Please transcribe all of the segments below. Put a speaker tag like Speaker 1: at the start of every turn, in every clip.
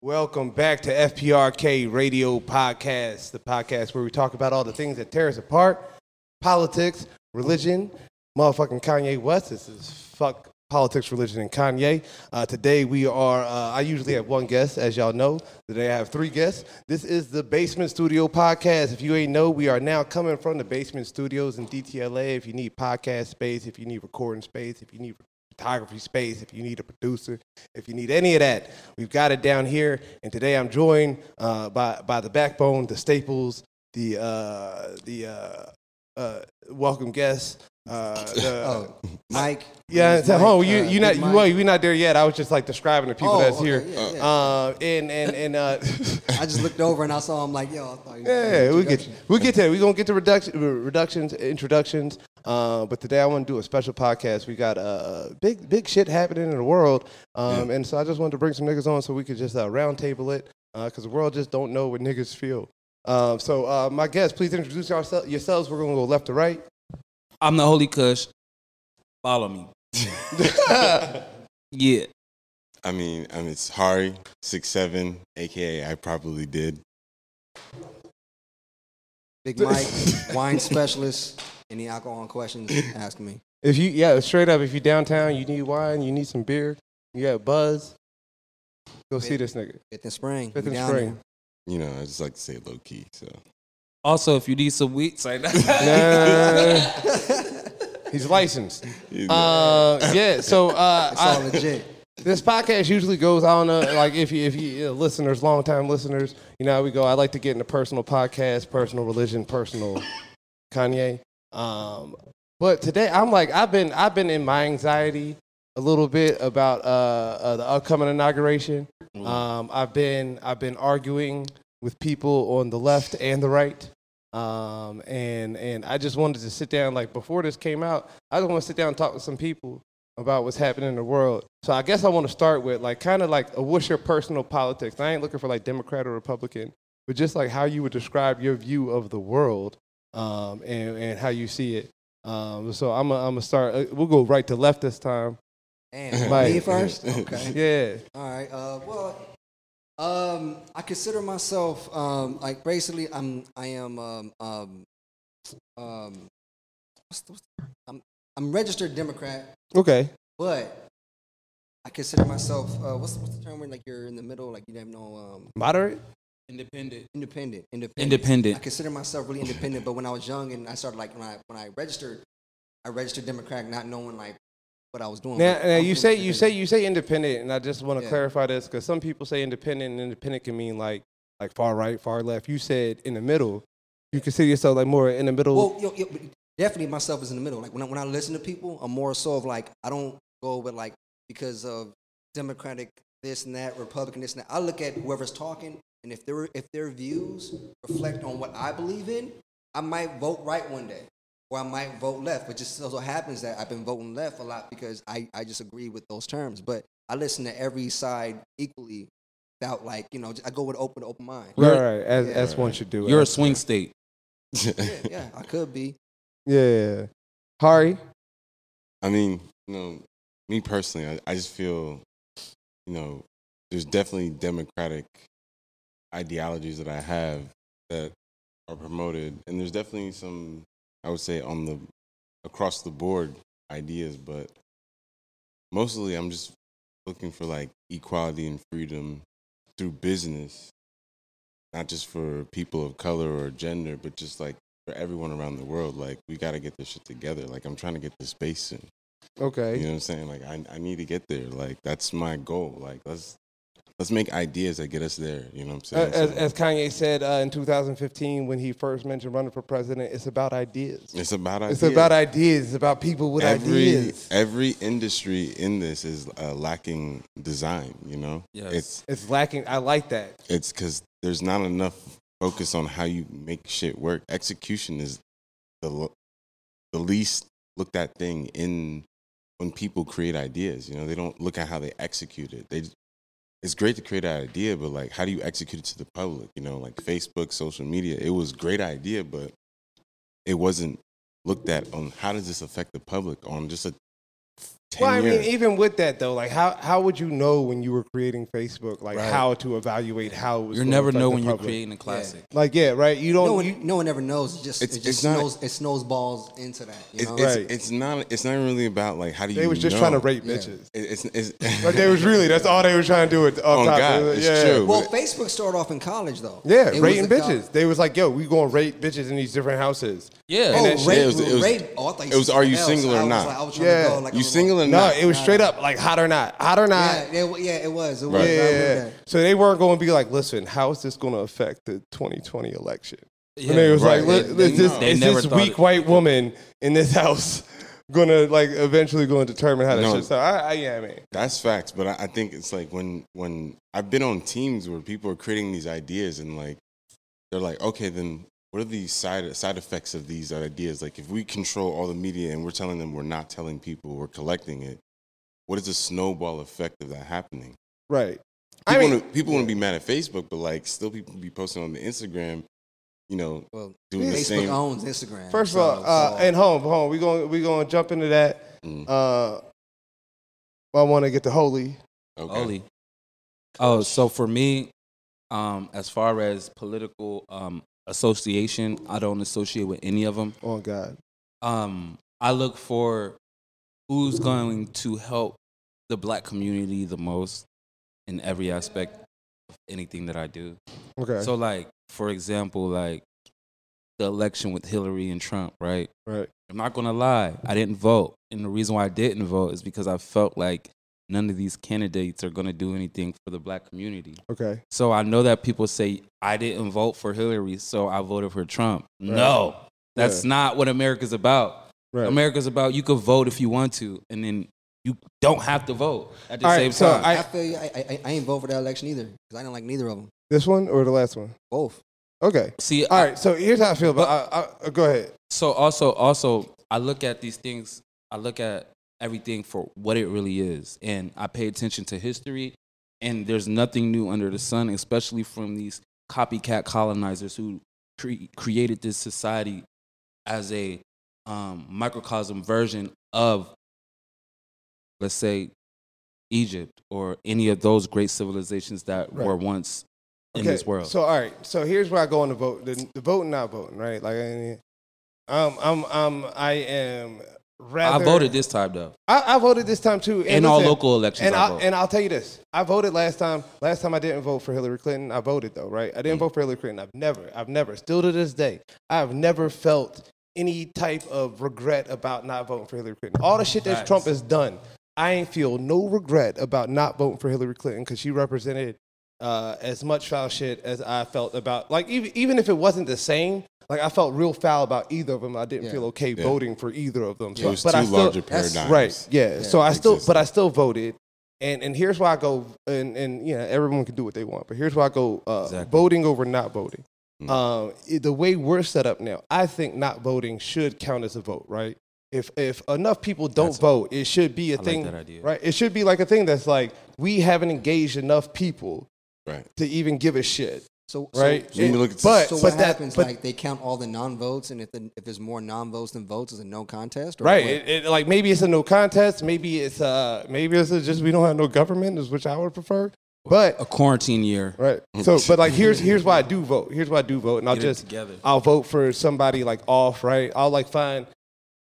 Speaker 1: Welcome back to FPRK Radio Podcast, the podcast where we talk about all the things that tear us apart politics, religion, motherfucking Kanye West. This is fuck politics, religion, and Kanye. Uh, today we are, uh, I usually have one guest, as y'all know. Today I have three guests. This is the Basement Studio Podcast. If you ain't know, we are now coming from the Basement Studios in DTLA. If you need podcast space, if you need recording space, if you need photography space, if you need a producer, if you need any of that, we've got it down here. And today I'm joined uh, by, by the backbone, the staples, the, uh, the uh, uh, welcome guests. Uh, the,
Speaker 2: Oh, Mike.
Speaker 1: yeah,
Speaker 2: Where's
Speaker 1: so,
Speaker 2: Mike?
Speaker 1: oh, you
Speaker 2: Uh,
Speaker 1: you not
Speaker 2: Big
Speaker 1: you,
Speaker 2: Mike?
Speaker 1: well, you not there yet. I was just like describing the people
Speaker 2: Oh,
Speaker 1: that's
Speaker 2: okay,
Speaker 1: here.
Speaker 2: yeah, yeah.
Speaker 1: Uh, and and and uh,
Speaker 2: I just looked over and I saw him like, yo, I thought you
Speaker 1: yeah, we get we get to that. We gonna get to reduction, reductions, introductions. Uh, but today I want to do a special podcast. We got uh, big big shit happening in the world, um, and so I just wanted to bring some niggas on so we could just uh, roundtable it because the world just don't know what niggas feel. Um, so uh, my guests, please introduce yourself, yourselves. We're gonna go left to right.
Speaker 3: I'm the Holy Kush. Follow me. yeah.
Speaker 4: I mean, I mean, it's Hari six seven, aka I probably did.
Speaker 2: Big Mike, wine specialist. Any alcohol questions? Ask me.
Speaker 1: If you yeah, straight up, if you downtown, you need wine, you need some beer, you got buzz. Go see this nigga.
Speaker 2: Fifth and Spring.
Speaker 1: Fifth
Speaker 2: we
Speaker 1: and
Speaker 2: down
Speaker 1: Spring.
Speaker 4: You know, I just like to say low key. So
Speaker 3: Also, if you need some weed, say
Speaker 1: Nah,
Speaker 3: that.
Speaker 1: nah, nah, nah. He's licensed.
Speaker 4: you know,
Speaker 1: Uh, yeah. So uh,
Speaker 2: there. It's all
Speaker 1: I,
Speaker 2: legit.
Speaker 1: this podcast usually goes on. Uh, like if you if you, you know, listeners, long time listeners, you know how we go. I like to get into personal podcast, personal religion, personal Kanye. Um, but today I'm like I've been I've been in my anxiety a little bit about uh, uh, the upcoming inauguration. Um, I've been I've been arguing with people on the left and the right. Um, and and I just wanted to sit down like before this came out, I just want to sit down and talk with some people about what's happening in the world. So I guess I want to start with like kind of like uh, what's your personal politics? I ain't looking for like Democrat or Republican, but just like how you would describe your view of the world um, and, and how you see it. Um, so I'm gonna I'm gonna start. Uh, we'll go right to left this time.
Speaker 2: Damn,
Speaker 1: Mike.
Speaker 2: me first. Okay.
Speaker 1: Yeah.
Speaker 2: All right. Uh, well, um, I consider myself um, like basically I'm I am um, um, um, what's the, what's the, I'm I'm registered Democrat,
Speaker 1: Okay.
Speaker 2: but I consider myself uh, what's what's the term when like you're in the middle, like you have no um,
Speaker 1: Moderate.
Speaker 3: Independent.
Speaker 2: independent, independent. I
Speaker 3: Independent.
Speaker 2: consider myself really independent, but when I was young and I started like when I when I registered, I registered Democrat, not knowing like what I was doing.
Speaker 1: Now,
Speaker 2: But
Speaker 1: now
Speaker 2: I'm
Speaker 1: you
Speaker 2: fully
Speaker 1: say you
Speaker 2: independent.
Speaker 1: say you say independent, and I just want to
Speaker 2: Yeah.
Speaker 1: clarify this because some people say independent, and independent can mean like like far right, far left. You said in the middle. You consider yourself like more in the middle.
Speaker 2: Well, yo, yo, but definitely myself is in the middle. Like when I, when I listen to people, I'm more so of like I don't go with like because of Democratic this and that, Republican this and that. I look at whoever's talking, and if their if their views reflect on what I believe in, I might vote right one day, or I might vote left. But just so happens that I've been voting left a lot because I I just agree with those terms. But I listen to every side equally, without like you know I go with open open mind.
Speaker 1: right,
Speaker 3: You're-
Speaker 1: right, as
Speaker 2: yeah.
Speaker 1: as one should do.
Speaker 3: You're a swing state.
Speaker 2: Yeah, yeah, I could be.
Speaker 1: yeah. Hari.
Speaker 4: I mean, you know, me personally, I, I just feel, you know, there's definitely democratic ideologies that I have that are promoted, and there's definitely some, I would say, on the across the board ideas, but mostly I'm just looking for like equality and freedom through business, not just for people of color or gender, but just like for everyone around the world. Like we got to get this shit together. Like I'm trying to get this space soon.
Speaker 1: Okay.
Speaker 4: You know what I'm saying? Like I, I need to get there. Like that's my goal. Like let's let's make ideas that get us there. You know what I'm
Speaker 1: Uh,
Speaker 4: saying?
Speaker 1: As,
Speaker 4: So,
Speaker 1: as Kanye said uh, in 2015 when he first mentioned running for president, it's about ideas.
Speaker 4: it's about
Speaker 1: It's
Speaker 4: ideas.
Speaker 1: about ideas. It's about people with
Speaker 4: every
Speaker 1: ideas.
Speaker 4: every industry in this is uh, lacking design. You know,
Speaker 3: Yes.
Speaker 4: it's
Speaker 1: It's lacking. I like that.
Speaker 4: it's because there's not enough focus on how you make shit work. Execution is the l- the least looked at thing in when people create ideas. You know, they don't look at how they execute it. They it's great to create an idea, but like, how do you execute it to the public? You know, like Facebook, social media. It was great idea, but it wasn't looked at on how does this affect the public on just a ten
Speaker 1: Well, I mean,
Speaker 4: years.
Speaker 1: even with that though, like how how would you know when you were creating Facebook, like
Speaker 3: Right.
Speaker 1: how to evaluate how it was
Speaker 3: You
Speaker 1: gonna
Speaker 3: never
Speaker 1: affect
Speaker 3: know
Speaker 1: the
Speaker 3: when you're
Speaker 1: public?
Speaker 3: creating a classic.
Speaker 1: Like yeah, right? You don't.
Speaker 2: No one,
Speaker 1: Oh, you-
Speaker 2: no one ever knows. It just
Speaker 4: It's-
Speaker 2: it just
Speaker 4: it's not-
Speaker 2: snows, it snowballs into that. You
Speaker 4: it's,
Speaker 2: know?
Speaker 4: it's,
Speaker 1: Right.
Speaker 4: it's not it's not really about like how do you.
Speaker 1: they was just
Speaker 4: know?
Speaker 1: trying to rape
Speaker 2: Yeah.
Speaker 1: bitches.
Speaker 4: It- It's, it's,
Speaker 1: Like they was really. That's all they was trying to do. At up
Speaker 4: Oh,
Speaker 1: top.
Speaker 4: God,
Speaker 1: They was-
Speaker 4: it's
Speaker 1: yeah.
Speaker 4: true.
Speaker 2: Well, Facebook started off in college though.
Speaker 1: Yeah,
Speaker 2: It was
Speaker 1: rating
Speaker 2: the col-
Speaker 1: bitches. They was like, "Yo, we going to rate bitches in these different houses."
Speaker 3: Yeah.
Speaker 2: Oh,
Speaker 4: And that
Speaker 2: rape,
Speaker 4: shit- it was- it was-
Speaker 2: rape. Oh, I thought
Speaker 4: it was,
Speaker 2: said
Speaker 4: are you
Speaker 2: something else.
Speaker 4: single or
Speaker 2: I was
Speaker 4: not?
Speaker 2: like- I was trying
Speaker 1: Yeah.
Speaker 2: to go like a
Speaker 4: you
Speaker 2: little-
Speaker 4: single or
Speaker 1: No,
Speaker 4: not?
Speaker 1: it was straight up like hot or not, hot or not.
Speaker 2: Yeah, it, yeah, it was. It was.
Speaker 4: Right.
Speaker 2: I remember
Speaker 1: Yeah.
Speaker 2: that.
Speaker 1: So they weren't going to be like, listen, how is this going to affect the 2020 election? and they was
Speaker 4: right.
Speaker 1: like, "Look,
Speaker 4: They-
Speaker 1: is this,
Speaker 3: they
Speaker 1: is
Speaker 3: never
Speaker 1: this
Speaker 3: thought
Speaker 1: weak
Speaker 3: it-
Speaker 1: white woman in this house going to like eventually going to determine how to
Speaker 4: No.
Speaker 1: shit? So I, I, yeah, I mean,
Speaker 4: That's facts, but I, I think it's like when when I've been on teams where people are creating these ideas and like they're like, okay, then what are the side side effects of these ideas? Like if we control all the media and we're telling them we're not telling people, we're collecting it. What is the snowball effect of that happening?
Speaker 1: right. I
Speaker 4: People
Speaker 1: mean,
Speaker 4: wanna, people want to be mad at Facebook, but like still people be posting on the Instagram, you know,
Speaker 2: Well,
Speaker 4: doing the
Speaker 2: Facebook
Speaker 4: same.
Speaker 2: owns Instagram.
Speaker 1: first of
Speaker 2: so-
Speaker 1: all, uh,
Speaker 2: so-
Speaker 1: and home, home, we going we going to jump into that.
Speaker 4: Mm,
Speaker 1: Uh, I want to get to holy.
Speaker 4: okay.
Speaker 3: Holy. Oh, so for me, um, as far as political um, association, I don't associate with any of them.
Speaker 1: Oh God,
Speaker 3: Um, I look for who's going to help the black community the most in every aspect of anything that I do.
Speaker 1: okay,
Speaker 3: So, like, for example, like the election with Hillary and Trump, right?
Speaker 1: right,
Speaker 3: I'm not gonna lie, I didn't vote. And the reason why I didn't vote is because I felt like none of these candidates are gonna do anything for the black community.
Speaker 1: okay,
Speaker 3: So I know that people say I didn't vote for Hillary, so I voted for Trump. No, that's not what America's about.
Speaker 1: right.
Speaker 3: America's about you could vote if you want to, and then you don't have to vote at the
Speaker 1: All
Speaker 3: same
Speaker 1: right, so
Speaker 3: time.
Speaker 2: I,
Speaker 1: uh, I,
Speaker 2: feel you. I, I, I ain't vote for that election either because I didn't like neither of them.
Speaker 1: this one or the last one?
Speaker 2: Both.
Speaker 1: Okay.
Speaker 3: See,
Speaker 1: All
Speaker 3: I-
Speaker 1: right. So here's how I feel about. I, I, go ahead.
Speaker 3: so also also I look at these things. I look at everything for what it really is, and I pay attention to history. And there's nothing new under the sun, especially from these copycat colonizers who cre- created this society as a um, microcosm version of, let's say, Egypt or any of those great civilizations that
Speaker 1: Right.
Speaker 3: were once in
Speaker 1: Okay,
Speaker 3: this world.
Speaker 1: So all right. So here's where I go on the vote. The, the voting, not voting, right? Like, I- um, I'm, I'm, I am.
Speaker 3: I
Speaker 1: Rather,
Speaker 3: voted this time though,
Speaker 1: I, I voted this time too. And
Speaker 3: in all
Speaker 1: listen,
Speaker 3: local elections.
Speaker 1: And
Speaker 3: I
Speaker 1: I'll,
Speaker 3: vote.
Speaker 1: and I'll tell you this: I voted last time. Last time I didn't vote for Hillary Clinton. I voted though, right? I
Speaker 4: Mm.
Speaker 1: didn't vote for Hillary Clinton. I've never, I've never, still to this day, I've never felt any type of regret about not voting for Hillary Clinton. All the shit that
Speaker 3: Facts.
Speaker 1: Trump has done, I ain't feel no regret about not voting for Hillary Clinton because she represented uh, as much foul shit as I felt about like even even if it wasn't the same. Like I felt real foul about either of them. I didn't
Speaker 2: Yeah.
Speaker 1: feel okay
Speaker 4: Yeah.
Speaker 1: voting for either of them.
Speaker 4: It was
Speaker 1: but
Speaker 4: two
Speaker 1: I still,
Speaker 4: larger
Speaker 2: that's-
Speaker 4: paradigms.
Speaker 1: Right. Yeah. So I still,
Speaker 4: existed.
Speaker 1: but I still voted. And and here's why I go. And and you know everyone can do what they want, but here's why I go. Uh,
Speaker 3: Exactly.
Speaker 1: Voting over not voting.
Speaker 4: Mm.
Speaker 1: Um, i- the way we're set up now, I think not voting should count as a vote, right? If if enough people don't
Speaker 3: That's-
Speaker 1: vote, it should be a
Speaker 3: I like
Speaker 1: thing,
Speaker 3: that idea.
Speaker 1: right? It should be like a thing that's like we haven't engaged enough people
Speaker 4: Right.
Speaker 1: to even give a shit,
Speaker 2: So so-
Speaker 1: right?
Speaker 4: You need to look at the-
Speaker 1: but
Speaker 2: So
Speaker 1: but
Speaker 2: what
Speaker 1: that
Speaker 2: happens?
Speaker 1: but
Speaker 2: like they count all the non-votes, and if the, if there's more non-votes than votes, is a no contest, or
Speaker 1: Right.
Speaker 2: what?
Speaker 1: It, it, like maybe it's a no contest. Maybe it's uh maybe it's just we don't have no government, is which I would prefer. But
Speaker 3: a quarantine year.
Speaker 1: right. So but like here's here's why I do vote. Here's why I do vote. And I'll
Speaker 3: Get it
Speaker 1: just
Speaker 3: together.
Speaker 1: I'll vote for somebody like off, right? I'll like find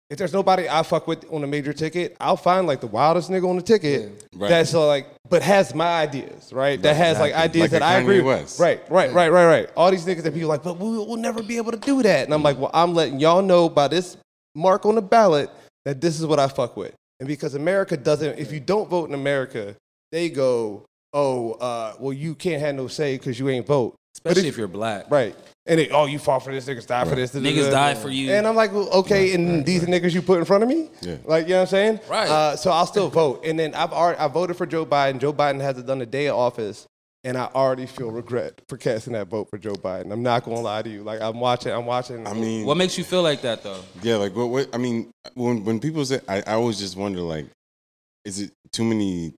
Speaker 1: if there's nobody I fuck with on a major ticket, I'll find like the wildest nigga on the ticket
Speaker 4: Yeah. Right.
Speaker 1: that's uh, like but has my ideas, right? that has like
Speaker 4: exactly.
Speaker 1: ideas
Speaker 4: Like
Speaker 1: that
Speaker 4: a
Speaker 1: I
Speaker 4: Kanye
Speaker 1: agree with.
Speaker 4: West.
Speaker 1: Right, right, right, right, right. All these niggas that people like, but we will never be able to do that. And I'm like, well, I'm letting y'all know by this mark on the ballot that this is what I fuck with. And because America doesn't, if you don't vote in America, they go, oh, uh, well, you can't have no say because you ain't vote. But
Speaker 3: Especially if you're black.
Speaker 1: Right. And they, oh, you fought for this, niggas died for this.
Speaker 3: Niggas died for you.
Speaker 1: And I'm like, well, okay, and these niggas you put in front of me?
Speaker 4: Yeah.
Speaker 1: Like, you know what I'm saying?
Speaker 3: Right.
Speaker 1: Uh, so I'll still vote. And then I've already, I voted for Joe Biden. Joe Biden hasn't done a day of office. And I already feel regret for casting that vote for Joe Biden. I'm not gonna lie to you. Like I'm watching, I'm watching.
Speaker 4: I mean,
Speaker 3: What makes you feel like that though?
Speaker 4: Yeah, like what? What I mean, when when people say, I, I always just wonder, like, is it too many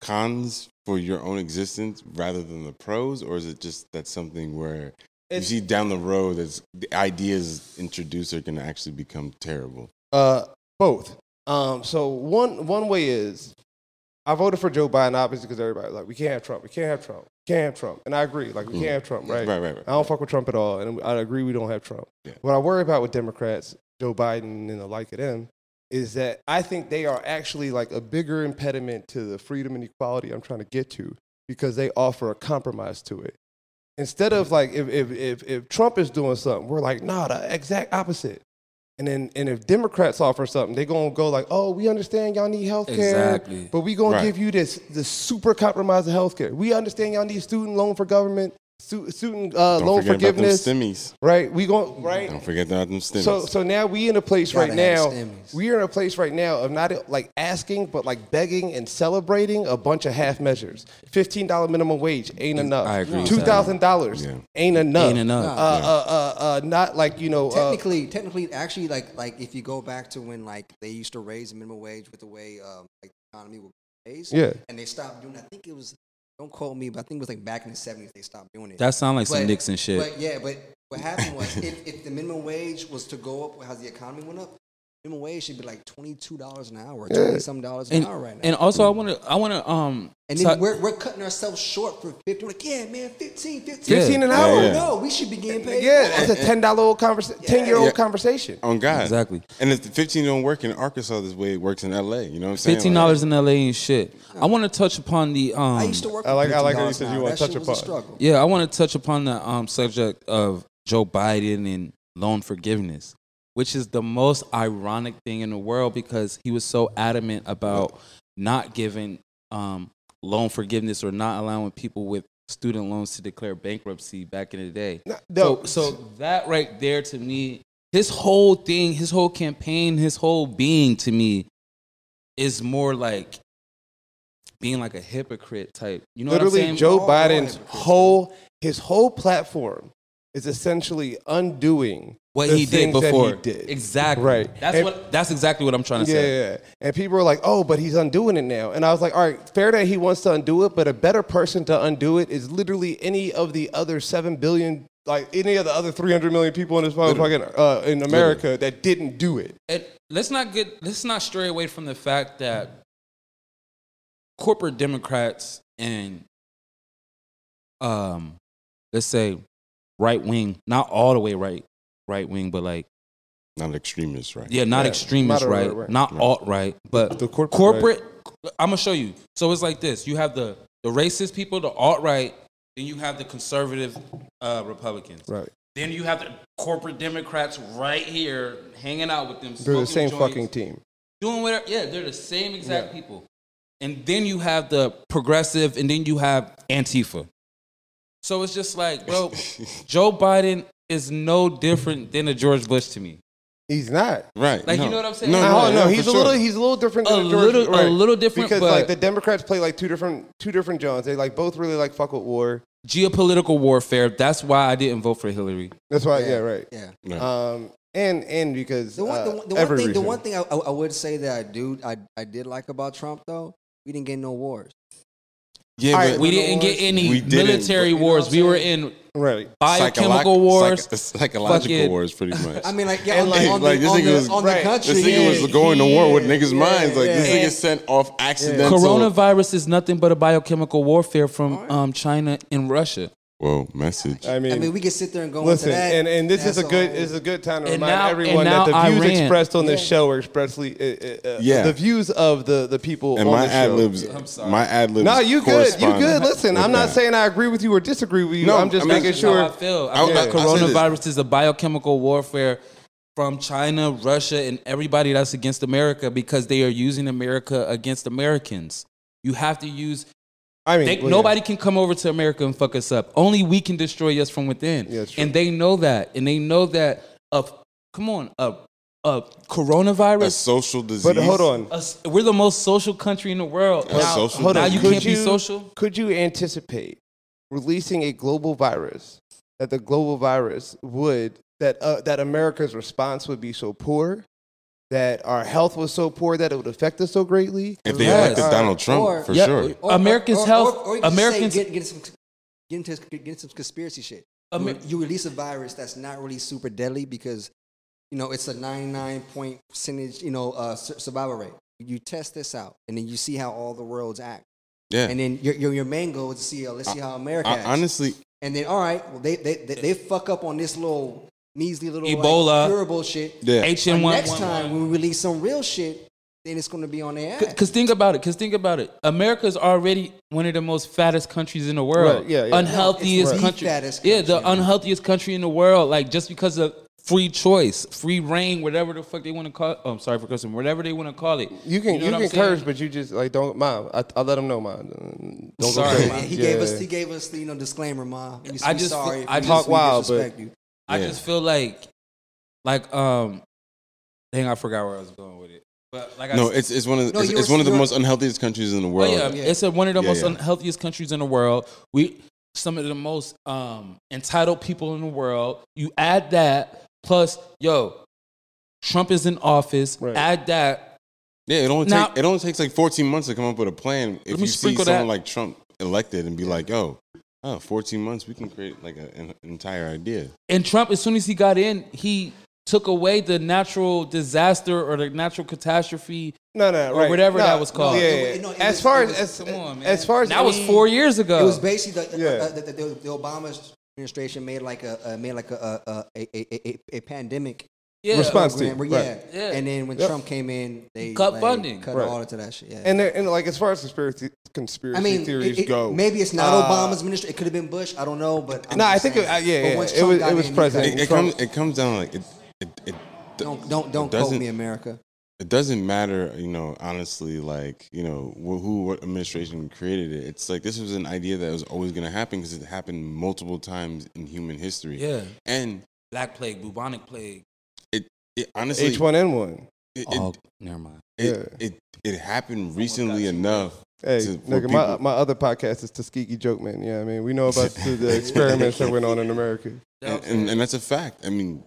Speaker 4: cons for your own existence rather than the pros, or is it just that something where
Speaker 1: It's-
Speaker 4: you see down the road that the ideas introduced are going to actually become terrible?
Speaker 1: uh, both. Um, so one one way is I voted for Joe Biden obviously because everybody's like, we can't have Trump, we can't have Trump, we can't have Trump, and I agree. Like we can't have Trump, right?
Speaker 4: Mm.
Speaker 1: Uh,
Speaker 4: Right, right, right.
Speaker 1: I don't fuck with Trump at all, and I agree we don't have Trump.
Speaker 4: Yeah.
Speaker 1: What I worry about with Democrats, Joe Biden and the like of them, is that I think they are actually like a bigger impediment to the freedom and equality I'm trying to get to because they offer a compromise to it. Instead of like if if if, if Trump is doing something, we're like, nah, the exact opposite. And then and if Democrats offer something, they're gonna go like, oh, we understand y'all need health care.
Speaker 3: Exactly.
Speaker 1: But we gonna
Speaker 4: Right.
Speaker 1: give you this this super compromise of healthcare. We understand y'all need student loan for government, stu- student uh,
Speaker 4: Don't
Speaker 1: loan
Speaker 4: forget
Speaker 1: forgiveness,
Speaker 4: about them stimmies.
Speaker 1: right? We going right.
Speaker 4: Don't forget about them stimmies.
Speaker 1: So so now we in a place
Speaker 2: Gotta
Speaker 1: right
Speaker 2: have
Speaker 1: now.
Speaker 2: stimmies.
Speaker 1: We are in a place right now of not like asking, but like begging and celebrating a bunch of half measures. Fifteen dollar minimum wage ain't
Speaker 4: Mm,
Speaker 1: enough.
Speaker 3: I agree with that.
Speaker 1: Two thousand dollars
Speaker 4: Yeah.
Speaker 1: ain't enough.
Speaker 3: Ain't enough.
Speaker 1: Uh, uh, uh, uh, not like you know. Uh,
Speaker 2: Technically, technically, actually, like like if you go back to when like they used to raise the minimum wage with the way um, like the economy was raised,
Speaker 1: Yeah.
Speaker 2: and they stopped doing. I think it was don't quote me, but I think it was like back in the seventies they stopped doing it.
Speaker 3: That sound like some
Speaker 2: But-
Speaker 3: Nixon shit.
Speaker 2: But yeah, but what happened was if, if the minimum wage was to go up, how the economy went up, minimum wage should be like twenty two dollars an hour, twenty some dollars an
Speaker 3: and,
Speaker 2: hour right now.
Speaker 3: and also, I want to, I want to, um,
Speaker 2: And
Speaker 3: talk-
Speaker 2: then we're, we're cutting ourselves short for 50. We're like, yeah, man, 15, 15.
Speaker 1: Fifteen an
Speaker 4: Yeah.
Speaker 1: hour.
Speaker 4: Yeah.
Speaker 2: No, we should be getting paid.
Speaker 1: Yeah,
Speaker 2: more.
Speaker 1: that's a ten dollar old conversation, ten year
Speaker 4: Yeah.
Speaker 1: old conversation.
Speaker 4: on God.
Speaker 3: Exactly.
Speaker 4: And if the 15 don't work in Arkansas this way, it works in LA. You know what I'm saying?
Speaker 3: fifteen dollars in LA ain't shit. I want to touch upon the, um,
Speaker 2: I used to work.
Speaker 1: I like-
Speaker 2: for
Speaker 1: I like how you
Speaker 2: $15
Speaker 1: said
Speaker 2: an
Speaker 1: you
Speaker 2: hour.
Speaker 1: wanna
Speaker 2: That
Speaker 1: touch
Speaker 2: shit was
Speaker 1: upon it.
Speaker 2: a struggle.
Speaker 3: Yeah, I want to touch upon the um, subject of Joe Biden and loan forgiveness, which is the most ironic thing in the world because he was so adamant about not giving um, loan forgiveness or not allowing people with student loans to declare bankruptcy back in the day.
Speaker 1: No,
Speaker 3: So,
Speaker 1: no.
Speaker 3: so that right there to me, his whole thing, his whole campaign, his whole being to me is more like being like a hypocrite type. You know what I'm
Speaker 1: literally
Speaker 3: saying?
Speaker 1: Joe
Speaker 2: We're all
Speaker 1: Biden's
Speaker 2: hypocrites, man.
Speaker 1: whole his whole platform is essentially undoing
Speaker 3: what
Speaker 1: the
Speaker 3: he did
Speaker 1: things that
Speaker 3: before.
Speaker 1: he did.
Speaker 3: Exactly.
Speaker 1: Right.
Speaker 3: That's
Speaker 1: And-
Speaker 3: what. That's exactly what I'm trying to
Speaker 1: Yeah,
Speaker 3: say.
Speaker 1: yeah, yeah. and people are like, "Oh, but he's undoing it now." And I was like, "All right, fair that he wants to undo it, but a better person to undo it is literally any of the other seven billion, like any of the other three hundred million people in this motherfucking uh, in America that didn't do it."
Speaker 3: And let's not get. Let's not stray away from the fact that corporate Democrats and um, let's say right wing, not all the way right, right wing, but like
Speaker 4: Not extremists, right?
Speaker 3: yeah, not
Speaker 1: Yeah,
Speaker 3: extremist
Speaker 1: moderate
Speaker 3: right,
Speaker 1: right.
Speaker 3: not alt right, but
Speaker 1: The corporate
Speaker 3: corporate. I'm gonna show you. So it's like this: you have the the racist people, the alt right, then you have the conservative uh, Republicans.
Speaker 1: Right.
Speaker 3: Then you have the corporate Democrats right here hanging out with them.
Speaker 1: They're the
Speaker 3: smoking
Speaker 1: same
Speaker 3: joints,
Speaker 1: fucking team.
Speaker 3: doing whatever. Yeah, they're the same exact people. And then you have the progressive, and then you have Antifa. So it's just like, bro, Joe Biden is no different than a George Bush to me.
Speaker 1: He's not.
Speaker 4: Right.
Speaker 3: Like,
Speaker 4: no.
Speaker 3: you know what I'm saying?
Speaker 4: No,
Speaker 1: No,
Speaker 4: no,
Speaker 1: Oh, no,
Speaker 4: yeah,
Speaker 1: he's
Speaker 4: for
Speaker 1: a little
Speaker 4: sure.
Speaker 1: he's a little different.
Speaker 3: A
Speaker 1: Than George-
Speaker 3: little- a
Speaker 1: right.
Speaker 3: little different,
Speaker 1: because
Speaker 3: but-
Speaker 1: like the Democrats play like two different two different Johns. They like both really like fuck with war.
Speaker 3: Geopolitical warfare. That's why I didn't vote for Hillary.
Speaker 1: That's why, Oh, yeah, right.
Speaker 2: Yeah.
Speaker 4: Right.
Speaker 1: Um, and and because uh,
Speaker 2: The one, the, one- the
Speaker 1: every
Speaker 2: one thing, the
Speaker 1: reason.
Speaker 2: one thing I, I, I would say that I do, I, I did like about Trump though, we didn't get no wars.
Speaker 4: yeah,
Speaker 1: All right,
Speaker 4: but
Speaker 3: We didn't get any
Speaker 4: We didn't,
Speaker 3: military
Speaker 4: but-
Speaker 3: wars. We were in
Speaker 1: right?
Speaker 3: biochemical
Speaker 4: psychologic-
Speaker 3: wars.
Speaker 4: psych- psychological
Speaker 3: fucking-
Speaker 4: wars, pretty much.
Speaker 2: I mean, like, yeah, on,
Speaker 4: And like-
Speaker 2: the, on,
Speaker 4: like,
Speaker 2: the,
Speaker 4: this
Speaker 2: on,
Speaker 4: nigga
Speaker 2: the,
Speaker 4: was-
Speaker 2: on the
Speaker 1: right.
Speaker 2: country.
Speaker 4: this nigga was
Speaker 2: yeah.
Speaker 4: going to war with niggas' minds. Like
Speaker 2: yeah.
Speaker 4: this nigga sent off accidental.
Speaker 3: Coronavirus is nothing but a biochemical warfare from um, China and Russia.
Speaker 4: Whoa, message.
Speaker 1: I mean,
Speaker 2: I mean, we could sit there and go
Speaker 1: listen,
Speaker 2: into that.
Speaker 1: and, and this is
Speaker 2: That's
Speaker 1: a good
Speaker 2: all.
Speaker 1: is a good time to
Speaker 3: And
Speaker 1: remind
Speaker 3: now-
Speaker 1: everyone
Speaker 3: and
Speaker 1: that the
Speaker 3: now
Speaker 1: views
Speaker 3: Iran.
Speaker 1: expressed on this show are expressly uh, uh, uh,
Speaker 4: Yeah.
Speaker 1: the views of the the people
Speaker 4: And
Speaker 1: on
Speaker 4: my
Speaker 1: the
Speaker 4: ad
Speaker 1: show.
Speaker 4: libs.
Speaker 3: I'm sorry.
Speaker 4: My ad libs.
Speaker 1: No, you good. You
Speaker 4: correspond
Speaker 1: good. Listen,
Speaker 4: with
Speaker 1: I'm not
Speaker 4: that.
Speaker 1: saying I agree with you or disagree with you.
Speaker 4: No,
Speaker 1: I'm just
Speaker 4: I mean-
Speaker 1: making
Speaker 4: That's just
Speaker 1: sure.
Speaker 3: how I feel. I
Speaker 4: I-
Speaker 3: feel
Speaker 4: I-
Speaker 3: like
Speaker 4: I say this.
Speaker 3: coronavirus is a biochemical warfare from China, Russia, and everybody that's against America because they are using America against Americans. You have to use.
Speaker 1: I mean,
Speaker 3: They,
Speaker 1: well, yeah.
Speaker 3: nobody can come over to America and fuck us up. Only we can destroy us from within.
Speaker 1: Yeah, it's true.
Speaker 3: and they know that. And they know that. Of come on, a a
Speaker 4: A
Speaker 3: coronavirus.
Speaker 4: social disease.
Speaker 1: But hold on.
Speaker 3: us- we're the most social country in the world.
Speaker 4: A
Speaker 3: Now-
Speaker 4: social
Speaker 1: Hold
Speaker 3: now
Speaker 1: on.
Speaker 3: you
Speaker 1: could
Speaker 3: can't be social.
Speaker 1: Could you anticipate releasing a global virus that the global virus would that uh, that America's response would be so poor, that our health was so poor that it would affect us so greatly?
Speaker 4: If they
Speaker 3: Yes.
Speaker 4: elected Donald Trump,
Speaker 2: Or-
Speaker 4: for
Speaker 3: Yeah.
Speaker 4: sure.
Speaker 3: Americans' health-
Speaker 2: you could just
Speaker 3: Americans-
Speaker 2: say, get, get, some, get into get into some conspiracy shit.
Speaker 3: Amer-
Speaker 2: you, you release a virus that's not really super deadly because you know, it's a 99 point percentage, you know, uh, su- survival rate. You test this out, and then you see how all the worlds act.
Speaker 4: Yeah.
Speaker 2: And then your, your, your main goal is to see, uh, let's see how America
Speaker 4: I,
Speaker 2: acts.
Speaker 4: honestly,
Speaker 2: and then, all right, well, they, they, they, they fuck up on this little measly little like,
Speaker 3: Ebola.
Speaker 2: curable shit.
Speaker 4: yeah.
Speaker 2: But
Speaker 3: HN1.
Speaker 2: next time when we release some real shit, then it's going to be on their ass.
Speaker 3: Because think about it. Because think about it. America's already one of the most fattest countries in the world.
Speaker 1: Right, yeah, yeah.
Speaker 3: Unhealthiest
Speaker 2: No, it's the
Speaker 3: country.
Speaker 2: fattest
Speaker 3: Yeah, the
Speaker 2: country.
Speaker 3: unhealthiest country in the world. Like just because of free choice, free reign, whatever the fuck they want to call. Oh, I'm sorry for cussing. Whatever they want to call it.
Speaker 1: You can you,
Speaker 3: know what I'm
Speaker 1: can
Speaker 3: saying?
Speaker 1: curse, but you just like don't mom. I, I let him know mom. Don't
Speaker 3: Sorry,
Speaker 1: go
Speaker 2: Yeah,
Speaker 1: crazy.
Speaker 2: he gave us
Speaker 1: Yeah.
Speaker 2: he gave us the you know disclaimer, ma. We,
Speaker 3: I
Speaker 2: we
Speaker 3: just-
Speaker 2: sorry. if
Speaker 3: I
Speaker 2: we-
Speaker 1: talk
Speaker 2: we
Speaker 1: wild, but-
Speaker 2: disrespect you.
Speaker 3: I
Speaker 4: Yeah.
Speaker 3: just feel like, like um, dang, I forgot where I was going with it. But like I
Speaker 4: No,
Speaker 3: said-
Speaker 4: it's, it's one of the,
Speaker 2: No,
Speaker 4: it's,
Speaker 2: you
Speaker 4: it's
Speaker 2: were-
Speaker 4: one of the
Speaker 2: you were-
Speaker 4: most unhealthiest countries in the
Speaker 3: Oh,
Speaker 4: world.
Speaker 3: yeah,
Speaker 2: Yeah.
Speaker 3: it's a, one of the
Speaker 4: Yeah,
Speaker 3: most
Speaker 4: yeah.
Speaker 3: unhealthiest countries in the world. We some of the most um, entitled people in the world. You add that plus, yo, Trump is in office.
Speaker 1: Right.
Speaker 3: Add that.
Speaker 4: Yeah, it only
Speaker 3: Now-
Speaker 4: takes it only takes like 14 months to come up with a plan. If
Speaker 3: me
Speaker 4: you see
Speaker 3: sprinkle
Speaker 4: someone
Speaker 3: that-
Speaker 4: like Trump elected and be like, "Yo, oh, 14 months, we can create like a, an entire idea."
Speaker 3: And Trump, as soon as he got in, he took away the natural disaster or the natural catastrophe.
Speaker 1: No, no, right.
Speaker 3: whatever
Speaker 1: No,
Speaker 3: that was
Speaker 1: no,
Speaker 3: called.
Speaker 1: yeah,
Speaker 2: It wa-
Speaker 1: yeah.
Speaker 2: no, it
Speaker 1: as
Speaker 2: was-
Speaker 1: far
Speaker 2: it was-
Speaker 1: as
Speaker 3: Come on, man.
Speaker 1: as far as
Speaker 3: that was
Speaker 1: me-
Speaker 3: four years ago.
Speaker 2: It was basically the,
Speaker 1: Yeah.
Speaker 2: uh, the, the, the Obama administration made like a uh, made like a a, a, a, a a pandemic
Speaker 3: yeah.
Speaker 1: Response
Speaker 2: program. Where,
Speaker 1: team,
Speaker 2: yeah.
Speaker 1: right.
Speaker 3: Yeah.
Speaker 2: And then when
Speaker 1: Yep.
Speaker 2: Trump came in, they
Speaker 3: Cut
Speaker 2: like,
Speaker 3: funding.
Speaker 2: cut
Speaker 1: Right.
Speaker 2: all into that shit. Yeah.
Speaker 1: and there- and like as far as conspiracy conspiracy
Speaker 2: I mean,
Speaker 1: theories
Speaker 2: it- it-
Speaker 1: go,
Speaker 2: maybe it's not
Speaker 1: uh,
Speaker 2: Obama's administration. It could have been Bush. I don't know, but I'm
Speaker 1: No,
Speaker 2: just
Speaker 1: I think it-
Speaker 2: saying.
Speaker 1: uh, yeah,
Speaker 2: But
Speaker 1: yeah,
Speaker 2: once
Speaker 1: it
Speaker 2: Trump
Speaker 1: was-
Speaker 2: got
Speaker 1: it was
Speaker 2: in, he
Speaker 1: President.
Speaker 2: cut
Speaker 4: It,
Speaker 2: it.
Speaker 4: it comes it comes down like it it, it d-
Speaker 2: Don't don't don't
Speaker 4: it
Speaker 2: quote
Speaker 4: doesn't-
Speaker 2: me, America.
Speaker 4: it doesn't matter, you know, honestly, like, you know, wh- who, what administration created it. It's like this was an idea that was always going to happen because it happened multiple times in human history.
Speaker 3: yeah.
Speaker 4: And
Speaker 3: Black plague, bubonic plague.
Speaker 4: it, it honestly,
Speaker 1: H one N one.
Speaker 4: it,
Speaker 3: oh,
Speaker 4: it,
Speaker 3: never mind.
Speaker 4: it, it, it happened recently enough.
Speaker 1: Hey,
Speaker 4: to- for
Speaker 1: nigga, my,
Speaker 4: people.
Speaker 1: my other podcast is Tuskegee Joke Man. Yeah, I mean, we know about the, the experiments that went on in America.
Speaker 4: And, and, and that's a fact. I mean,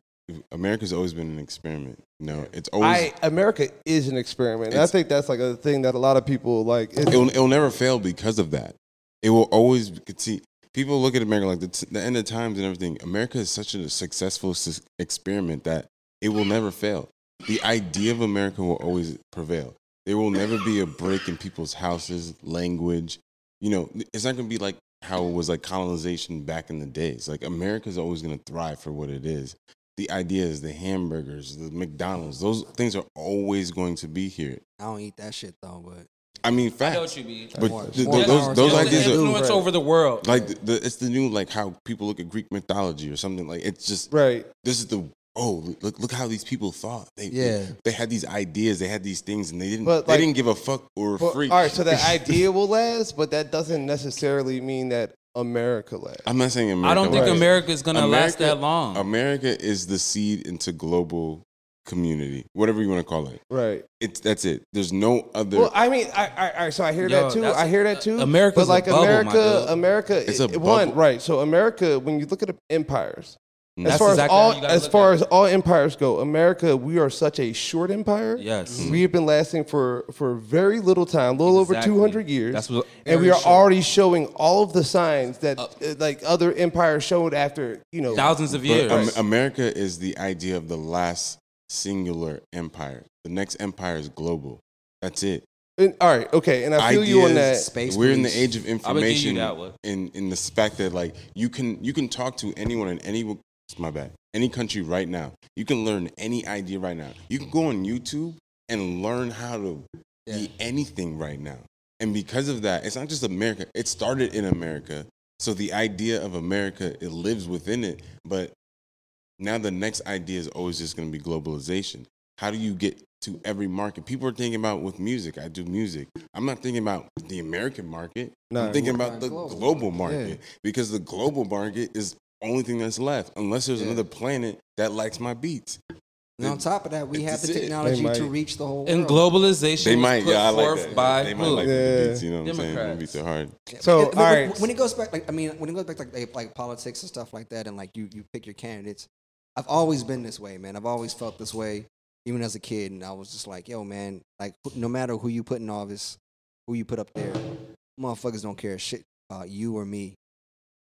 Speaker 4: America's always been an experiment. You know, it's always,
Speaker 1: I America is an experiment. And I
Speaker 4: It's-
Speaker 1: think that's like a thing that a lot of people like. It's,
Speaker 4: it'll, it'll never fail because of that. It will always be- see. People look at America like the, t- the end of times and everything. America is such a successful s- experiment that it will never fail. The idea of America will always prevail. There will never be a break in people's houses, language. You know, it's not going to be like how it was like colonization back in the days. Like America's always going to thrive for what it is. The ideas, the hamburgers, the McDonald's, those things are always going to be here.
Speaker 2: I don't eat that shit though, but
Speaker 4: I mean,
Speaker 3: I know what
Speaker 4: facts.
Speaker 3: you mean.
Speaker 4: But
Speaker 2: More-
Speaker 4: th-
Speaker 2: more
Speaker 4: th- those,
Speaker 2: powers
Speaker 4: those
Speaker 2: to
Speaker 3: Just the
Speaker 4: ideas,
Speaker 2: them.
Speaker 4: are,
Speaker 3: influence
Speaker 1: Right.
Speaker 3: over the world.
Speaker 4: like the, the, it's the new like how people look at Greek mythology or something. Like it's just
Speaker 1: right.
Speaker 4: this is the oh look look how these people thought. They,
Speaker 2: Yeah.
Speaker 4: they, had these ideas, they had these things, and they didn't
Speaker 1: But,
Speaker 4: they
Speaker 1: like-
Speaker 4: didn't give a fuck or a
Speaker 1: But,
Speaker 4: freak.
Speaker 1: all right, so that idea will last, but that doesn't necessarily mean that America lasts.
Speaker 4: I'm not saying America.
Speaker 3: I don't think
Speaker 4: lasts.
Speaker 1: Right.
Speaker 3: America's gonna last
Speaker 4: America-
Speaker 3: that long.
Speaker 4: America is the seed into global community, whatever you want to call it.
Speaker 1: Right.
Speaker 4: It's that's it. There's no other.
Speaker 1: Well, I mean, I, I, all right, so I hear
Speaker 3: Yo,
Speaker 1: that too.
Speaker 3: that's
Speaker 1: I
Speaker 3: a-
Speaker 1: hear that too.
Speaker 3: uh,
Speaker 1: but
Speaker 3: America's
Speaker 1: like
Speaker 3: a bubble, my
Speaker 1: America,
Speaker 3: dude.
Speaker 1: America, it's
Speaker 4: It's a
Speaker 1: one
Speaker 4: bubble.
Speaker 1: right. So America, when you look at empires,
Speaker 4: Mm.
Speaker 1: as
Speaker 3: That's
Speaker 1: far
Speaker 3: exactly how
Speaker 1: as
Speaker 3: you
Speaker 1: all
Speaker 3: gotta
Speaker 1: as
Speaker 3: look
Speaker 1: far
Speaker 3: at
Speaker 1: as all empires go, America, we are such a short empire.
Speaker 3: Yes.
Speaker 2: Mm-hmm.
Speaker 1: we have been lasting for for very little time, a little
Speaker 3: Exactly.
Speaker 1: over two hundred years.
Speaker 3: That's what-
Speaker 1: and we
Speaker 3: very
Speaker 1: are
Speaker 3: short.
Speaker 1: already showing all of the signs that uh, like other empires showed after you know
Speaker 3: Thousands of years.
Speaker 2: um,
Speaker 4: But Am- America is the idea of the last singular empire. The next empire is global. That's it.
Speaker 1: And- all right, okay, and I feel you on that.
Speaker 4: Ideas,
Speaker 2: Space
Speaker 4: We're in the
Speaker 2: police.
Speaker 4: age of
Speaker 3: I'ma give you
Speaker 4: information.
Speaker 3: that one.
Speaker 4: In in the fact that like you can you can talk to anyone in any my bad any country right now. You can learn any idea right now. You can go on YouTube and learn how to be anything right now. And because of that, it's not just America. It started in America. So the idea of America it lives within it, but now the next idea is always just going to be globalization. How do you get to every market? People are thinking about with music. I do music. I'm not thinking about the American market.
Speaker 1: No,
Speaker 4: I'm thinking about
Speaker 2: not
Speaker 4: the
Speaker 2: global.
Speaker 4: global, market because the global market is only thing that's left, unless there's another planet that likes my beats.
Speaker 2: And on top of that, we
Speaker 4: It's
Speaker 2: have the
Speaker 4: it. They
Speaker 2: technology to
Speaker 1: might.
Speaker 2: reach the whole
Speaker 3: and
Speaker 2: world.
Speaker 3: globalization
Speaker 4: They
Speaker 3: was
Speaker 4: might,
Speaker 3: put
Speaker 4: yeah, I like
Speaker 3: forth
Speaker 4: that.
Speaker 3: by
Speaker 4: they might
Speaker 3: who?
Speaker 4: like the
Speaker 1: Yeah.
Speaker 4: beats. You know what I'm saying? Don't be
Speaker 3: Democrats.
Speaker 4: too hard.
Speaker 1: So,
Speaker 2: It- when-
Speaker 1: all
Speaker 2: when-
Speaker 1: right.
Speaker 2: When it goes back, like I mean, when it goes back to like, like, like politics and stuff like that, and like you, you pick your candidates. I've always been this way, man. I've always felt this way, even as a kid. And I was just like, yo, man, like wh- no matter who you put in office, who you put up there, motherfuckers don't care shit about you or me.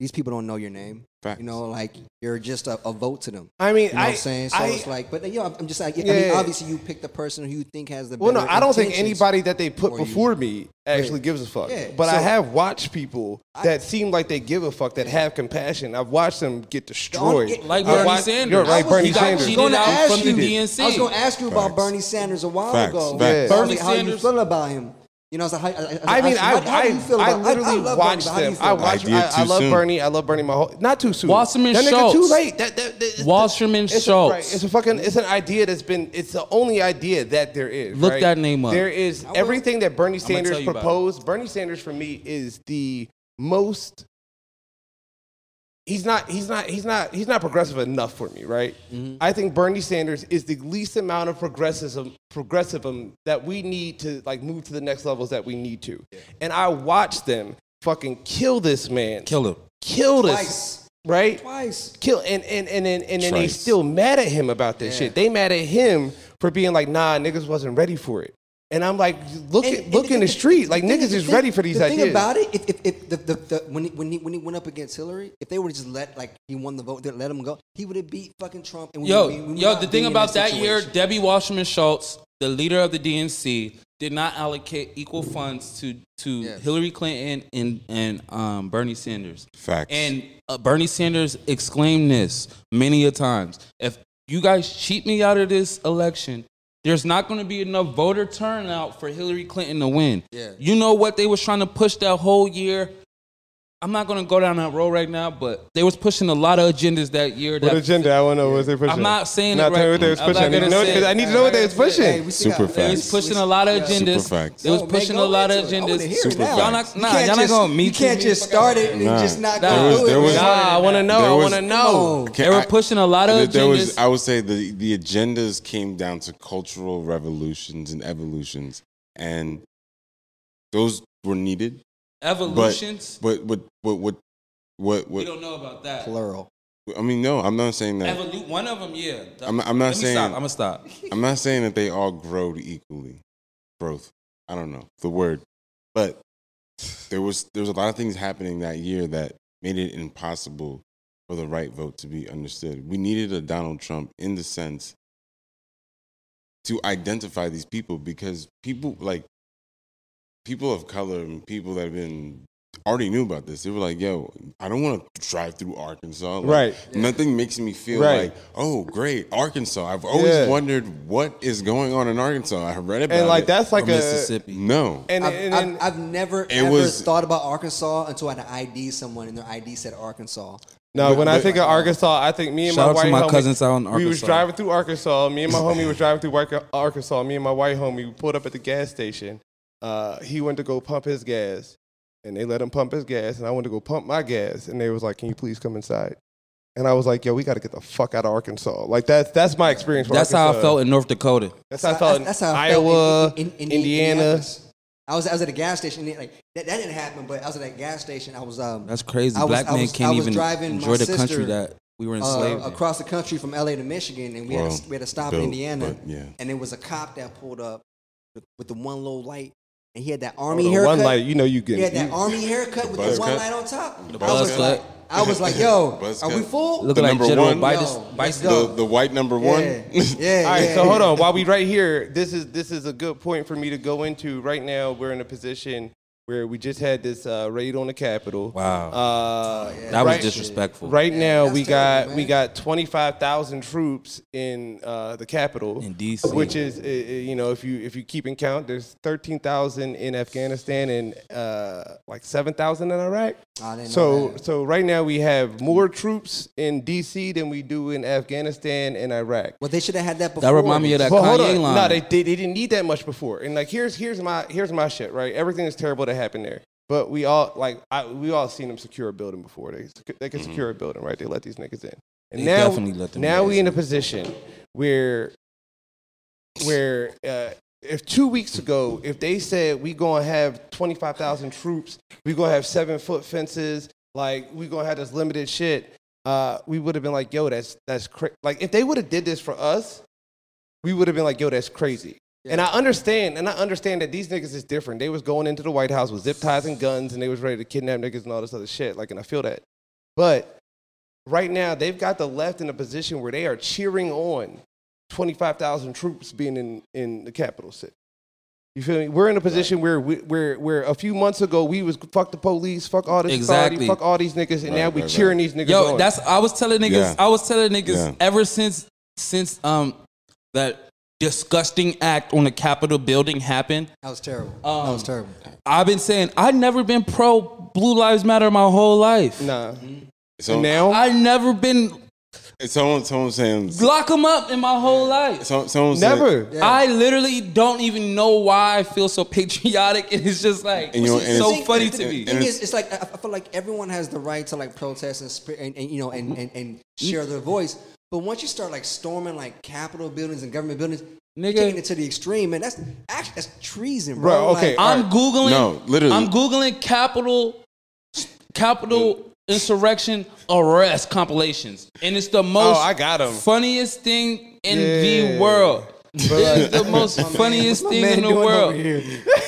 Speaker 2: these people don't know your name.
Speaker 4: Facts.
Speaker 2: You know, like you're just a, a vote to them.
Speaker 1: I mean,
Speaker 2: You know
Speaker 1: I,
Speaker 2: what I'm saying? So
Speaker 1: I-
Speaker 2: it's like, but you know, I'm just like, I
Speaker 1: Yeah.
Speaker 2: mean, obviously you pick the person who you think has the.
Speaker 1: well, no,
Speaker 2: better
Speaker 1: I don't think
Speaker 2: intentions.
Speaker 1: anybody that they put
Speaker 2: for you.
Speaker 1: before me actually gives a fuck.
Speaker 2: Yeah,
Speaker 1: But I
Speaker 2: so-
Speaker 1: have watched people that seem like they give a fuck, that have compassion. I've watched them get destroyed.
Speaker 2: get-
Speaker 3: Like
Speaker 1: I've
Speaker 3: Bernie
Speaker 1: watched-
Speaker 3: Sanders.
Speaker 1: You're right,
Speaker 2: I was-
Speaker 1: Bernie
Speaker 2: I was
Speaker 1: Sanders.
Speaker 3: cheated
Speaker 2: gonna
Speaker 3: out
Speaker 2: ask
Speaker 3: from the
Speaker 2: you-
Speaker 3: DNC.
Speaker 2: I was going to ask you about
Speaker 4: Facts.
Speaker 2: Bernie Sanders a while
Speaker 4: Facts.
Speaker 2: ago.
Speaker 4: Facts.
Speaker 2: I was
Speaker 3: Bernie
Speaker 2: like, how you
Speaker 3: Sanders-
Speaker 2: feel about him? You know, I was like, how, I, I,
Speaker 1: I mean, I,
Speaker 2: how, how do you feel
Speaker 1: I, I
Speaker 2: about
Speaker 1: literally
Speaker 2: love Bernie,
Speaker 1: watched
Speaker 2: but how do you
Speaker 1: them.
Speaker 2: feel
Speaker 1: I
Speaker 2: about
Speaker 1: watched.
Speaker 4: I did
Speaker 1: I, I
Speaker 4: too
Speaker 1: love
Speaker 4: soon.
Speaker 1: Bernie. I love Bernie my whole. Not too soon.
Speaker 3: Wasserman
Speaker 1: that nigga
Speaker 3: Schultz.
Speaker 1: Too late. That, that, that,
Speaker 3: Wasserman
Speaker 1: it's a-
Speaker 3: Schultz.
Speaker 1: right, it's a fucking. It's an idea that's been. It's the only idea that there is.
Speaker 3: Look
Speaker 1: right?
Speaker 3: that name up.
Speaker 1: There is everything that Bernie
Speaker 3: tell
Speaker 1: Sanders
Speaker 3: you about it.
Speaker 1: proposed. Bernie Sanders for me is the most. He's not. He's not. He's not. He's not progressive enough for me. Right.
Speaker 2: Mm-hmm.
Speaker 1: I think Bernie Sanders is the least amount of progressivism. Progressivism that we need to like move to the next levels that we need to. And I watched them fucking kill this man.
Speaker 3: Kill him.
Speaker 1: Kill this.
Speaker 2: Twice.
Speaker 1: Right
Speaker 2: Twice.
Speaker 1: kill and and and and, and then they
Speaker 4: Trice.
Speaker 1: still mad at him about this shit. They mad at him for being like, nah, niggas wasn't ready for it. And I'm like, look
Speaker 2: And-
Speaker 1: at
Speaker 2: and
Speaker 1: look in the street, like
Speaker 2: thing
Speaker 1: niggas
Speaker 2: the
Speaker 1: is
Speaker 2: thing-
Speaker 1: ready for these
Speaker 2: the
Speaker 1: ideas.
Speaker 2: thing about it, if, if, if the, the, the, when, he, when, he, when he went up against Hillary, if they would have just let like he won the vote, they let him go, he would have beat fucking Trump. And we
Speaker 3: Yo,
Speaker 2: would be- we would
Speaker 3: yo,
Speaker 2: not
Speaker 3: the
Speaker 2: be
Speaker 3: thing
Speaker 2: in
Speaker 3: about that year,
Speaker 2: situation.
Speaker 3: Debbie Wasserman Schultz, the leader of the DNC, did not allocate equal funds to to Hillary Clinton and and um, Bernie Sanders.
Speaker 4: Facts.
Speaker 3: And uh, Bernie Sanders exclaimed this many a times. If you guys cheat me out of this election, there's not going to be enough voter turnout for Hillary Clinton to win.
Speaker 2: Yeah.
Speaker 3: You know what they was trying to push that whole year? I'm not going to go down that road right now, but they was pushing a lot of agendas that year. That
Speaker 1: I want to know what they pushing.
Speaker 3: I'm not saying it right. I'm not
Speaker 1: I need to
Speaker 3: gonna
Speaker 1: know,
Speaker 3: say it.
Speaker 1: I need to know what they was pushing.
Speaker 2: Hey, we still
Speaker 4: Super
Speaker 2: got-
Speaker 3: They
Speaker 4: facts.
Speaker 3: was pushing a lot of
Speaker 4: Super
Speaker 3: agendas.
Speaker 4: facts.
Speaker 3: They was
Speaker 2: Oh, man,
Speaker 3: pushing
Speaker 2: go
Speaker 3: a lot of
Speaker 2: into it. I wanna Oh,
Speaker 3: agendas.
Speaker 2: hear it now.
Speaker 3: Y'all not,
Speaker 2: You
Speaker 3: nah,
Speaker 2: can't
Speaker 3: y'all not
Speaker 2: just-
Speaker 3: gonna meet
Speaker 2: You can't just start it and
Speaker 4: Nah.
Speaker 2: just not
Speaker 3: Nah.
Speaker 2: go
Speaker 3: There was-
Speaker 2: through
Speaker 4: there
Speaker 2: it.
Speaker 4: was-
Speaker 1: nah, I want to know.
Speaker 4: There
Speaker 1: I
Speaker 4: was-
Speaker 1: want to know.
Speaker 2: Come on.
Speaker 4: Okay,
Speaker 3: They were
Speaker 4: I-
Speaker 3: pushing a lot of
Speaker 4: There was,
Speaker 3: agendas.
Speaker 4: I would say, the the agendas came down to cultural revolutions and evolutions, and those were needed.
Speaker 3: Evolutions.
Speaker 4: But but what what what
Speaker 3: we
Speaker 4: what?
Speaker 3: don't know about that.
Speaker 2: Plural.
Speaker 4: I mean, no, I'm not saying that.
Speaker 3: Evolu- one of them, yeah.
Speaker 4: I'm not- I'm not
Speaker 3: Let me
Speaker 4: saying-
Speaker 3: Stop. I'm gonna stop.
Speaker 4: I'm not saying that they all growed equally. Growth. I don't know the word, but there was there was a lot of things happening that year that made it impossible for the right vote to be understood. We needed a Donald Trump in the sense to identify these people because people like people of color and people that have been already knew about this. They were like, "Yo, I don't want to drive through Arkansas. Like,
Speaker 1: Right.
Speaker 4: Nothing makes me feel
Speaker 1: Right.
Speaker 4: like, oh, great, Arkansas. I've always
Speaker 1: Yeah.
Speaker 4: wondered what is going on in Arkansas. I read about
Speaker 1: And like
Speaker 4: it.
Speaker 1: that's like
Speaker 3: From
Speaker 1: a
Speaker 3: Mississippi.
Speaker 4: no.
Speaker 1: and
Speaker 2: I've,
Speaker 1: and,
Speaker 2: I've,
Speaker 1: and
Speaker 2: I've never
Speaker 4: It
Speaker 2: ever
Speaker 4: was-
Speaker 2: thought about Arkansas until I had to ID someone and their ID said Arkansas.
Speaker 1: No, when I
Speaker 4: but-
Speaker 1: think of Arkansas, I think me and
Speaker 3: Shout
Speaker 1: my
Speaker 3: out to
Speaker 1: white
Speaker 3: my
Speaker 1: homie,
Speaker 3: cousins out in
Speaker 1: We was
Speaker 3: Arkansas.
Speaker 1: driving through Arkansas. Me and my homie was driving through Arka- Arkansas. Me and my white homie we pulled up at the gas station. Uh, he went to go pump his gas, and they let him pump his gas, and I went to go pump my gas, and they was like, "Can you please come inside?" And I was like, "Yo, we got to get the fuck out of Arkansas." Like that's that's my experience. With
Speaker 3: That's how I
Speaker 1: Arkansas.
Speaker 3: felt in North Dakota.
Speaker 1: That's how I felt. in
Speaker 2: That's how I felt in-
Speaker 1: Iowa,
Speaker 2: in- in- in
Speaker 1: Indiana.
Speaker 2: Indianapolis. I was I was at a gas station. and, Like that, that didn't happen, but I was at that gas station. I was um.
Speaker 3: That's crazy.
Speaker 2: I was-
Speaker 3: Black
Speaker 2: I
Speaker 3: men
Speaker 2: was-
Speaker 3: can't
Speaker 2: I was
Speaker 3: even
Speaker 2: driving my
Speaker 3: enjoy the country
Speaker 2: sister,
Speaker 3: that we were enslaved.
Speaker 2: uh,
Speaker 3: in.
Speaker 2: across the country from LA to Michigan, and we,
Speaker 4: Well,
Speaker 2: had, to, we had to stop
Speaker 4: built,
Speaker 2: in Indiana.
Speaker 4: but yeah.
Speaker 2: And there was a cop that pulled up with- with the one low light, and he had that
Speaker 1: Oh,
Speaker 2: army
Speaker 1: the
Speaker 2: haircut.
Speaker 1: one light, you know, you get
Speaker 2: he had that army haircut with the
Speaker 4: buzz
Speaker 2: one
Speaker 4: cut?
Speaker 2: light on top. I
Speaker 4: buzz
Speaker 2: was
Speaker 4: cut?
Speaker 2: like, I was like, yo,
Speaker 4: Buzz
Speaker 2: are we
Speaker 4: cut.
Speaker 2: full?
Speaker 3: Look
Speaker 4: The
Speaker 3: like
Speaker 4: number
Speaker 3: General
Speaker 4: one?
Speaker 2: Yo,
Speaker 3: Biden.
Speaker 2: let's
Speaker 3: Biden-
Speaker 2: go.
Speaker 4: the, the white number one.
Speaker 2: Yeah, yeah.
Speaker 1: All right,
Speaker 2: yeah,
Speaker 1: so
Speaker 2: yeah.
Speaker 1: hold on. While we right here, this is this is a good point for me to go into. Right now, we're in a position where we just had this uh, raid on the Capitol.
Speaker 3: Wow.
Speaker 1: Uh,
Speaker 3: that was
Speaker 1: right-
Speaker 3: disrespectful.
Speaker 1: Right now,
Speaker 2: that's
Speaker 1: we got
Speaker 2: terrible,
Speaker 1: we
Speaker 2: man.
Speaker 1: got twenty five thousand troops in uh, the Capitol
Speaker 3: In DC.
Speaker 1: which is uh, uh, you know if you if you keep in count, there's thirteen thousand in Afghanistan and uh, like seven thousand in Iraq.
Speaker 2: I didn't know
Speaker 1: So
Speaker 2: that.
Speaker 1: so right now we have more troops in D.C. than we do in Afghanistan and Iraq.
Speaker 2: Well, they should have had that before.
Speaker 3: That remind me of that
Speaker 1: Well, hold
Speaker 3: Kanye
Speaker 1: on.
Speaker 3: line.
Speaker 1: No, they, they they didn't need that much before. And like here's here's my here's my shit, right? Everything is terrible that happened there. But we all like I, we all seen them secure a building before. They sec- they can secure a building, right? They let these niggas in. And
Speaker 3: They
Speaker 1: now
Speaker 3: definitely let them
Speaker 1: now
Speaker 3: in.
Speaker 1: we in a position where where uh, if two weeks ago, if they said we gonna have twenty five thousand troops, we gonna have seven foot fences, like we gonna have this limited shit, uh, we would have been like, yo, that's that's cra-. like if they would have did this for us, we would have been like, yo, that's crazy. And I understand, and I understand that these niggas is different. They was going into the White House with zip ties and guns, and they was ready to kidnap niggas and all this other shit. Like, and I feel that. But right now, they've got the left in a position where they are cheering on 25,000 troops being in, in the capital city. You feel me? We're in a position where, we, where, where a few months ago we was fuck the police, fuck all this
Speaker 3: Exactly.
Speaker 1: authority, fuck all these niggas, and
Speaker 4: Right,
Speaker 1: now we
Speaker 4: right, right.
Speaker 1: cheering these niggas
Speaker 3: Yo,
Speaker 1: on.
Speaker 3: that's I was telling niggas.
Speaker 4: Yeah.
Speaker 3: I was telling niggas
Speaker 4: Yeah.
Speaker 3: ever since since um that disgusting act on the Capitol building happened.
Speaker 2: That was terrible. that
Speaker 3: Um,
Speaker 2: was terrible.
Speaker 3: I've been saying I've never been pro Blue Lives Matter my whole life.
Speaker 1: nah.
Speaker 4: So
Speaker 1: now
Speaker 3: I've never been
Speaker 4: someone, someone saying,
Speaker 3: lock them up in my whole life.
Speaker 4: someone, someone said-
Speaker 1: never.
Speaker 2: Yeah.
Speaker 3: I literally don't even know why I feel so patriotic, and it's just like
Speaker 4: And you know,
Speaker 3: it's
Speaker 4: and
Speaker 3: so
Speaker 4: it's-
Speaker 3: funny
Speaker 4: and-
Speaker 3: to me.
Speaker 4: and-
Speaker 2: thing is, it's like I I feel like everyone has the right to like protest and sp- and, and you know and, and and share their voice. But once you start like storming like Capitol buildings and government buildings, you're
Speaker 3: Nigga.
Speaker 2: taking it to the extreme, man. That's actually that's treason, bro.
Speaker 1: Bro, okay,
Speaker 2: Like,
Speaker 3: I'm googling.
Speaker 4: No, literally.
Speaker 3: I'm googling capital capital insurrection arrest compilations, and it's the most
Speaker 1: I got 'em.
Speaker 3: funniest thing in the
Speaker 1: Yeah.
Speaker 3: world. It's the most
Speaker 2: man-
Speaker 3: funniest
Speaker 2: what's my
Speaker 3: thing
Speaker 2: man
Speaker 3: in the
Speaker 2: doing over
Speaker 3: world.
Speaker 2: here?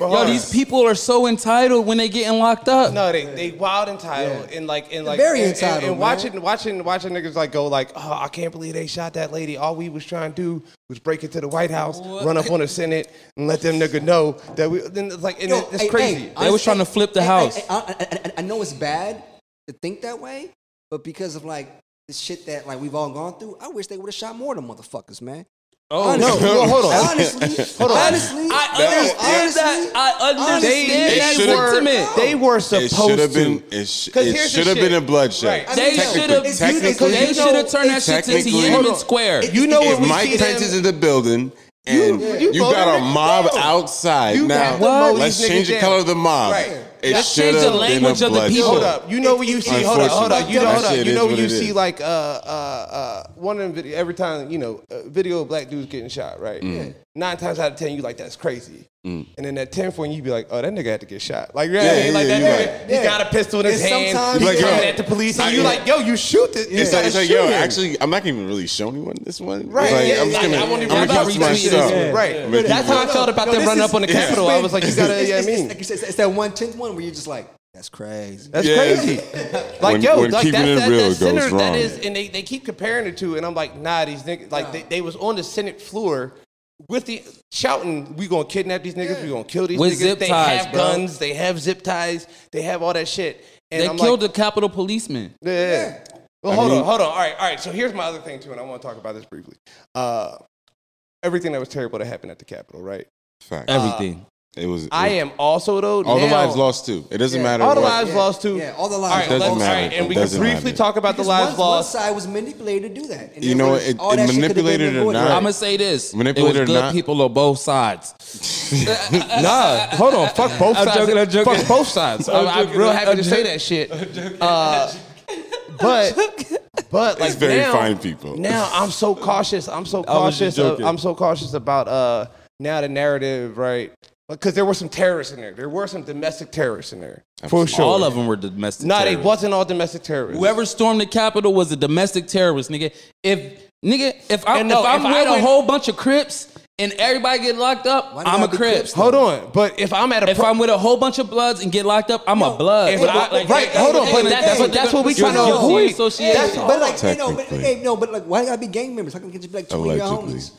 Speaker 3: Yo, these people are so entitled when they getting locked up.
Speaker 1: No, they they wild entitled and like and like
Speaker 2: very
Speaker 1: and- and-
Speaker 2: entitled,
Speaker 1: And,
Speaker 2: man.
Speaker 1: watching watching watching niggas like go like, oh, I can't believe they shot that lady. All we was trying to do was break into the White House, run up on the Senate, and let them nigga know that we. Then it's like and
Speaker 2: Yo,
Speaker 1: it- it's
Speaker 2: hey,
Speaker 1: crazy.
Speaker 2: hey,
Speaker 3: They was trying to flip the
Speaker 2: hey,
Speaker 3: house.
Speaker 2: hey, I, I- I- I know it's bad to think that way, but because of like the shit that like we've all gone through, I wish they would have shot more of them motherfuckers, man.
Speaker 3: Oh,
Speaker 2: honestly,
Speaker 1: no, well, hold on.
Speaker 2: honestly,
Speaker 1: Hold on.
Speaker 2: honestly,
Speaker 3: I understand that. I understand
Speaker 2: honestly,
Speaker 3: that
Speaker 4: they
Speaker 3: sentiment.
Speaker 1: were they were
Speaker 4: It should
Speaker 1: supposed
Speaker 4: have been.
Speaker 1: to.
Speaker 4: It, sh-
Speaker 1: 'Cause
Speaker 4: it
Speaker 1: here's the
Speaker 4: should have
Speaker 1: shit.
Speaker 4: been a bloodshed.
Speaker 1: Right. I
Speaker 3: They
Speaker 1: mean,
Speaker 3: should
Speaker 4: technically,
Speaker 3: have.
Speaker 2: it's you-
Speaker 4: technically,
Speaker 2: because
Speaker 3: They
Speaker 2: you
Speaker 3: should
Speaker 2: know,
Speaker 3: have turned that shit to
Speaker 4: technically-
Speaker 3: Yemen
Speaker 1: Hold on.
Speaker 3: Square.
Speaker 1: You know
Speaker 4: if
Speaker 1: when we
Speaker 4: Mike
Speaker 1: see them-
Speaker 4: Pence is in the building and
Speaker 1: You-
Speaker 4: you,
Speaker 1: you voted
Speaker 4: got a
Speaker 1: niggas
Speaker 4: mob
Speaker 1: down.
Speaker 4: outside,
Speaker 1: You
Speaker 4: now
Speaker 1: have to mow
Speaker 4: let's
Speaker 1: these
Speaker 4: change
Speaker 1: niggas
Speaker 4: the
Speaker 1: down.
Speaker 4: color of the mob.
Speaker 1: Right.
Speaker 4: It
Speaker 3: Let's
Speaker 4: should
Speaker 3: change the
Speaker 4: have been a
Speaker 3: language of the
Speaker 4: bloodshed.
Speaker 3: people.
Speaker 1: Hold up, you know when you see. Hold up, hold up. You know, hold
Speaker 4: That
Speaker 1: up.
Speaker 4: shit
Speaker 1: You
Speaker 4: is
Speaker 1: know when
Speaker 4: what
Speaker 1: you
Speaker 4: it
Speaker 1: see
Speaker 4: is.
Speaker 1: like uh uh uh one of them video every time you know a video of black dudes getting shot, right?
Speaker 4: Mm.
Speaker 1: Nine times out of ten, you like that's crazy. And then at tenth one, you be like, oh, that nigga had to get shot. Like, yeah,
Speaker 4: yeah,
Speaker 1: like
Speaker 4: you
Speaker 1: that nigga,
Speaker 4: like-
Speaker 1: he got a pistol in his
Speaker 2: And
Speaker 1: hand.
Speaker 2: sometimes
Speaker 1: He's
Speaker 4: you
Speaker 1: coming
Speaker 4: like-
Speaker 1: at the police, and
Speaker 4: I-
Speaker 1: you like, yo, you shoot it.
Speaker 4: It's like, it's like,
Speaker 1: shoot
Speaker 4: yo,
Speaker 1: him.
Speaker 4: actually, I'm not even really showing anyone this one. It's
Speaker 1: Right,
Speaker 4: like,
Speaker 1: yeah,
Speaker 4: I'm just
Speaker 1: like,
Speaker 4: gonna,
Speaker 1: I won't
Speaker 4: I'm
Speaker 1: even-
Speaker 4: gonna
Speaker 1: I'm
Speaker 4: keep
Speaker 1: about
Speaker 4: it to
Speaker 3: retweeting this.
Speaker 4: myself.
Speaker 3: Yeah.
Speaker 1: Right.
Speaker 4: I'm gonna
Speaker 1: That's
Speaker 4: keep
Speaker 1: how
Speaker 4: it-
Speaker 1: I felt about them running up on the
Speaker 2: it's-
Speaker 1: Capitol. I was like, you gotta, yeah, I
Speaker 2: it's- it's-
Speaker 1: mean,
Speaker 2: it's, it's, it's that one tenth one where you're just like, that's crazy.
Speaker 1: that's
Speaker 4: Yeah.
Speaker 1: crazy. Like,
Speaker 4: When-
Speaker 1: yo,
Speaker 4: when
Speaker 1: like
Speaker 4: keeping
Speaker 1: that's
Speaker 4: it
Speaker 1: that,
Speaker 4: real
Speaker 1: that
Speaker 4: goes
Speaker 1: center that
Speaker 4: wrong.
Speaker 1: is, and they, they keep comparing it to, and I'm like, nah, these niggas, like they, they was on the Senate floor with the shouting, we gonna kidnap these niggas, we gonna kill these
Speaker 3: With
Speaker 1: niggas.
Speaker 3: zip
Speaker 1: they
Speaker 3: ties,
Speaker 1: have
Speaker 3: bro.
Speaker 1: guns, they have zip ties, they have all that shit. And
Speaker 3: They
Speaker 1: I'm
Speaker 3: killed
Speaker 1: like,
Speaker 3: a Capitol policeman.
Speaker 1: Yeah, yeah, yeah. Well,
Speaker 4: I
Speaker 1: hold on,
Speaker 4: mean-
Speaker 1: hold on. All right, all right. So here's my other thing too, and I want to talk about this briefly. Uh, everything that was terrible that happened at the Capitol, right? uh,
Speaker 4: Fact.
Speaker 3: Everything.
Speaker 4: It was.
Speaker 1: I am also though.
Speaker 4: All the
Speaker 1: now-
Speaker 4: lives lost too. It doesn't matter.
Speaker 1: All the
Speaker 4: what-
Speaker 1: lives lost too.
Speaker 2: Yeah, all the lives
Speaker 1: All right,
Speaker 4: It doesn't
Speaker 1: let's-
Speaker 4: matter.
Speaker 1: all right, and
Speaker 4: It
Speaker 1: we can
Speaker 4: doesn't
Speaker 1: briefly
Speaker 4: matter.
Speaker 1: talk about the
Speaker 2: Because
Speaker 1: lives
Speaker 2: one,
Speaker 1: lost.
Speaker 2: One side was manipulated to do that. and
Speaker 4: You
Speaker 2: it
Speaker 4: know
Speaker 2: was-
Speaker 4: what, it-
Speaker 2: all
Speaker 4: it
Speaker 2: that shit could've been
Speaker 4: manipulated or
Speaker 2: avoided.
Speaker 4: not,
Speaker 3: I'm gonna say this.
Speaker 4: Manipulate
Speaker 3: it was
Speaker 4: or
Speaker 3: good
Speaker 4: not-
Speaker 3: people on both sides.
Speaker 1: Nah, hold on. Fuck both
Speaker 3: I'm
Speaker 1: sides.
Speaker 3: joking, I'm joking.
Speaker 1: Fuck both sides. I'm, I'm
Speaker 3: joking,
Speaker 1: real
Speaker 3: I'm
Speaker 1: happy to say
Speaker 3: joking.
Speaker 1: that shit. Uh, but but like
Speaker 4: very
Speaker 1: now,
Speaker 4: fine people.
Speaker 1: Now I'm so cautious. I'm so
Speaker 3: was
Speaker 1: cautious.
Speaker 3: just
Speaker 1: Of,
Speaker 3: joking.
Speaker 1: I'm so cautious about uh now the narrative, right? Because there were some terrorists in there. There were some domestic terrorists in there for sure.
Speaker 3: All of them were domestic.
Speaker 1: No, they
Speaker 3: terrorists.
Speaker 1: wasn't all domestic terrorists.
Speaker 3: Whoever stormed the Capitol was a domestic terrorist, nigga. If nigga, if I'm
Speaker 1: And no,
Speaker 3: if I'm
Speaker 1: if I
Speaker 3: with a
Speaker 1: went-
Speaker 3: whole bunch of Crips and everybody get locked up,
Speaker 2: Why do
Speaker 3: I'm
Speaker 2: y'all
Speaker 3: a
Speaker 2: be
Speaker 3: Crip.
Speaker 2: Crips, though?
Speaker 1: Hold on, but if I'm at a
Speaker 3: If I'm with a whole bunch of Bloods and get locked up, I'm a Blood.
Speaker 1: If
Speaker 3: Like,
Speaker 1: I-
Speaker 3: like,
Speaker 1: right,
Speaker 3: that-
Speaker 1: hold on, but
Speaker 3: that-
Speaker 1: that's what- that's what we
Speaker 3: you're
Speaker 1: trying to
Speaker 3: guilty
Speaker 1: avoid.
Speaker 3: association.
Speaker 2: Yeah,
Speaker 1: That's
Speaker 2: but like, you know, but,
Speaker 4: Technically.
Speaker 2: hey, no, but like, why gotta be gang members? How can it just be like two of your
Speaker 4: allegedly.
Speaker 2: homies?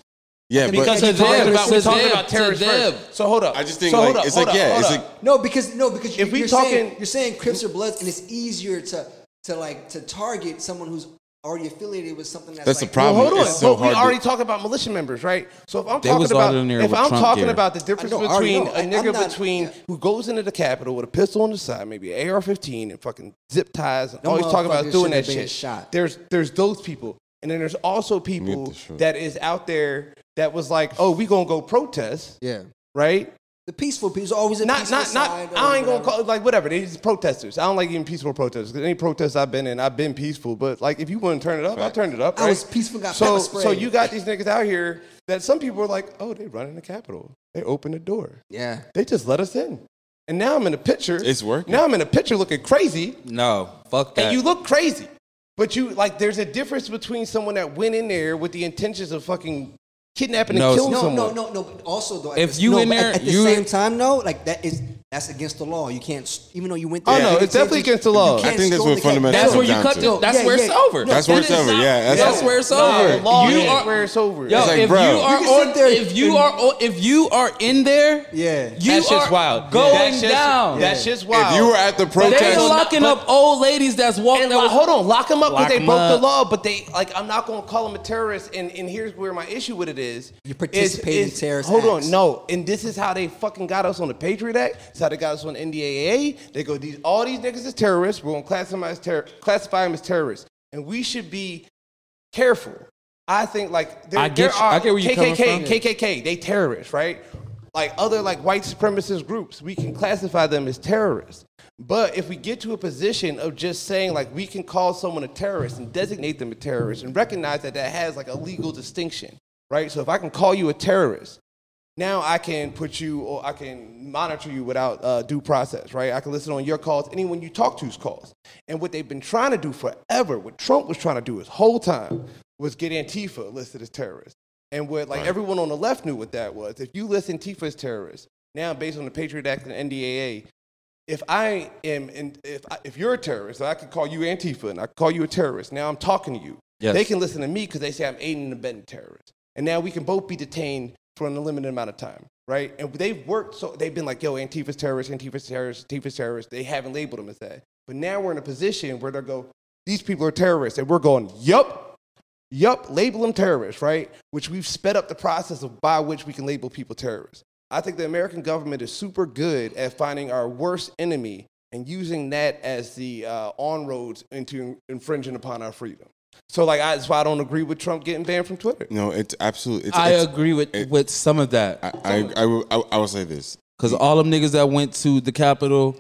Speaker 4: Yeah, but
Speaker 3: Because
Speaker 1: we
Speaker 3: of them,
Speaker 1: talking about, we
Speaker 3: to
Speaker 1: talking
Speaker 3: them,
Speaker 1: about
Speaker 3: to
Speaker 1: terrorists
Speaker 3: them.
Speaker 1: first. So hold up.
Speaker 4: I just think
Speaker 1: so
Speaker 4: like
Speaker 1: hold up,
Speaker 4: it's
Speaker 1: hold
Speaker 4: like
Speaker 1: up,
Speaker 4: yeah,
Speaker 1: hold
Speaker 4: it's
Speaker 1: up.
Speaker 4: like
Speaker 2: No, because no, because
Speaker 1: If
Speaker 2: you,
Speaker 1: we
Speaker 2: are saying,
Speaker 1: talking-
Speaker 2: you're saying Crips or Bloods, and it's easier to to like to target someone who's already affiliated with something that's
Speaker 4: That's the
Speaker 2: like,
Speaker 4: problem.
Speaker 1: Well, hold on.
Speaker 4: It's so
Speaker 1: but we
Speaker 4: hard to-
Speaker 1: already talking about militia members, right? So if I'm
Speaker 3: They
Speaker 1: talking
Speaker 3: was
Speaker 1: about
Speaker 3: all in there
Speaker 1: if
Speaker 3: with
Speaker 1: I'm
Speaker 3: Trump
Speaker 1: talking
Speaker 3: there.
Speaker 1: about the difference
Speaker 2: I know, I already
Speaker 1: between
Speaker 2: know.
Speaker 1: a
Speaker 2: I-
Speaker 1: nigga
Speaker 2: I'm not-
Speaker 1: between
Speaker 2: yeah.
Speaker 1: who goes into the Capitol with a pistol on the side, maybe an AR-15 and fucking zip ties, and
Speaker 2: Them
Speaker 1: always talking about
Speaker 2: motherfuckers
Speaker 1: doing
Speaker 2: should
Speaker 1: that
Speaker 2: have been
Speaker 1: shit.
Speaker 2: shot.
Speaker 1: There's there's those people, and then there's also people
Speaker 4: the shot.
Speaker 1: that is out there that was like, oh, we gonna go protest,
Speaker 2: Yeah.
Speaker 1: right?
Speaker 2: The peaceful people always a
Speaker 1: Not
Speaker 2: peaceful
Speaker 1: not
Speaker 2: side
Speaker 1: not.
Speaker 2: or
Speaker 1: I ain't gonna
Speaker 2: whatever.
Speaker 1: call like whatever. They just protesters. I don't like even peaceful protesters. 'cause any protests I've been in, I've been peaceful. But like, if you want to turn it up, I turned it up.
Speaker 2: I
Speaker 1: right?
Speaker 2: was peaceful, got
Speaker 1: so
Speaker 2: pepper
Speaker 1: so
Speaker 2: sprayed.
Speaker 1: you got these niggas out here that some people are like, oh, they running the Capitol. They opened the door.
Speaker 2: Yeah.
Speaker 1: They just let us in. And now I'm in a picture.
Speaker 4: It's working.
Speaker 1: Now I'm in a picture looking crazy,
Speaker 3: No, fuck that.
Speaker 1: and you look crazy. But you like, there's a difference between someone that went in there with the intentions of fucking kidnapping
Speaker 3: No,
Speaker 1: and killing
Speaker 2: No,
Speaker 1: someone.
Speaker 2: no, no, no. But also though, at
Speaker 3: If
Speaker 2: the-
Speaker 3: you
Speaker 2: no,
Speaker 3: in
Speaker 2: but
Speaker 3: there,
Speaker 2: at, at the
Speaker 3: you-
Speaker 2: same time, no, like that is That's against the law. You can't, s- even though you went
Speaker 1: Oh
Speaker 2: there.
Speaker 1: no,
Speaker 2: you
Speaker 1: it's definitely
Speaker 2: can't-
Speaker 1: against the
Speaker 2: you
Speaker 1: law.
Speaker 4: I
Speaker 2: can't
Speaker 4: think that's
Speaker 2: stroll
Speaker 4: what
Speaker 2: the cat.
Speaker 4: fundamental-
Speaker 3: That's
Speaker 4: what
Speaker 3: where you
Speaker 4: down
Speaker 3: cut.
Speaker 4: to.
Speaker 3: The, that's
Speaker 2: Yeah,
Speaker 3: where it's
Speaker 2: yeah.
Speaker 3: over.
Speaker 4: That's where it's
Speaker 2: that is
Speaker 4: over.
Speaker 2: not-
Speaker 4: Yeah, that's
Speaker 3: That's where it's
Speaker 1: No,
Speaker 3: over.
Speaker 1: the law
Speaker 3: You
Speaker 1: is
Speaker 3: are-
Speaker 1: where it's over.
Speaker 3: Yo,
Speaker 4: It's like,
Speaker 3: if
Speaker 4: bro.
Speaker 3: you
Speaker 4: You
Speaker 3: are
Speaker 2: can
Speaker 3: on,
Speaker 2: sit there
Speaker 3: if you
Speaker 2: and-
Speaker 3: are, on, if you are in there,
Speaker 2: Yeah.
Speaker 3: you
Speaker 5: that shit's
Speaker 3: are
Speaker 5: wild.
Speaker 3: going
Speaker 5: that shit's,
Speaker 3: down.
Speaker 5: That shit's wild.
Speaker 4: If you were at the
Speaker 3: They
Speaker 4: protest,
Speaker 3: were locking up old ladies that's walking.
Speaker 1: And like, hold on, lock them up
Speaker 5: Lock
Speaker 1: because they
Speaker 5: 'em
Speaker 1: broke the
Speaker 5: up.
Speaker 1: law. But they like, I'm not gonna call them a terrorist. And and here's where my issue with it is:
Speaker 2: You participate in terrorist
Speaker 1: Hold
Speaker 2: acts.
Speaker 1: on, no. And this is how they fucking got us on the Patriot Act. It's how they got us on NDAA. They go, these all these niggas is terrorists. We're gonna classify 'em as terror, classify them as terrorists, and we should be careful. I think like there,
Speaker 3: I get
Speaker 1: there
Speaker 3: you-
Speaker 1: are
Speaker 3: I get where you're coming
Speaker 1: KKK,
Speaker 3: from.
Speaker 1: KKK, they terrorists, right? Like other like white supremacist groups, we can classify them as terrorists. But if we get to a position of just saying like we can call someone a terrorist and designate them a terrorist and recognize that that has like a legal distinction, right? So if I can call you a terrorist, now I can put you or I can monitor you without uh, due process, right? I can listen on your calls, anyone you talk to's calls. And what they've been trying to do forever, what Trump was trying to do his whole time, was get Antifa listed as terrorists. And what like everyone on the left knew what that was. If you list Antifa as terrorists, now based on the Patriot Act and NDAA, if I am, in, if I, if you're a terrorist, I could call you Antifa and I could call you a terrorist. Now I'm talking to you.
Speaker 5: Yes.
Speaker 1: They can listen to me because they say I'm aiding and abetting terrorists. And now we can both be detained for an unlimited amount of time, right? And they've worked so they've been like, yo, Antifa's terrorist, Antifa's terrorist, Antifa's terrorist. They haven't labeled them as that. But now we're in a position where they'll go, these people are terrorists, and we're going, yup, Yup, label them terrorists, right? Which we've sped up the process of by which we can label people terrorists. I think the American government is super good at finding our worst enemy and using that as the uh, on roads into infringing upon our freedom. So, like, I, that's why I don't agree with Trump getting banned from Twitter.
Speaker 4: no, it's absolutely. It's,
Speaker 3: I
Speaker 4: it's,
Speaker 3: agree with
Speaker 4: it-
Speaker 3: with some of that
Speaker 4: I, I, I, will- I, I will say this.
Speaker 3: because all them niggas that went to the Capitol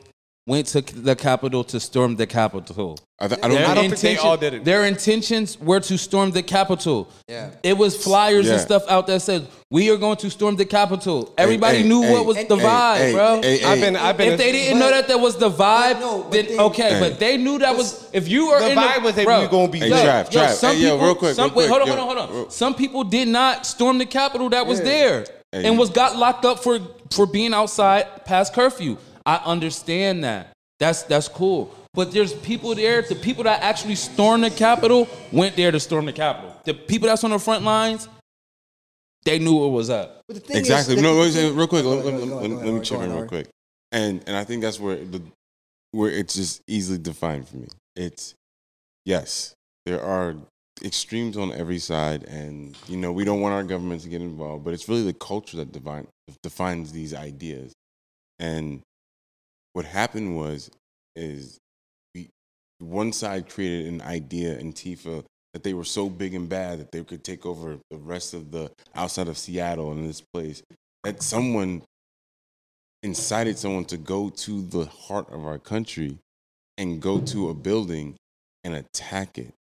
Speaker 3: went to the Capitol to storm the Capitol.
Speaker 4: I, th- I don't.
Speaker 5: Yeah.
Speaker 4: think-
Speaker 5: I don't think they all did it.
Speaker 3: Their intentions were to storm the Capitol.
Speaker 2: Yeah.
Speaker 3: It was flyers and
Speaker 4: Yeah.
Speaker 3: stuff out that said, "We are going to storm the Capitol." Everybody
Speaker 4: hey,
Speaker 3: knew
Speaker 4: hey,
Speaker 3: what was the
Speaker 4: hey,
Speaker 3: vibe,
Speaker 4: hey,
Speaker 3: bro.
Speaker 4: hey, hey.
Speaker 1: I've been, I've been.
Speaker 3: if they didn't know that that was the vibe,
Speaker 2: but no, but
Speaker 3: then
Speaker 2: they-
Speaker 3: okay.
Speaker 4: Hey.
Speaker 3: But they knew that was if you were
Speaker 1: The
Speaker 3: in
Speaker 1: vibe
Speaker 3: the,
Speaker 1: was that
Speaker 3: bro,
Speaker 1: we gonna be
Speaker 4: Hey,
Speaker 1: Yo,
Speaker 4: Trav,
Speaker 3: Yo,
Speaker 4: Trav.
Speaker 3: some
Speaker 4: Hey, yo,
Speaker 3: people-
Speaker 4: real quick.
Speaker 3: some-
Speaker 4: real
Speaker 3: wait,
Speaker 4: quick.
Speaker 3: hold on,
Speaker 4: yo,
Speaker 3: hold on, hold
Speaker 4: real-
Speaker 3: on. Some people did not storm the Capitol that was there
Speaker 4: Hey.
Speaker 3: and was got locked up for for being outside past curfew. I understand that. That's that's cool. But there's people there. The people that actually stormed the Capitol went there to storm the Capitol. The people that's on the front lines, they knew what was up.
Speaker 2: But the thing is
Speaker 4: Exactly.
Speaker 2: that
Speaker 4: No,
Speaker 2: the-
Speaker 4: wait, wait, real quick.
Speaker 2: Go
Speaker 4: Let,
Speaker 2: ahead,
Speaker 4: let,
Speaker 2: go
Speaker 4: let,
Speaker 2: ahead,
Speaker 4: let,
Speaker 2: go ahead,
Speaker 4: me
Speaker 2: go
Speaker 4: chip
Speaker 2: ahead,
Speaker 4: in real
Speaker 2: Ari.
Speaker 4: quick. And and I think that's where the where it's just easily defined for me. It's yes, there are extremes on every side, and you know we don't want our government to get involved, but it's really the culture that divine, defines these ideas. And what happened was is we, one side created an idea in Tifa that they were so big and bad that they could take over the rest of the outside of Seattle and this place that someone incited someone to go to the heart of our country and go to a building and attack it.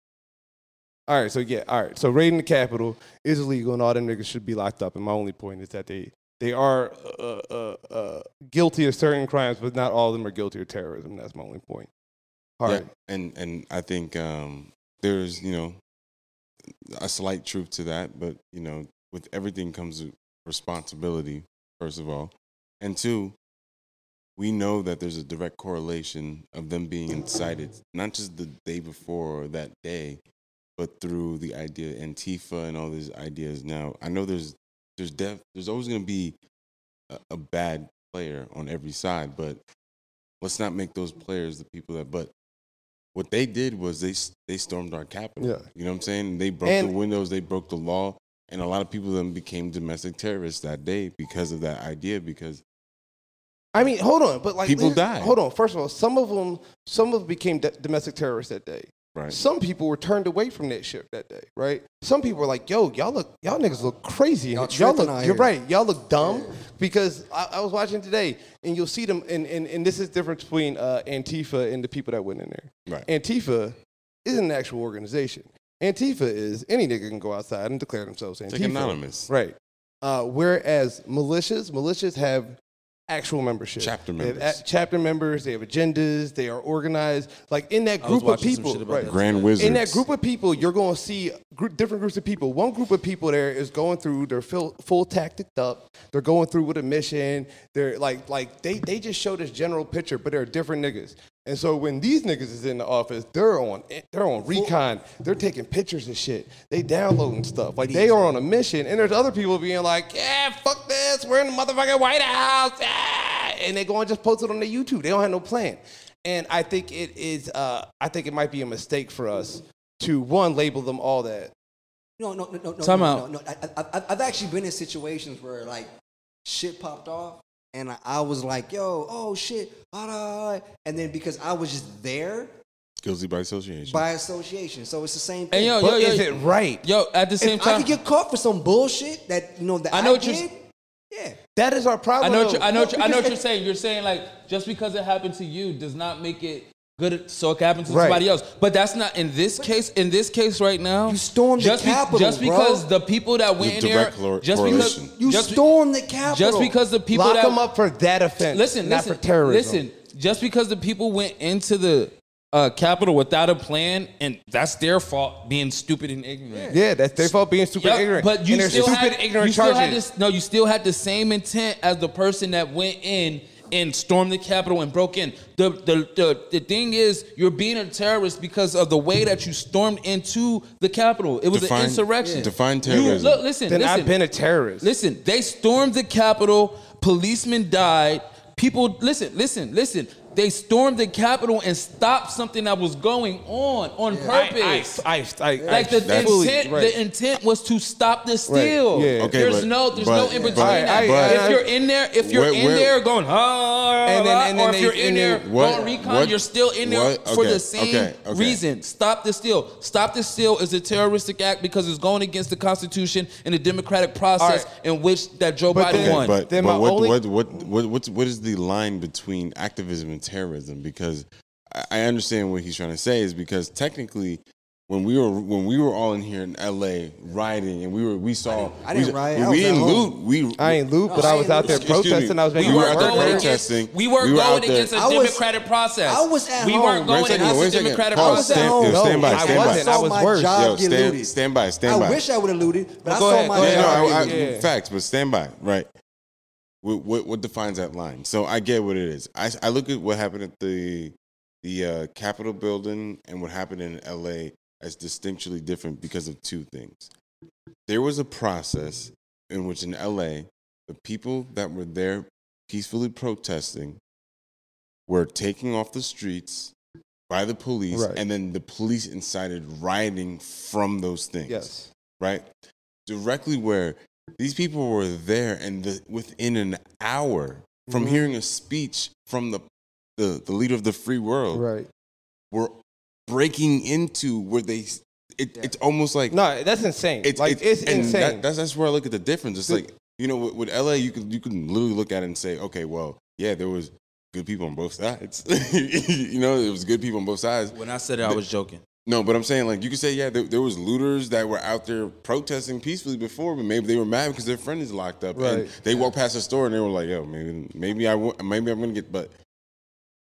Speaker 1: All right, so yeah, all right. So raiding the Capitol is illegal, and all them niggas should be locked up. And my only point is that they they are uh, uh, uh, guilty of certain crimes, but not all of them are guilty of terrorism. That's my only point. All right.
Speaker 4: Yeah, And and I think um, there's you know a slight truth to that, but you know with everything comes responsibility first of all, and two. We know that there's a direct correlation of them being incited, not just the day before or that day, but through the idea Antifa and all these ideas. Now, I know there's there's def, there's always going to be a, a bad player on every side, but let's not make those players the people that. But what they did was they s- they stormed our capital.
Speaker 1: Yeah.
Speaker 4: You know what I'm saying? They broke
Speaker 1: And-
Speaker 4: the windows, they broke the law, and a lot of people then became domestic terrorists that day because of that idea. Because
Speaker 1: I mean, hold on, but like
Speaker 4: People
Speaker 1: here's-
Speaker 4: died.
Speaker 1: Hold on. First of all, some of them some of them became d- domestic terrorists that day.
Speaker 4: right,
Speaker 1: Some people were turned away from that shit that day, right? Some people were like, "Yo, y'all look, y'all niggas look crazy.
Speaker 2: Y'all
Speaker 1: Y'all,
Speaker 2: tripping
Speaker 1: look,
Speaker 2: out
Speaker 1: you're
Speaker 2: here."
Speaker 1: right. Y'all look dumb." Because I, I was watching today, and you'll see them, and and, and this is difference between uh, Antifa and the people that went in there.
Speaker 4: right,
Speaker 1: Antifa isn't an actual organization. Antifa is any nigga can go outside and declare themselves Antifa.
Speaker 4: it's like anonymous.
Speaker 1: Right. Uh, whereas militias, militias have actual membership.
Speaker 4: Chapter
Speaker 1: They have
Speaker 4: members.
Speaker 1: a- chapter members. They have agendas. They are organized. Like in that
Speaker 3: I was
Speaker 1: group of
Speaker 3: watching some
Speaker 1: people,
Speaker 3: shit about
Speaker 1: right?
Speaker 3: that.
Speaker 4: Grand Wizards.
Speaker 1: In that group of people, you're going to see group, different groups of people. One group of people there is going through. They're full, full tacticked up. They're going through with a mission. They're like, like they, they just show this general picture, but they're different niggas. And so when these niggas is in the office, they're on, eh, they're on recon. They're taking pictures and shit. They downloading stuff. Like they are on a mission. And there's other people being like, yeah, fuck this. We're in the motherfucking White House. Ah! And they go and just post it on their YouTube. They don't have no plan. And I think it is. Uh, I think it might be a mistake for us to one label them all that.
Speaker 2: No, no, no, no, no.
Speaker 3: Time
Speaker 2: no,
Speaker 3: out.
Speaker 2: No, no. I, I, I've- I've actually been in situations where like shit popped off, and I, I was like, "Yo, oh shit!" ah, da, da, da. And then because I was just there
Speaker 4: Guilty by association.
Speaker 2: by association, so it's the same
Speaker 3: And
Speaker 2: thing.
Speaker 3: yo,
Speaker 1: But
Speaker 3: yo, yo,
Speaker 1: is it right?
Speaker 3: Yo, at the
Speaker 2: if
Speaker 3: same
Speaker 2: I
Speaker 3: time,
Speaker 2: could get caught for some bullshit that you know that
Speaker 3: I
Speaker 2: I
Speaker 3: know
Speaker 2: know
Speaker 3: what you're-
Speaker 2: did. Yeah,
Speaker 1: That is our
Speaker 3: I
Speaker 1: problem.
Speaker 3: know, what
Speaker 1: though.
Speaker 3: you're, I know, what you're, I know what
Speaker 1: because
Speaker 3: you're saying. You're saying like just because it happened to you does not make it good, so it happened to
Speaker 1: Right.
Speaker 3: somebody else. But that's not in this case. In this case, right now,
Speaker 2: You stormed the Capitol,
Speaker 3: just
Speaker 2: bro.
Speaker 3: because the people that went
Speaker 4: There's
Speaker 3: in there,
Speaker 4: direct correl-
Speaker 3: just because
Speaker 4: correlation.
Speaker 2: you
Speaker 3: just, be-
Speaker 2: stormed the Capitol.
Speaker 3: just because the people
Speaker 1: Lock
Speaker 3: that
Speaker 1: them up for that offense.
Speaker 3: listen,
Speaker 1: not
Speaker 3: listen,
Speaker 1: for terrorism.
Speaker 3: listen. Just because the people went into the uh, Capitol without a plan, and that's their fault, being stupid and ignorant.
Speaker 1: Yeah, that's their fault being stupid
Speaker 3: Yup,
Speaker 1: ignorant.
Speaker 3: But you
Speaker 1: and there's
Speaker 3: still
Speaker 1: stupid
Speaker 3: had,
Speaker 1: ignorant
Speaker 3: you still
Speaker 1: charges.
Speaker 3: had this, no, you still had the same intent as the person that went in and stormed the Capitol and broke in. The, the, the, the thing is, you're being a terrorist because of the way that you stormed into the Capitol. It was
Speaker 4: Define-
Speaker 3: an insurrection.
Speaker 4: yeah. Define
Speaker 3: You-
Speaker 4: terrorism.
Speaker 3: look, listen,
Speaker 1: then
Speaker 3: listen.
Speaker 1: I've been a terrorist.
Speaker 3: Listen, they stormed the Capitol. Policemen died. People, listen, listen, listen. They stormed the Capitol and stopped something that was going on on purpose.
Speaker 1: I, I, I, I,
Speaker 3: like the
Speaker 4: That's-
Speaker 3: intent,
Speaker 1: right.
Speaker 3: the intent was to stop the
Speaker 1: Right,
Speaker 3: steal.
Speaker 1: yeah.
Speaker 4: Okay,
Speaker 3: there's
Speaker 4: but-
Speaker 3: no, there's
Speaker 4: but-
Speaker 3: no in between.
Speaker 4: but-
Speaker 3: that.
Speaker 1: but-
Speaker 3: if you're in there, if you're
Speaker 4: Where-
Speaker 3: in
Speaker 4: where-
Speaker 3: there going, ah,
Speaker 1: And then- and then
Speaker 3: or if
Speaker 1: they-
Speaker 3: you're in
Speaker 1: and
Speaker 3: there
Speaker 1: then-
Speaker 4: What-
Speaker 3: going recon,
Speaker 4: what-
Speaker 3: you're still in there
Speaker 4: what-
Speaker 3: for
Speaker 4: okay,
Speaker 3: the same
Speaker 4: okay, okay.
Speaker 3: reason. Stop the steal. Stop the steal is a terroristic act because it's going against the Constitution and the democratic process
Speaker 1: All right.
Speaker 3: in which that Joe
Speaker 1: But
Speaker 3: Biden
Speaker 1: then-
Speaker 3: won.
Speaker 4: But,
Speaker 1: Then my
Speaker 4: but what,
Speaker 1: only-
Speaker 4: what, what, what, what's, what is the line between activism and terrorism? Because I, I understand what he's trying to say is because technically, when we were when we were all in here in L.A. rioting and we were we saw
Speaker 2: I didn't
Speaker 4: we,
Speaker 2: riot,
Speaker 4: we,
Speaker 2: I was at
Speaker 4: didn't
Speaker 2: home.
Speaker 4: loot we
Speaker 1: I ain't loot, but
Speaker 2: No,
Speaker 1: I
Speaker 2: I
Speaker 1: was
Speaker 2: ain't
Speaker 1: out there
Speaker 2: loot. Excuse
Speaker 4: me.
Speaker 1: protesting. I was
Speaker 4: We
Speaker 1: making
Speaker 4: were
Speaker 1: my
Speaker 4: out there
Speaker 1: work
Speaker 3: going
Speaker 1: work.
Speaker 4: protesting.
Speaker 3: against,
Speaker 4: protesting.
Speaker 3: we were
Speaker 4: We were
Speaker 3: going
Speaker 4: out there.
Speaker 3: against a
Speaker 2: I was-
Speaker 3: democratic process.
Speaker 2: I was at
Speaker 3: we
Speaker 2: home.
Speaker 3: weren't going
Speaker 4: Wait a second, wait a
Speaker 3: against a
Speaker 4: second.
Speaker 3: democratic
Speaker 4: Pause,
Speaker 3: process.
Speaker 4: stand-
Speaker 2: home.
Speaker 4: yo, stand by,
Speaker 1: I
Speaker 4: stand by.
Speaker 1: wasn't. I
Speaker 2: saw
Speaker 1: was
Speaker 2: my
Speaker 1: working.
Speaker 2: job
Speaker 4: Yo,
Speaker 2: get
Speaker 4: stand,
Speaker 2: looted.
Speaker 4: stand by, stand
Speaker 2: I
Speaker 4: by.
Speaker 2: wish I would have looted, but
Speaker 1: Well,
Speaker 2: I
Speaker 1: go
Speaker 2: saw
Speaker 1: ahead,
Speaker 2: my
Speaker 1: go
Speaker 2: job.
Speaker 1: ahead.
Speaker 4: Yeah, no, I, I,
Speaker 1: yeah, yeah.
Speaker 4: facts, but stand by, right? What, what what defines that line? So I get what it is. I I look at what happened at the the uh, Capitol building and what happened in L.A. as distinctly different because of two things. There was a process in which in L.A. the people that were there peacefully protesting were taking off the streets by the police,
Speaker 1: Right.
Speaker 4: and then the police incited rioting from those things
Speaker 1: Yes.
Speaker 4: right? Directly where these people were there, and the, within an hour from
Speaker 1: Mm-hmm.
Speaker 4: hearing a speech from the, the, the leader of the free world,
Speaker 1: Right.
Speaker 4: were breaking into where they. It, It's almost like
Speaker 1: No, that's insane.
Speaker 4: it's
Speaker 1: like it's,
Speaker 4: and
Speaker 1: insane.
Speaker 4: that- that's that's where I look at the difference. It's like you know with, with LA, you can you can literally look at it and say, okay, well, yeah, there was good people on both sides. you know, there was good people on both sides.
Speaker 3: When I said it, I was joking.
Speaker 4: No, but I'm saying like you could say yeah, there, there was looters that were out there protesting peacefully before, but maybe they were mad because their friend is locked up, and
Speaker 1: Right.
Speaker 4: they walked past the store and they were like, "Yo, maybe maybe I wa- maybe I'm gonna get." But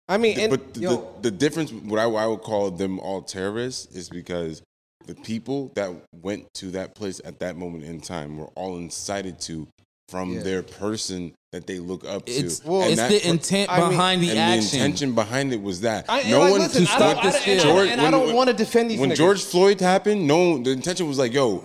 Speaker 1: I mean, and,
Speaker 4: but the,
Speaker 2: yo.
Speaker 4: the, the difference, what I, what I would call them all terrorists, is because the people that went to that place at that moment in time were all incited to from their person that they look up to.
Speaker 3: It's,
Speaker 1: Well,
Speaker 4: And
Speaker 3: it's
Speaker 4: that
Speaker 3: the
Speaker 4: per-
Speaker 3: intent
Speaker 1: I mean-
Speaker 3: behind the
Speaker 4: and
Speaker 3: action.
Speaker 4: the intention behind it was that
Speaker 1: I, and
Speaker 4: no
Speaker 1: like,
Speaker 4: one
Speaker 1: listen,
Speaker 4: to
Speaker 1: I don't,
Speaker 4: start
Speaker 1: I
Speaker 4: this
Speaker 1: don't, and, I don't-
Speaker 4: George-
Speaker 1: and I
Speaker 4: when-
Speaker 1: don't
Speaker 4: when-
Speaker 1: want to defend these
Speaker 4: when
Speaker 1: niggas.
Speaker 4: George Floyd happened, no, the intention was like, yo,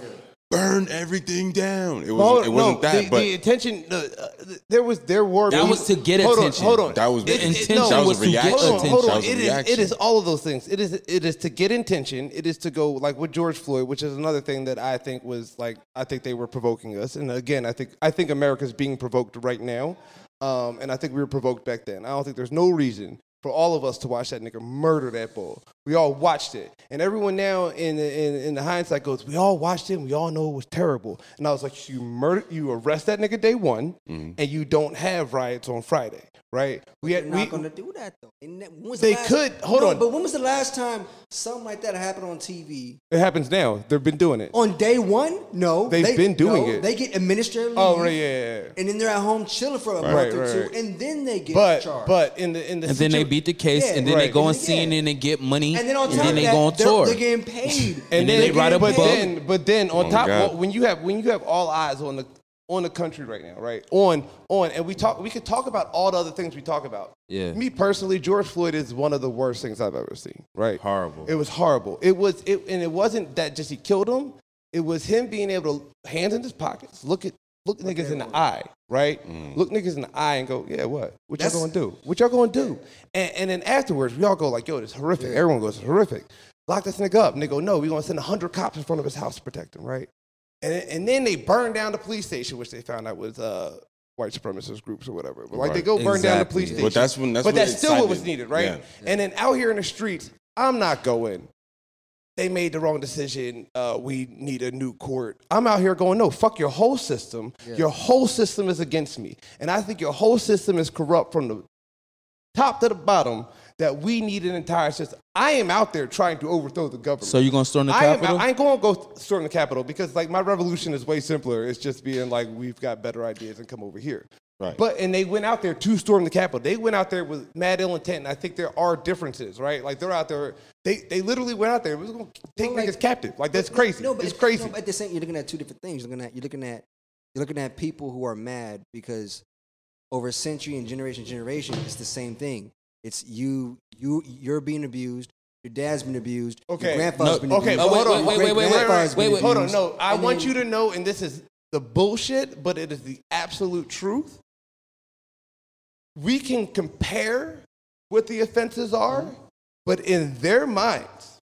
Speaker 4: burn everything down. It, was,
Speaker 1: Hold on,
Speaker 4: it
Speaker 1: no,
Speaker 4: wasn't that,
Speaker 1: the,
Speaker 4: but
Speaker 1: the attention. The, uh, there was there were
Speaker 3: That was to get
Speaker 1: hold
Speaker 3: attention.
Speaker 1: On, hold on,
Speaker 4: That was-
Speaker 1: It-
Speaker 4: The
Speaker 1: it-
Speaker 3: intention
Speaker 1: no,
Speaker 4: That was
Speaker 3: was
Speaker 4: a
Speaker 3: to get
Speaker 4: reaction.
Speaker 1: Hold on,
Speaker 3: attention.
Speaker 1: hold
Speaker 4: That
Speaker 1: on.
Speaker 4: was a
Speaker 1: It is, it
Speaker 4: reaction.
Speaker 1: is all of those things. It is it is to get intention. It is to go like with George Floyd, which is another thing that I think was like I think they were provoking us. And again, I think I think America's being provoked right now, um, and I think we were provoked back then. I don't think there's no reason for all of us to watch that nigga murder that bull. We all watched it, and everyone now in in, in the hindsight goes, we all watched it. and We all know it was terrible. And I was like, you murder, you arrest that nigga day one, and you don't have riots on Friday. right? We
Speaker 2: They're
Speaker 1: had, we,
Speaker 2: not going to do that though. And that- when was the
Speaker 1: They
Speaker 2: last-
Speaker 1: could- hold
Speaker 2: No,
Speaker 1: on.
Speaker 2: But when was the last time something like that happened on TV?
Speaker 1: it happens now. They've been doing it.
Speaker 2: On day one? No,
Speaker 1: They've
Speaker 2: they,
Speaker 1: been doing
Speaker 2: no,
Speaker 1: it.
Speaker 2: They get administrative.
Speaker 1: Oh
Speaker 2: leave,
Speaker 1: right, yeah, yeah. yeah.
Speaker 2: And then they're at home chilling for a
Speaker 1: Right,
Speaker 2: month or
Speaker 1: right,
Speaker 2: two,
Speaker 1: right.
Speaker 2: and then they get
Speaker 1: But
Speaker 2: charged.
Speaker 1: but in the in the
Speaker 3: And then they
Speaker 1: situa-
Speaker 3: beat the case,
Speaker 2: Yeah,
Speaker 3: and then they
Speaker 1: right.
Speaker 3: go on
Speaker 2: And then-
Speaker 3: CNN and get money,
Speaker 2: and then on top of
Speaker 3: they
Speaker 2: that,
Speaker 3: go on
Speaker 2: they're,
Speaker 3: tour.
Speaker 2: they're getting paid.
Speaker 1: and, then,
Speaker 3: they write a
Speaker 1: but
Speaker 3: book.
Speaker 1: Then, but then on
Speaker 4: Oh,
Speaker 1: top,
Speaker 4: God.
Speaker 1: well, when you have when you have all eyes on the on the country right now, right on on, and we talk, we could talk about all the other things we talk about.
Speaker 3: Yeah.
Speaker 1: Me personally, George Floyd is one of the worst things I've ever seen. Right.
Speaker 3: Horrible.
Speaker 1: It was horrible. It was it, and it wasn't that just he killed him. It was him being able to hands in his pockets, look at look niggas in the eye, right? Look niggas in the eye and go, yeah, what? What y'all
Speaker 2: That's-
Speaker 1: gonna do? What y'all gonna do? And, and then afterwards, we all go like, yo, this is horrific. Everyone goes horrific. Lock this nigga up. And they go, no, we gonna send hundred cops in front of his house to protect him, right? And, and then they burn down the police station, which they found out was uh, white supremacist groups or whatever. But like they
Speaker 4: Right.
Speaker 1: go burn down the
Speaker 3: Exactly.
Speaker 1: police
Speaker 3: But
Speaker 1: station.
Speaker 4: that's when- that's
Speaker 1: but
Speaker 4: when
Speaker 1: that's
Speaker 4: it
Speaker 1: still what was
Speaker 4: excited.
Speaker 1: needed, right?
Speaker 4: Yeah.
Speaker 1: And then out here in the streets, I'm not going. They made the wrong decision. Uh, we need a new court. I'm out here going, no, fuck your whole system. Your whole system is against me. And I think your whole system is corrupt from the top to the bottom that we need an entire system. I am out there trying to overthrow the government.
Speaker 3: So you gonna storm the
Speaker 1: I am,
Speaker 3: Capitol?
Speaker 1: I ain't going to go storm the Capitol because like my revolution is way simpler. It's just being like, we've got better ideas and come over here.
Speaker 4: Right.
Speaker 1: But and they went out there to storm the Capitol. They went out there with mad ill intent. And I think there are differences, right? Like they're out there. They they literally went out there. It was going to take
Speaker 2: Well, like-
Speaker 1: niggas captive. Like that's crazy.
Speaker 2: No, but
Speaker 1: it's crazy.
Speaker 2: No, but at the same, you're looking at two different things. You're looking at you're looking at you're looking at people who are mad because over a century and generation to generation, it's the same thing. It's you you you're being abused. Your dad's been abused.
Speaker 1: Okay.
Speaker 2: Your grandfather's
Speaker 3: No,
Speaker 2: been
Speaker 1: okay,
Speaker 2: abused.
Speaker 1: but hold on.
Speaker 2: your
Speaker 1: Wait, wait,
Speaker 3: wait, wait,
Speaker 2: great-grandfather's
Speaker 3: wait,
Speaker 2: been
Speaker 3: wait,
Speaker 1: Hold on.
Speaker 2: abused.
Speaker 1: No, I
Speaker 2: And
Speaker 1: want
Speaker 2: then-
Speaker 1: you to know, and this is the bullshit, but it is the absolute truth. We can compare what the offenses are,
Speaker 2: Mm-hmm.
Speaker 1: but in their minds,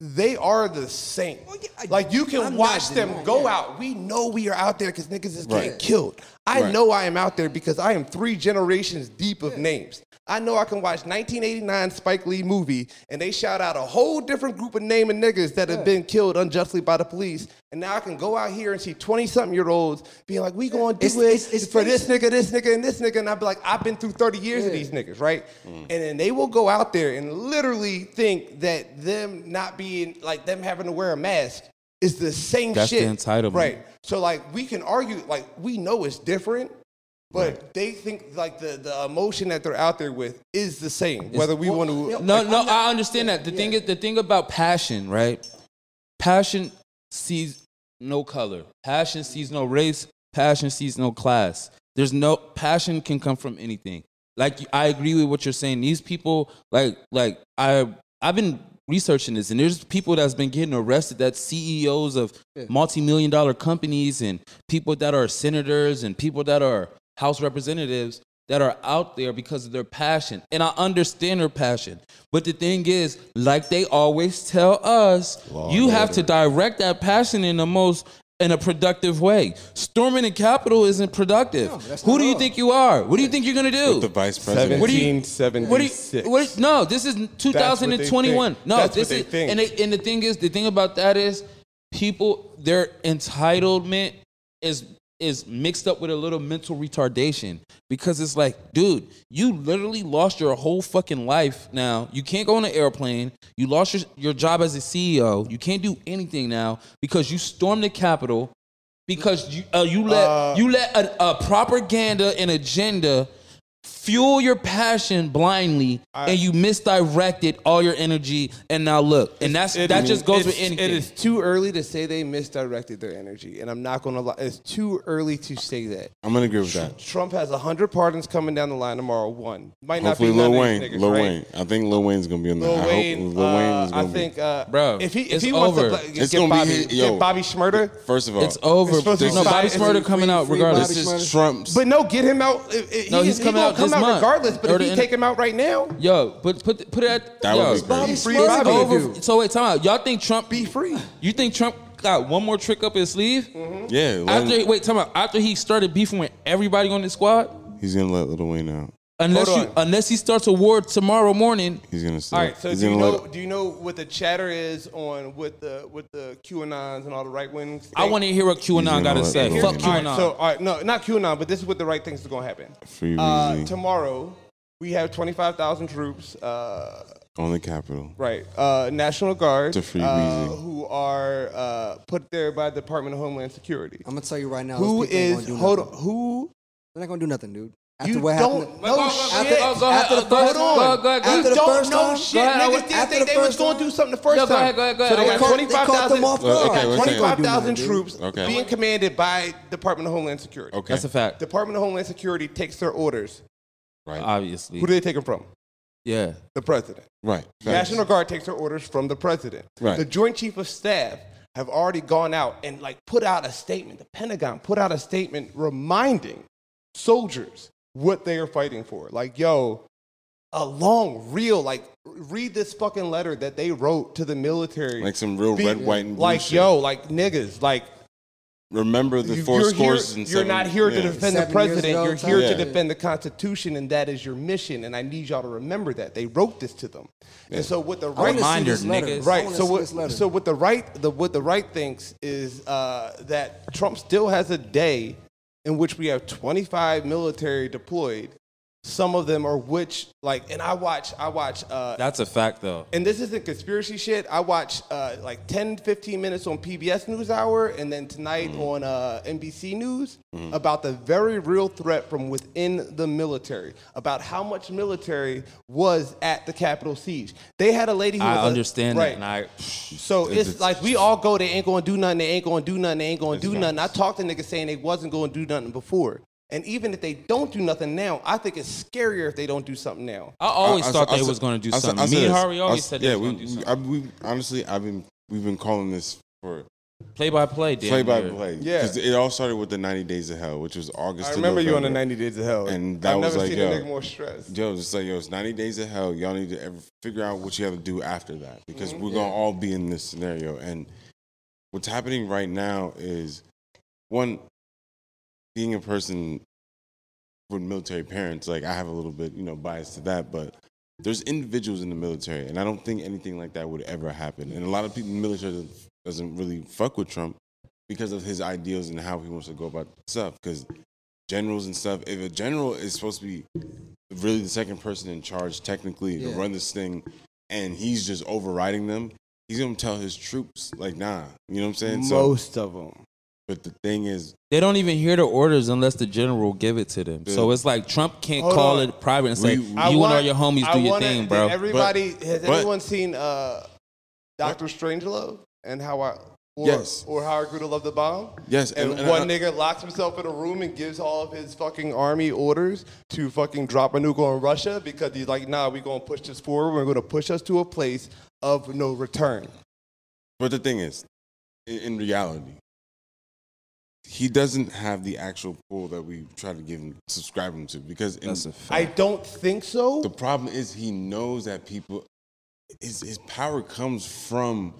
Speaker 1: they are the same.
Speaker 2: Well, yeah, I-
Speaker 1: like you can
Speaker 2: I'm not
Speaker 1: watch them
Speaker 2: denying-
Speaker 1: go
Speaker 2: yeah.
Speaker 1: out. We know we are out there because niggas is getting
Speaker 4: Right.
Speaker 1: killed. I
Speaker 4: Right.
Speaker 1: know I am out there because I am three generations deep of names. I know I can watch 1989 Spike Lee movie and they shout out a whole different group of name of niggas that have been killed unjustly by the police. And now I can go out here and see 20 something year olds being like, we gonna do
Speaker 2: It's-
Speaker 1: it
Speaker 2: it's- it's
Speaker 1: for this nigga, this nigga, and this nigga. And I'd be like, I've been through 30 years of these niggas, right?
Speaker 3: Mm.
Speaker 1: And then they will go out there and literally think that them not being, like them having to wear a mask is the same
Speaker 3: That's the
Speaker 1: shit.
Speaker 3: entitlement.
Speaker 1: Right. So like we can argue, like we know it's different, but they think like the, the emotion that they're out there with is the same, whether we want to.
Speaker 3: no, no, I understand that. The thing is, the thing about passion, right? Passion sees no color. Passion sees no race. Passion sees no class. There's no passion can come from anything. Like I agree with what you're saying. These people, like, like I, I've been researching this, and there's people that's been getting arrested. That's CEOs of multi-million dollar companies, and people that are senators, and people that are House representatives that are out there because of their passion. And I understand their passion. But the thing is, like they always tell us, you have to direct that passion in the most in a productive way. Storming the Capitol isn't productive.
Speaker 2: that's
Speaker 3: Who
Speaker 2: not
Speaker 3: do you
Speaker 2: law.
Speaker 3: think you are? What do you think you're gonna do?
Speaker 4: With the vice president.
Speaker 3: What do you-
Speaker 1: 1776.
Speaker 3: What do you, what, no, this is 2021.
Speaker 1: think.
Speaker 3: No,
Speaker 1: That's
Speaker 3: this
Speaker 1: what
Speaker 3: is
Speaker 1: they think.
Speaker 3: and they, and the thing is, the thing about that is, people their entitlement is is mixed up with a little mental retardation because it's like, dude, you literally lost your whole fucking life now. You can't go on an airplane. You lost your, your job as a CEO. You can't do anything now because you stormed the Capitol because you uh, you let
Speaker 1: Uh,
Speaker 3: you let a, a propaganda and agenda fuel your passion blindly and you misdirected all your energy and now look and that's that just goes with
Speaker 1: It's-
Speaker 3: anything
Speaker 1: It is too early to say they misdirected their energy, and I'm not going to lie. It's too early to say that.
Speaker 4: I'm gonna agree with that.
Speaker 1: Trump has hundred pardons coming down the line tomorrow. One might
Speaker 4: Hopefully,
Speaker 1: not be none of
Speaker 4: Lil Wayne.
Speaker 1: these niggas,
Speaker 4: Lil
Speaker 1: right?
Speaker 4: Wayne. I think Lil Wayne's gonna be on the.
Speaker 1: Lil
Speaker 4: I
Speaker 1: Wayne,
Speaker 4: hope Lil Wayne
Speaker 1: uh,
Speaker 4: is
Speaker 1: I
Speaker 4: gonna
Speaker 1: think,
Speaker 4: be.
Speaker 1: uh,
Speaker 3: Bro,
Speaker 1: if he if
Speaker 3: it's
Speaker 1: he
Speaker 3: over.
Speaker 1: wants to play,
Speaker 4: It's
Speaker 1: get
Speaker 4: gonna be
Speaker 1: Bobby,
Speaker 4: his- yo.
Speaker 1: get Bobby Schmurder,
Speaker 4: First of all,
Speaker 3: it's over
Speaker 1: It's supposed to be
Speaker 3: no bobby
Speaker 1: five-
Speaker 3: Smurda coming out
Speaker 2: free
Speaker 3: regardless
Speaker 4: This
Speaker 2: Bobby
Speaker 4: is Trump's.
Speaker 1: but no, get him out. It- it-
Speaker 3: No,
Speaker 1: he-
Speaker 3: he's
Speaker 1: he
Speaker 3: coming
Speaker 1: gonna
Speaker 3: out
Speaker 1: come
Speaker 3: this
Speaker 1: out
Speaker 3: month.
Speaker 1: regardless. But
Speaker 3: Or
Speaker 1: if
Speaker 3: the
Speaker 1: he
Speaker 3: end-
Speaker 1: take him out right now,
Speaker 3: yo but put put it at
Speaker 4: That
Speaker 3: yo,
Speaker 4: would be great.
Speaker 1: Be free,
Speaker 3: it's
Speaker 1: Bobby.
Speaker 3: over so wait time out y'all think trump
Speaker 1: be free. Mm-hmm.
Speaker 3: you think trump got one more trick up his sleeve
Speaker 4: Yeah, let him-
Speaker 3: after wait time out after he started beefing with everybody on the squad
Speaker 4: he's gonna let Lil Wayne out.
Speaker 3: Unless
Speaker 1: Hold
Speaker 3: you,
Speaker 1: on.
Speaker 3: unless he starts a war tomorrow morning,
Speaker 4: He's gonna. Start,
Speaker 1: All right. So
Speaker 4: he's
Speaker 1: do you
Speaker 4: gonna
Speaker 1: know?
Speaker 4: let-
Speaker 1: Do you know what the chatter is on with the with the QAnons and all the right wings?
Speaker 3: I want to hear what QAnon
Speaker 4: gonna
Speaker 3: got to
Speaker 4: let
Speaker 3: say.
Speaker 4: it
Speaker 3: Fuck
Speaker 4: go.
Speaker 1: All right,
Speaker 3: QAnon.
Speaker 1: so all right, no, not QAnon, but this is what the right things are gonna happen.
Speaker 4: Free
Speaker 1: Uh,
Speaker 4: Weezy
Speaker 1: tomorrow, we have twenty five thousand troops. Uh,
Speaker 4: on the Capitol.
Speaker 1: Right. Uh, National Guard,
Speaker 4: To free
Speaker 1: uh,
Speaker 4: Weezy.
Speaker 1: who are uh, put there by the Department of Homeland Security.
Speaker 2: I'm gonna tell you right now.
Speaker 1: Who
Speaker 2: those people ain't
Speaker 1: is
Speaker 2: gonna do
Speaker 1: hold on?
Speaker 2: nothing.
Speaker 1: Who
Speaker 2: They're not gonna do nothing, dude. After
Speaker 1: you
Speaker 2: what
Speaker 1: don't
Speaker 2: happened,
Speaker 1: know
Speaker 2: after,
Speaker 1: shit?
Speaker 3: Oh, go ahead.
Speaker 2: after the
Speaker 3: Oh,
Speaker 2: first
Speaker 3: go ahead.
Speaker 1: Hold on.
Speaker 2: time,
Speaker 3: Go ahead. Go ahead.
Speaker 2: after
Speaker 1: you
Speaker 2: the
Speaker 1: don't
Speaker 2: first
Speaker 1: know
Speaker 2: time,
Speaker 1: shit.
Speaker 3: ahead. I
Speaker 1: Niggas
Speaker 3: would-
Speaker 1: didn't
Speaker 2: after
Speaker 1: think
Speaker 2: the
Speaker 1: they was
Speaker 2: first
Speaker 1: going to
Speaker 2: time-
Speaker 1: do something the first
Speaker 3: No, go
Speaker 1: time.
Speaker 3: ahead, go ahead, go
Speaker 1: So
Speaker 3: ahead.
Speaker 1: they
Speaker 3: They
Speaker 1: got
Speaker 2: caught- they
Speaker 1: twenty
Speaker 2: caught
Speaker 1: five thousand.
Speaker 2: them off guard.
Speaker 4: Okay, we're saying-
Speaker 1: twenty-five thousand
Speaker 2: They don't do
Speaker 1: troops
Speaker 4: nothing, dude.
Speaker 1: being commanded by Department of Homeland Security.
Speaker 4: Okay.
Speaker 3: That's a fact.
Speaker 1: Department of Homeland Security takes their orders.
Speaker 4: right.
Speaker 1: Uh,
Speaker 3: Obviously.
Speaker 1: Who do they take them from?
Speaker 3: Yeah.
Speaker 1: The president.
Speaker 4: right. Facts.
Speaker 1: National Guard takes their orders from the president.
Speaker 4: Right.
Speaker 1: The Joint Chief of Staff have already gone out and like put out a statement. The Pentagon put out a statement reminding soldiers what they are fighting for. Like, yo, a long, real, like, read this fucking letter that they wrote to the military.
Speaker 4: Like some real red, white, and blue
Speaker 1: like,
Speaker 4: shit.
Speaker 1: yo, like niggas, like
Speaker 4: Remember the
Speaker 1: you-
Speaker 4: four
Speaker 1: you're here-
Speaker 4: scores and
Speaker 1: You're
Speaker 4: seven-
Speaker 1: not here
Speaker 4: yeah.
Speaker 1: to defend the
Speaker 2: Seven years
Speaker 1: president.
Speaker 2: ago,
Speaker 1: You're here
Speaker 4: Yeah.
Speaker 1: to defend the Constitution, and that is your mission. And I need y'all to remember that they wrote this to them. And so what the right
Speaker 3: Reminder, niggas.
Speaker 2: Right. I
Speaker 1: right.
Speaker 2: wanna
Speaker 1: So
Speaker 2: see
Speaker 1: what?
Speaker 2: this letter.
Speaker 1: So what the right the what the right thinks is uh, that Trump still has a day in which we have 25 military deployed. Some of them are which like, and I watch I watch. Uh,
Speaker 3: That's a fact, though.
Speaker 1: and this isn't conspiracy shit. I watch uh, like 10, 15 minutes on PBS NewsHour and then tonight
Speaker 3: Mm.
Speaker 1: on uh, NBC News about the very real threat from within the military, about how much military was at the Capitol siege. They had a lady who
Speaker 3: I
Speaker 1: was a-
Speaker 3: understand
Speaker 1: right.
Speaker 3: that, and I.
Speaker 1: So it's, like we all go, they ain't gonna do nothing, they ain't gonna do nothing, they ain't gonna do nothing. I talked to niggas saying they wasn't gonna do nothing before. And even if they don't do nothing now, I think it's scarier if they don't do something now.
Speaker 3: I always
Speaker 4: I- I
Speaker 3: thought
Speaker 4: said- I
Speaker 3: they
Speaker 4: said-
Speaker 3: was going to do
Speaker 4: I said-
Speaker 3: something.
Speaker 4: I said
Speaker 3: Me and
Speaker 4: this.
Speaker 3: Harry
Speaker 4: I
Speaker 3: always
Speaker 4: s-
Speaker 3: said
Speaker 4: yeah,
Speaker 3: they was
Speaker 4: we,
Speaker 3: going to do
Speaker 4: we-
Speaker 3: something.
Speaker 4: I, we, honestly, I've been we've been calling this for
Speaker 3: play by play, damn
Speaker 4: play by
Speaker 3: near.
Speaker 4: play.
Speaker 1: Yeah.
Speaker 4: because it all started with the 90 Days of Hell, which was
Speaker 1: I
Speaker 4: August. to
Speaker 1: remember you on the
Speaker 4: November.
Speaker 1: 90 Days of Hell.
Speaker 4: And that
Speaker 1: I've
Speaker 4: was
Speaker 1: never
Speaker 4: like,
Speaker 1: seen
Speaker 4: yo.
Speaker 1: a nigga more stressed.
Speaker 4: Yo, just like yo, it's 90 Days of Hell. Y'all need to ever figure out what you have to do after that because we're gonna all be in this scenario. And what's happening right now is one being a person with military parents, like I have a little bit, you know, bias to that, but there's individuals in the military, and I don't think anything like that would ever happen. And a lot of people in the military doesn't- doesn't really fuck with Trump because of his ideals and how he wants to go about stuff. Because generals and stuff, if a general is supposed to be really the second person in charge technically to
Speaker 2: Yeah.
Speaker 4: run this thing, and he's just overriding them, he's gonna tell his troops like, nah, you know what I'm saying? so,
Speaker 1: Most of them.
Speaker 4: but the thing is,
Speaker 3: They don't even hear the orders unless the general give it to them. So
Speaker 4: Yeah.
Speaker 3: it's like Trump can't
Speaker 1: Hold
Speaker 3: call
Speaker 1: on.
Speaker 3: it private and say
Speaker 4: We-
Speaker 3: you and all your homies do your thing, bro.
Speaker 1: Everybody, has
Speaker 4: but-
Speaker 1: anyone seen uh, Doctor Strangelove and how I? Or,
Speaker 4: Yes.
Speaker 1: Or how I grew to love the bomb.
Speaker 4: Yes,
Speaker 1: And,
Speaker 4: and- and
Speaker 1: one
Speaker 4: I-
Speaker 1: nigga locks himself in a room and gives all of his fucking army orders to fucking drop a nuke on Russia because he's like, nah, we gonna push this forward. We're gonna push us to a place of no return.
Speaker 4: But the thing is, in, in reality, he doesn't have the actual pull that we try to give him, subscribe him to. Because in,
Speaker 3: That's a fact.
Speaker 1: I don't think so.
Speaker 4: the problem is, he knows that people, his, his power comes from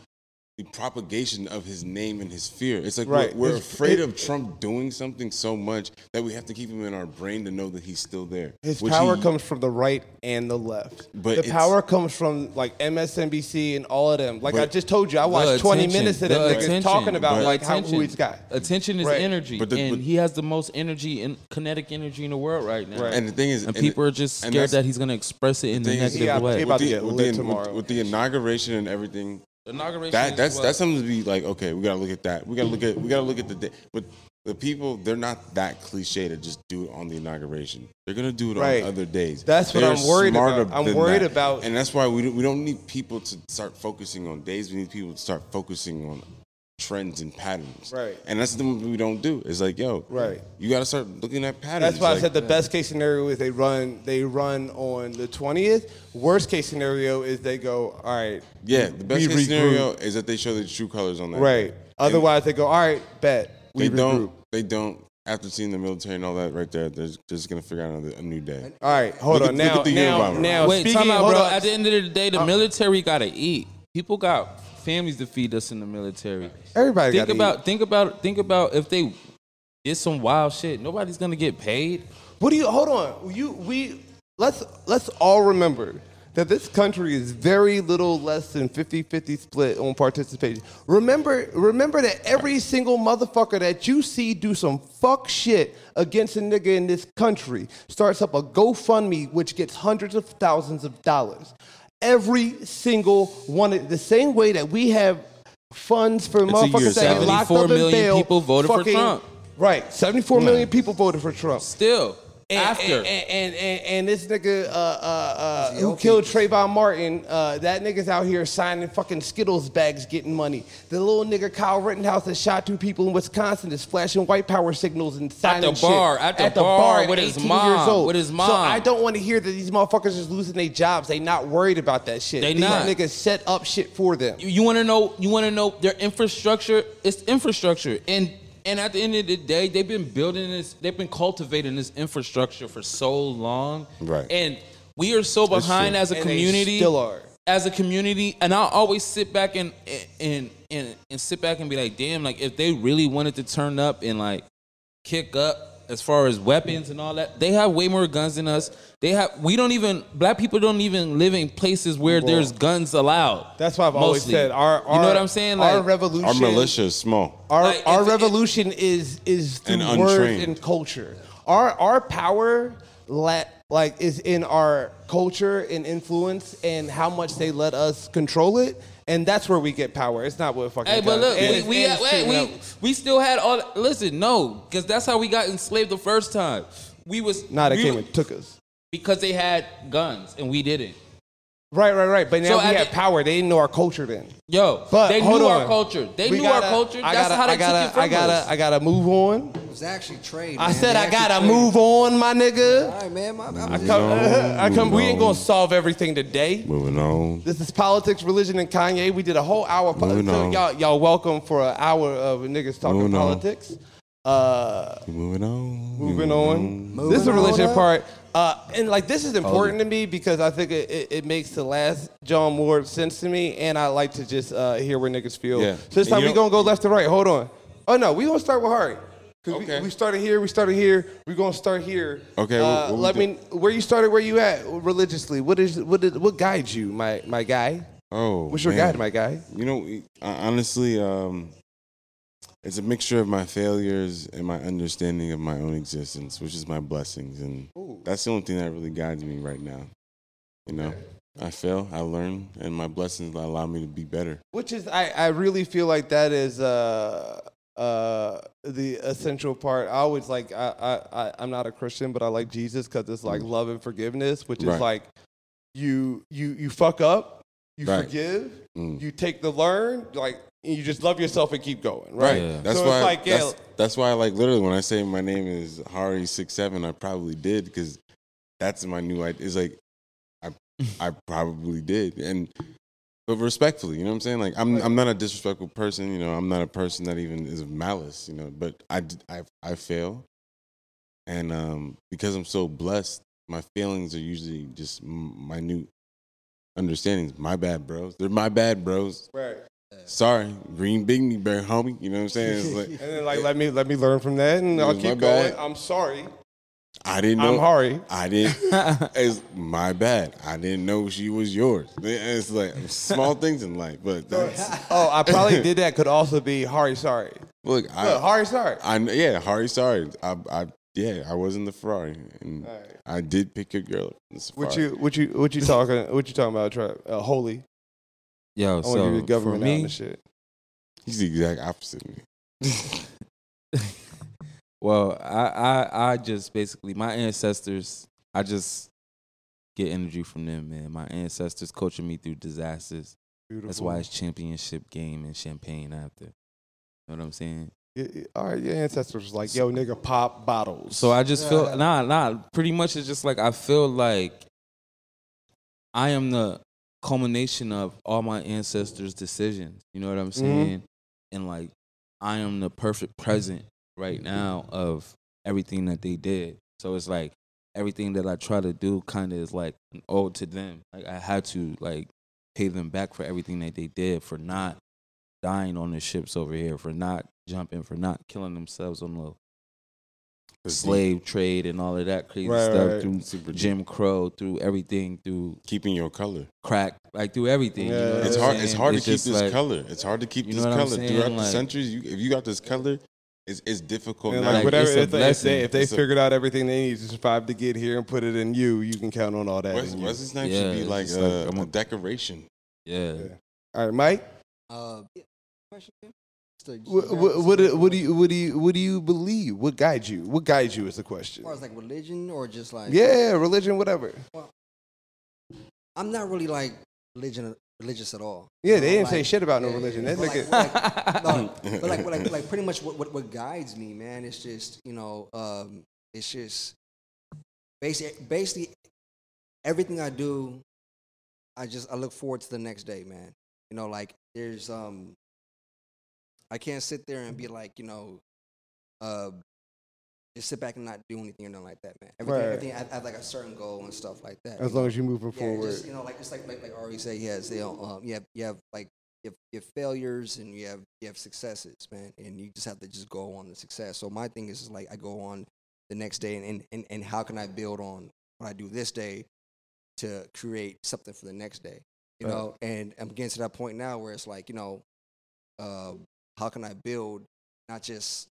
Speaker 4: the propagation of his name and his fear. It's like
Speaker 1: Right.
Speaker 4: we're, we're
Speaker 1: His-
Speaker 4: afraid of Trump doing something so much that we have to keep him in our brain to know that he's still there.
Speaker 1: His
Speaker 4: Which
Speaker 1: power
Speaker 4: he-
Speaker 1: comes from the right and the left.
Speaker 4: But
Speaker 1: the
Speaker 4: it's-
Speaker 1: power comes from like MSNBC and all of them. Like I
Speaker 4: But-
Speaker 1: just told you, I watched
Speaker 3: The
Speaker 1: 20
Speaker 3: attention,
Speaker 1: minutes of
Speaker 3: the
Speaker 1: them niggas
Speaker 3: attention,
Speaker 1: talking about
Speaker 3: the
Speaker 1: like how who
Speaker 3: attention.
Speaker 1: he's got.
Speaker 3: Attention is
Speaker 1: Right.
Speaker 3: energy,
Speaker 4: But the-
Speaker 3: and
Speaker 4: but-
Speaker 3: he has the most energy and kinetic energy in the world right now.
Speaker 1: Right.
Speaker 4: And the thing is,
Speaker 3: And people are just
Speaker 4: and
Speaker 3: scared that
Speaker 4: that's-
Speaker 3: he's going to express it in the
Speaker 4: thing is-
Speaker 3: negative
Speaker 1: Yeah,
Speaker 3: way.
Speaker 1: people- about
Speaker 4: with
Speaker 1: to
Speaker 4: the-
Speaker 1: get
Speaker 4: with
Speaker 1: lit
Speaker 4: the- with-
Speaker 1: tomorrow.
Speaker 4: with the inauguration and everything,
Speaker 3: Inauguration
Speaker 4: that
Speaker 3: is
Speaker 4: that's
Speaker 3: what-
Speaker 4: that's something to be like okay we gotta look at that we gotta look at we gotta look at the day but the people they're not that cliche to just do it on the inauguration they're gonna do it
Speaker 1: Right.
Speaker 4: on other days
Speaker 1: That's what
Speaker 4: They're
Speaker 1: I'm worried
Speaker 4: smarter
Speaker 1: about. I'm
Speaker 4: than
Speaker 1: worried
Speaker 4: that.
Speaker 1: about-
Speaker 4: and that's why we don't, we don't need people to start focusing on days we need people to start focusing on trends and patterns
Speaker 1: Right.
Speaker 4: and that's the thing we don't do it's like yo
Speaker 1: Right.
Speaker 4: you gotta start looking at patterns
Speaker 1: That's why I
Speaker 4: Like,
Speaker 1: said the best case scenario is they run they run on the 20th. Worst case scenario is they go, all right,
Speaker 4: yeah the best
Speaker 1: we regroup.
Speaker 4: case scenario is that they show their true colors on that
Speaker 1: right. Otherwise they go, all right, bet. We
Speaker 4: they
Speaker 1: regroup.
Speaker 4: don't. They don't. After seeing the military and all that, right there, they're just gonna figure out another, a new day.
Speaker 1: All right, hold
Speaker 4: Look at-
Speaker 1: on.
Speaker 4: look
Speaker 1: Now,
Speaker 4: at the
Speaker 1: now,
Speaker 4: environment.
Speaker 1: now,
Speaker 3: Wait,
Speaker 1: speaking,
Speaker 3: time out,
Speaker 1: hold
Speaker 3: bro.
Speaker 1: on.
Speaker 3: At the end of the day,
Speaker 4: Uh,
Speaker 3: the military gotta eat. People got families to feed us in the military.
Speaker 1: Everybody
Speaker 3: think
Speaker 1: gotta eat.
Speaker 3: about think about think about if they did some wild shit. Nobody's gonna get paid.
Speaker 1: What do you hold on? You we let's let's all remember that this country is very little less than 50-50 split on participation. Remember remember that every single motherfucker that you see do some fuck shit against a nigga in this country starts up a GoFundMe which gets hundreds of thousands of dollars. Every single one of- the same way that we have funds for
Speaker 4: a year,
Speaker 1: motherfuckers that get locked up
Speaker 3: 74
Speaker 1: in
Speaker 3: million
Speaker 1: bail,
Speaker 3: people voted for
Speaker 1: fucking-
Speaker 3: Trump.
Speaker 1: Right, seventy-four million people voted for Trump.
Speaker 3: Still,
Speaker 1: And,
Speaker 3: after.
Speaker 1: and, and, and, and this nigga uh, uh, uh,
Speaker 2: It's the
Speaker 1: who
Speaker 2: old
Speaker 1: killed Trayvon Martin, uh, that nigga's out here signing fucking Skittles bags, getting money. The little nigga Kyle Rittenhouse that shot two people in Wisconsin is flashing white power signals and signing
Speaker 3: the
Speaker 1: shit.
Speaker 3: bar, at the bar with his
Speaker 1: 18
Speaker 3: mom,
Speaker 1: years old.
Speaker 3: with his
Speaker 1: So
Speaker 3: mom.
Speaker 1: I don't want to hear that these motherfuckers is losing their jobs. They not worried about that shit.
Speaker 3: They
Speaker 1: these
Speaker 3: not.
Speaker 1: niggas set up shit for them.
Speaker 3: you want to know you want to know their infrastructure it's infrastructure and and at the end of the day they've been building this they've been cultivating this infrastructure for so long
Speaker 4: Right.
Speaker 3: and we are so behind
Speaker 4: true.
Speaker 3: as a
Speaker 1: And they
Speaker 3: community
Speaker 1: still are.
Speaker 3: as a community and i always sit back and and and and sit back and be like damn like if they really wanted to turn up and like kick up as far as weapons and all that. They have way more guns than us. They have we don't even black people don't even live in places where there's guns allowed.
Speaker 1: That's why I've always
Speaker 3: mostly.
Speaker 1: said our, our
Speaker 3: you know what I'm saying?
Speaker 1: Our
Speaker 3: Like
Speaker 1: revolution,
Speaker 4: Our militia is small.
Speaker 1: Our,
Speaker 3: Like,
Speaker 1: our
Speaker 3: it's- it-
Speaker 1: revolution is is through
Speaker 4: And
Speaker 1: words
Speaker 4: untrained.
Speaker 1: and culture. Our our power la- like is in our culture and influence and how much they let us control it, and that's where we get power. It's not what fucking.
Speaker 3: Hey, but
Speaker 1: guns.
Speaker 3: look,
Speaker 1: And
Speaker 3: we
Speaker 1: it's-
Speaker 3: we,
Speaker 1: and it's
Speaker 3: wait,
Speaker 1: shooting
Speaker 3: we,
Speaker 1: up.
Speaker 3: we still had all. Listen, no, because that's how we got enslaved the first time. We was
Speaker 1: Nah, they
Speaker 3: we-
Speaker 1: came and took us.
Speaker 3: because they had guns and we didn't.
Speaker 1: Right, right, right. But now
Speaker 3: So
Speaker 1: we
Speaker 3: at
Speaker 1: have
Speaker 3: the-
Speaker 1: power. They didn't know our culture then.
Speaker 3: Yo,
Speaker 1: But
Speaker 3: they
Speaker 1: hold
Speaker 3: knew
Speaker 1: on.
Speaker 3: our culture. They
Speaker 1: We
Speaker 3: knew
Speaker 1: gotta-
Speaker 3: our culture.
Speaker 1: I
Speaker 3: That's
Speaker 1: gotta-
Speaker 3: how they
Speaker 1: I gotta,
Speaker 3: took it from
Speaker 1: I gotta,
Speaker 3: us.
Speaker 1: I gotta move on.
Speaker 2: It was actually trade.
Speaker 1: I
Speaker 2: man.
Speaker 1: said
Speaker 2: They
Speaker 1: I
Speaker 2: actually
Speaker 1: gotta
Speaker 2: traded.
Speaker 1: move on, my nigga.
Speaker 2: All right, man. My, my,
Speaker 1: I come,
Speaker 4: No,
Speaker 1: I come. We ain't
Speaker 4: no.
Speaker 1: gonna solve everything today.
Speaker 4: Moving on.
Speaker 1: This is politics, religion, and Kanye. We did a whole hour. Po-
Speaker 4: Moving
Speaker 1: so
Speaker 4: on.
Speaker 1: y'all, y'all welcome for an hour of niggas talking
Speaker 4: Moving on.
Speaker 1: politics. Uh,
Speaker 4: Moving on.
Speaker 1: moving on. this is the
Speaker 2: Moving on
Speaker 1: religion
Speaker 2: up.
Speaker 1: part, uh, and like this is important to me because I think it, it, it makes the last John more sense to me, and I like to just uh, hear where niggas feel.
Speaker 4: Yeah.
Speaker 1: So this
Speaker 4: And
Speaker 1: time
Speaker 4: you
Speaker 1: we
Speaker 4: don't-
Speaker 1: gonna go left to right. Hold on. Oh no, we gonna start with Harry. Cause
Speaker 4: Okay.
Speaker 1: we, we started here. We started here. We gonna start here.
Speaker 4: Okay,
Speaker 1: Uh,
Speaker 4: what- what we
Speaker 1: let
Speaker 4: do-
Speaker 1: me. Where you started? Where you at religiously? What is? What did? What guides you, my my guy?
Speaker 4: Oh,
Speaker 1: What's your
Speaker 4: man.
Speaker 1: guide, my guy?
Speaker 4: You know, I- honestly, um, it's a mixture of my failures and my understanding of my own existence, which is my blessings, and that's the only thing that really guides me right now. You know, I fail, I learn, and my blessings allow me to be better.
Speaker 1: Which is, I, I really feel like that is uh, uh, the essential part. I always like, I, I, I, I'm not a Christian, but I like Jesus because it's like love and forgiveness, which is
Speaker 4: Mm. Right.
Speaker 1: like you, you, you fuck up, you
Speaker 4: Right.
Speaker 1: forgive,
Speaker 4: Mm.
Speaker 1: you take the learn, like, and you just love yourself and keep going, right?
Speaker 3: Yeah.
Speaker 4: That's
Speaker 1: so
Speaker 4: why.
Speaker 1: it's like, yeah,
Speaker 4: that's, that's why. Like literally, when I say my name is Hari Six Seven, I probably did because that's my new idea. It's like I, I probably did, and but respectfully, you know what I'm saying. Like I'm, I'm not a disrespectful person. You know, I'm not a person that even is of malice. You know, but I, d- I, I fail, and um, because I'm so blessed, my feelings are usually just m- minute understandings. My bad, bros. They're my bad, bros.
Speaker 1: right.
Speaker 4: Sorry, green beanie bear, homie. You know what I'm saying? It's like,
Speaker 1: And then like, let me, let me learn from that and
Speaker 4: It
Speaker 1: I'll
Speaker 4: was Mm, my
Speaker 1: keep going.
Speaker 4: bad.
Speaker 1: I'm sorry.
Speaker 4: I didn't know.
Speaker 1: I'm Hari.
Speaker 4: I didn't. it's my bad. I didn't know she was yours. It's like small things in life, but that's,
Speaker 1: Oh, I probably did that. Could also be Hari. Sorry.
Speaker 4: look,
Speaker 1: Look,
Speaker 4: I,
Speaker 1: Hari. Sorry.
Speaker 4: I, yeah, Hari, sorry, I, I, yeah, I was in the Ferrari, and
Speaker 1: Alright.
Speaker 4: I did pick your girl. up in the
Speaker 1: What
Speaker 4: Ferrari.
Speaker 1: you what you what you talking what you talking about, Trap? Uh, holy.
Speaker 3: Yo,
Speaker 1: I want to give
Speaker 3: so
Speaker 1: you the government
Speaker 3: for
Speaker 1: out
Speaker 3: me,
Speaker 1: and shit.
Speaker 4: He's the exact opposite of me.
Speaker 3: Well, I, I I just basically my ancestors. I just get energy from them, man. My ancestors coaching me through disasters.
Speaker 1: Beautiful.
Speaker 3: That's why it's championship game and champagne after. know what I'm saying?
Speaker 1: Yeah, yeah, all right, your ancestors was like, yo, nigga, pop bottles.
Speaker 3: So I just feel nah nah. Pretty much it's just like I feel like I am the culmination of all my ancestors' decisions. You know what I'm saying? And like I am the perfect present right now of everything that they did. So it's like everything that I try to do kind of is like an ode to them. Like I had to like pay them back for everything that they did for not dying on the ships over here, for not jumping, for not killing themselves on the slave trade and all of that crazy
Speaker 1: Right,
Speaker 3: stuff
Speaker 1: right.
Speaker 3: through
Speaker 4: Super deep.
Speaker 3: Jim Crow, through everything, through
Speaker 4: keeping your color.
Speaker 3: crack, like through everything.
Speaker 1: Yeah,
Speaker 3: what
Speaker 1: yeah,
Speaker 4: It's
Speaker 3: I'm
Speaker 4: hard.
Speaker 3: saying?
Speaker 4: It's hard to keep
Speaker 3: just
Speaker 4: this
Speaker 3: like-
Speaker 4: color. It's hard to keep
Speaker 3: You
Speaker 4: this
Speaker 3: know what I'm
Speaker 4: color
Speaker 3: saying?
Speaker 4: throughout the
Speaker 3: Like-
Speaker 4: centuries. You, if you got this color, it's it's difficult.
Speaker 1: And
Speaker 4: now.
Speaker 1: like
Speaker 3: Like,
Speaker 1: whatever,
Speaker 3: it's a
Speaker 1: if they, if they, if they
Speaker 4: It's a-
Speaker 1: figured out everything they need to survive to get here and put it in you, you can count on all that.
Speaker 4: Wes-
Speaker 1: in you.
Speaker 4: Wesley Snipes
Speaker 3: Yeah,
Speaker 4: should be
Speaker 3: it's
Speaker 4: like
Speaker 3: just
Speaker 4: a,
Speaker 3: like, I'm
Speaker 4: a
Speaker 3: a-
Speaker 4: decoration.
Speaker 3: Yeah.
Speaker 1: All right, Mike.
Speaker 2: Uh, yeah, question again? Just to-
Speaker 1: What, what, what, do- what do you what do you what do you believe? What guides you? What guides you is the
Speaker 2: As
Speaker 1: question.
Speaker 2: far as like religion or just like
Speaker 1: Yeah, religion, whatever.
Speaker 2: I'm not really like religion religious at all.
Speaker 1: Yeah,
Speaker 2: You
Speaker 1: they
Speaker 2: know,
Speaker 1: didn't say
Speaker 2: like-
Speaker 1: shit about no
Speaker 2: yeah,
Speaker 1: religion.
Speaker 2: yeah,
Speaker 1: They
Speaker 2: but
Speaker 1: make it.
Speaker 2: like- but like- no, but like, but like, like pretty much what, what, what guides me, man, it's just you know, um, it's just basically basically everything I do, I just I look forward to the next day, man. You know, like there's um, I can't sit there and be like you know, uh, just sit back and not do anything or nothing like that, man. Everything,
Speaker 1: Right.
Speaker 2: everything I, I have like a certain goal and stuff like that.
Speaker 1: As long as you're moving
Speaker 2: Yeah,
Speaker 1: forward.
Speaker 2: just you know, like it's like like, like Ari said, he has you know, um, you have you have like you have, you have failures and you have you have successes, man, and you just have to just go on the success. So my thing is, is like I go on the next day and, and and and how can I build on what I do this day to create something for the next day, you
Speaker 1: Right.
Speaker 2: know? And I'm getting to that point now where it's like you know, uh, how can I build not just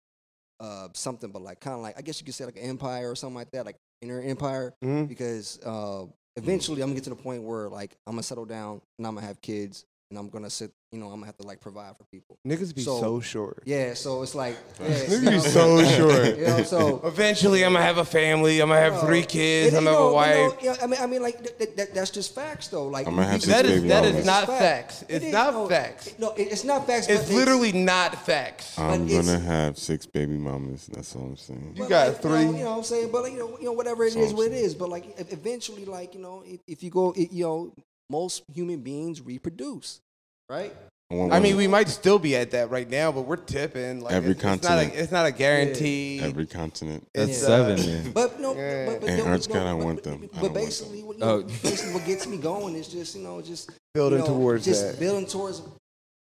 Speaker 2: uh, something, but like kind of like I guess you could say like an empire or something like that, like inner empire
Speaker 1: Mhm.
Speaker 2: because uh, eventually I'm gonna get to the point where like I'm gonna settle down and I'm gonna have kids and I'm gonna sit, you know, I'm gonna have to like provide for people.
Speaker 1: Niggas be so,
Speaker 2: So-
Speaker 1: short.
Speaker 2: Yeah, so it's like yeah,
Speaker 1: Niggas
Speaker 2: you
Speaker 1: be
Speaker 2: know,
Speaker 1: so short.
Speaker 2: you know, so
Speaker 1: Eventually, I'm gonna have a family. I'm gonna have
Speaker 2: uh,
Speaker 1: three kids.
Speaker 2: and,
Speaker 1: I'm
Speaker 2: you
Speaker 1: gonna have a
Speaker 2: know, you know,
Speaker 1: wife.
Speaker 2: you know, I mean, I mean, like th- th- that, that's just facts though. Like
Speaker 4: I'm gonna have
Speaker 2: you-
Speaker 4: six
Speaker 1: That is-
Speaker 4: baby
Speaker 1: that is
Speaker 4: mamas.
Speaker 1: not
Speaker 2: fact.
Speaker 1: facts.
Speaker 2: It
Speaker 1: It's
Speaker 2: is,
Speaker 1: not
Speaker 2: no,
Speaker 1: facts.
Speaker 2: it- No, it, it's not facts. but
Speaker 1: It's literally not facts.
Speaker 4: I'm
Speaker 2: it's-
Speaker 4: gonna have six baby mamas. That's all I'm saying.
Speaker 1: You
Speaker 2: But,
Speaker 1: got
Speaker 2: like, You know,
Speaker 1: three.
Speaker 2: you know what I'm saying? But like, you know, you know, whatever it
Speaker 4: That's
Speaker 2: is,
Speaker 4: all
Speaker 2: what
Speaker 4: I'm
Speaker 2: it is. But like, e- eventually, like, you know, if, if you go, it, you know, most human beings reproduce, right?
Speaker 4: want
Speaker 1: I
Speaker 4: one
Speaker 1: mean,
Speaker 4: of
Speaker 1: we might still be at that right now, but we're tipping. Like,
Speaker 4: Every
Speaker 1: it's, it's
Speaker 4: continent.
Speaker 1: Not a, it's not a guarantee.
Speaker 4: every continent.
Speaker 1: It's,
Speaker 2: That's
Speaker 1: uh,
Speaker 3: seven, man.
Speaker 2: But no,
Speaker 1: Yeah.
Speaker 2: but, but
Speaker 4: And
Speaker 2: no,
Speaker 4: Ernst
Speaker 2: no,
Speaker 4: God, I
Speaker 2: but-
Speaker 4: want
Speaker 2: but-
Speaker 4: them. I
Speaker 2: But,
Speaker 4: don't want
Speaker 2: basically,
Speaker 4: them.
Speaker 2: what, you know,
Speaker 3: Oh.
Speaker 2: basically, what gets me going is just you know, just you
Speaker 1: Building
Speaker 2: know,
Speaker 1: towards
Speaker 2: just
Speaker 1: that.
Speaker 2: building towards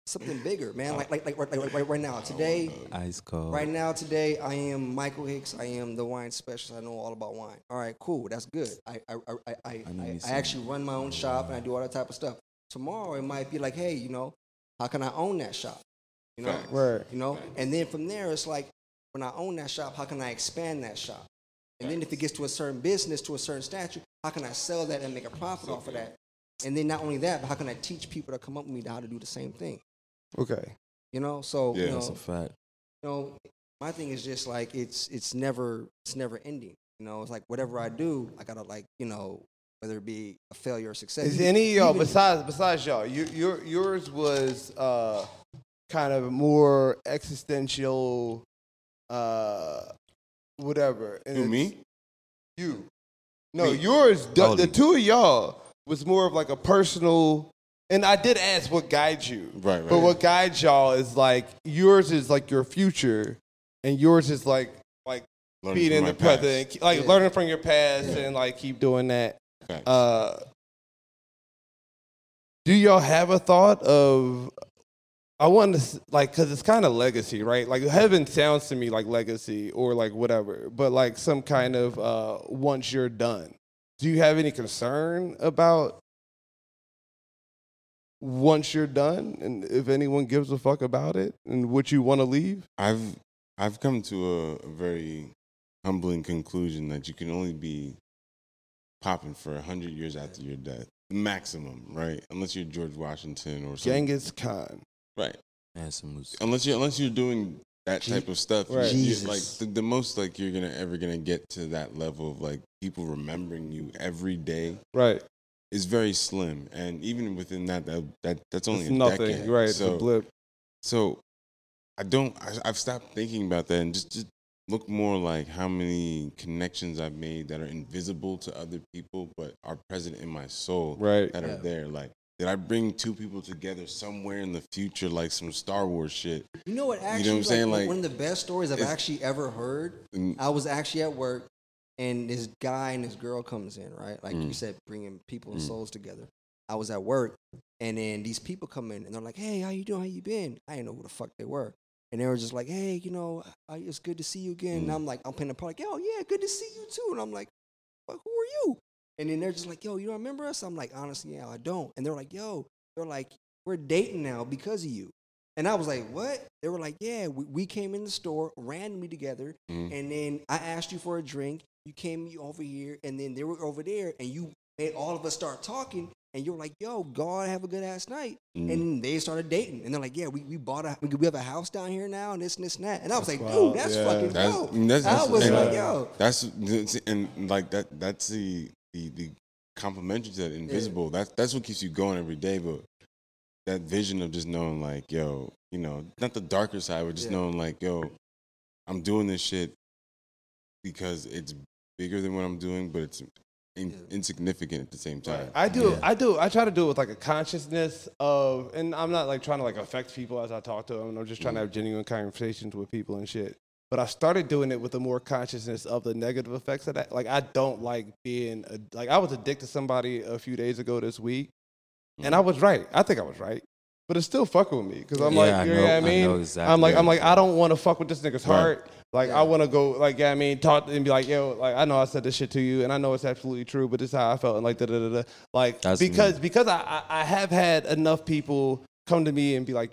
Speaker 2: something bigger, man. Like, like, like, right, like, right, right now, today,
Speaker 3: Ice cold.
Speaker 2: Right now, today, I am Michael Hicks. I am the wine specialist. I know all about wine. All right, cool. That's good. I I I I, I,
Speaker 3: I know
Speaker 2: I,
Speaker 3: you
Speaker 2: I
Speaker 3: said-
Speaker 2: actually run my own shop and I do all that type of stuff. Tomorrow, it might be like, hey, you know, how can I own that shop? You know,
Speaker 4: Facts.
Speaker 1: Right.
Speaker 2: you know, and then from there, it's like, when I own that shop, how can I expand that shop? And then if it gets to a certain business, to a certain statute, how can I sell that and make a profit off of that? And then not only that, but how can I teach people to come up with me how to do the same thing?
Speaker 1: Okay.
Speaker 2: You know, so
Speaker 4: Yeah.
Speaker 2: you know,
Speaker 3: That's a fact.
Speaker 2: you know, my thing is just like it's it's never it's never ending. You know, it's like whatever I do, I gotta like you know whether it be a failure or success.
Speaker 1: Is any of y'all
Speaker 2: Even-
Speaker 1: besides besides y'all? You, your yours was uh, kind of more existential, uh, whatever. And
Speaker 4: Who,
Speaker 1: it's-
Speaker 4: me?
Speaker 1: You. No,
Speaker 4: Me.
Speaker 1: yours. The,
Speaker 3: Oh,
Speaker 1: the
Speaker 3: me.
Speaker 1: two of y'all was more of like a personal. And I did ask what guides you.
Speaker 4: Right, right.
Speaker 1: But what guides y'all is like yours is like your future, and yours is like like
Speaker 4: Learning
Speaker 1: being
Speaker 4: from
Speaker 1: in
Speaker 4: my
Speaker 1: the
Speaker 4: past.
Speaker 1: present, ke- like
Speaker 2: Yeah.
Speaker 1: learning from your past, and like keep doing that.
Speaker 4: Facts.
Speaker 1: Uh, do y'all have a thought of? I want to s- like because it's kind of legacy, right? Like heaven sounds to me like legacy or like whatever, but like some kind of uh, once you're done. Do you have any concern about once you're done and if anyone gives a fuck about it and what you want to leave?
Speaker 4: I've I've come to a, a very humbling conclusion that you can only be popping for hundred years after your death, maximum, right? Unless you're George Washington or something,
Speaker 1: Genghis Khan.
Speaker 4: right?
Speaker 3: Man, some loose.
Speaker 4: Unless you unless you're doing that
Speaker 2: Je-
Speaker 4: type of stuff,
Speaker 1: Right.
Speaker 4: you- you-
Speaker 2: Jesus.
Speaker 4: like the, the most like you're gonna ever gonna get to that level of like people remembering you every day
Speaker 1: Right.
Speaker 4: is very slim, and even within that, that, that that's only
Speaker 1: It's
Speaker 4: a
Speaker 1: nothing.
Speaker 4: decade,
Speaker 1: Right. it's
Speaker 4: So,
Speaker 1: a blip.
Speaker 4: So I don't. I, I've stopped thinking about that and just just look more like how many connections I've made that are invisible to other people, but are present in my soul.
Speaker 1: Right.
Speaker 4: That are there. Like, did I bring two people together somewhere in the future, like some Star Wars shit?
Speaker 2: You know what? Actually,
Speaker 4: I'm saying?
Speaker 2: Like,
Speaker 4: Like,
Speaker 2: one of the best stories I've
Speaker 4: it's-
Speaker 2: actually ever heard.
Speaker 4: Mm.
Speaker 2: I was actually at work, and this guy and this girl comes in, right? Like you said, bringing people and souls together. I was at work, and then these people come in, and they're like, "Hey, how you doing? How you been?" I didn't know who the fuck they were. and they were just like, "Hey, you know, I, it's good to see you again." And I'm like, I'm playing the part like, "Yo, yeah, good to see you too." And I'm like, "But who are you?" And then they're just like, "Yo, you don't remember us?" I'm like, "Honestly, yeah, I don't." And they're like, "Yo," they're like, "We're dating now because of you." And I was like, "What?" They were like, "Yeah, we, we came in the store randomly together,
Speaker 4: Mhm.
Speaker 2: and then I asked you for a drink. You came over here, and then they were over there, and you made all of us start talking." And you were like, "Yo, God, have a good ass night."
Speaker 1: Mm.
Speaker 2: and they started dating. And they're like, "Yeah, we, we bouought a we, we have a house down here now, and this and this and that." And I was like, "Dude,
Speaker 1: wild.
Speaker 2: that's
Speaker 1: Yeah.
Speaker 2: fucking
Speaker 4: That's-
Speaker 2: dope."
Speaker 4: that's- that's-
Speaker 2: I was
Speaker 4: and-
Speaker 2: like, "Yo,
Speaker 4: That's and like that. That's the the, the complimentary to that invisible. That's that's what keeps you going every day. But that vision of just knowing, like, yo, you know, not the darker side, but just
Speaker 2: Yeah.
Speaker 4: knowing, like, yo, I'm doing this shit because it's bigger than what I'm doing, but it's in,
Speaker 2: Yeah.
Speaker 4: insignificant at the same time.
Speaker 1: I do. I do. I try to do it with like a consciousness of, and I'm not like trying to like affect people as I talk to them. I'm just trying to
Speaker 3: Mm-hmm.
Speaker 1: have genuine conversations with people and shit. But I started doing it with a more consciousness of the negative effects of that. Like I don't like being a, like I was addicted to somebody a few days ago this week, and I was right. I think I was right. But it's still fucking with me because I'm
Speaker 3: Mm-hmm. Yeah,
Speaker 1: like,
Speaker 3: I
Speaker 1: you know,
Speaker 3: know-
Speaker 1: what
Speaker 3: I
Speaker 1: I mean,
Speaker 3: know exactly
Speaker 1: I'm like, I'm
Speaker 3: what
Speaker 1: like,
Speaker 3: you're
Speaker 1: I don't want to fuck with this nigga's
Speaker 4: Right.
Speaker 1: heart. Like I want to go, like yeah, I mean, talk to and be like, yo, like I know I said this shit to you, and I know it's absolutely true, but this is how I felt, and like da da da da. Like
Speaker 3: That's
Speaker 1: because because I, I I have had enough people come to me and be like,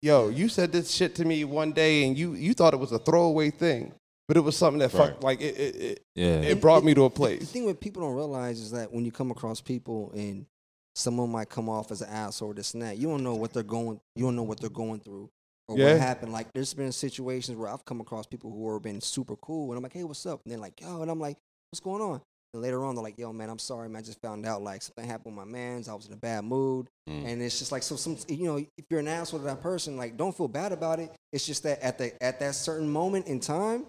Speaker 1: yo, you said this shit to me one day, and you you thought it was a throwaway thing, but it was something that
Speaker 4: Right.
Speaker 1: fucked, like it it, it
Speaker 3: Yeah.
Speaker 1: it brought me to a
Speaker 2: The
Speaker 1: place.
Speaker 2: thing what people don't realize is that when you come across people and someone might come off as an asshole or this and that, you don't know what they're going you don't know what they're going through or
Speaker 1: Yeah.
Speaker 2: what happened. Like there's been situations where I've come across people who have been super cool and I'm like, hey, what's up? And they're like, yo, and I'm like, what's going on? And later on they're like, yo, man, I'm sorry, man. I just found out like something happened with my man's, I was in a bad mood.
Speaker 4: Mm.
Speaker 2: And it's just like so some you know, if you're an asshole to that person, like don't feel bad about it. It's just that at the at that certain moment in time,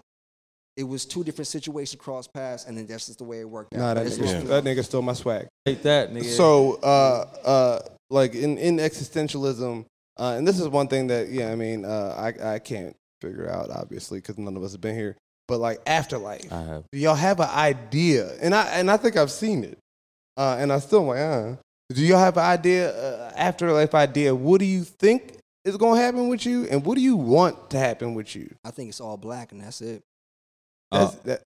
Speaker 2: it was two different situations cross paths, and then that's just the way it worked out.
Speaker 1: Nah, that
Speaker 2: It's
Speaker 1: nigga,
Speaker 4: Yeah.
Speaker 2: just-
Speaker 1: that nigga stole my swag.
Speaker 3: Take that, nigga.
Speaker 1: So, uh, uh, like in, in existentialism, uh, and this is one thing that yeah, I mean, uh, I I can't figure out obviously because none of us have been here. But like afterlife,
Speaker 3: I have.
Speaker 1: do y'all have an idea? And I and I think I've seen it, uh, and I still like, uh, do y'all have an idea uh, afterlife idea? What do you think is gonna happen with you, and what do you want to happen with you?
Speaker 2: I think it's all black, and that's it.
Speaker 1: That's, that,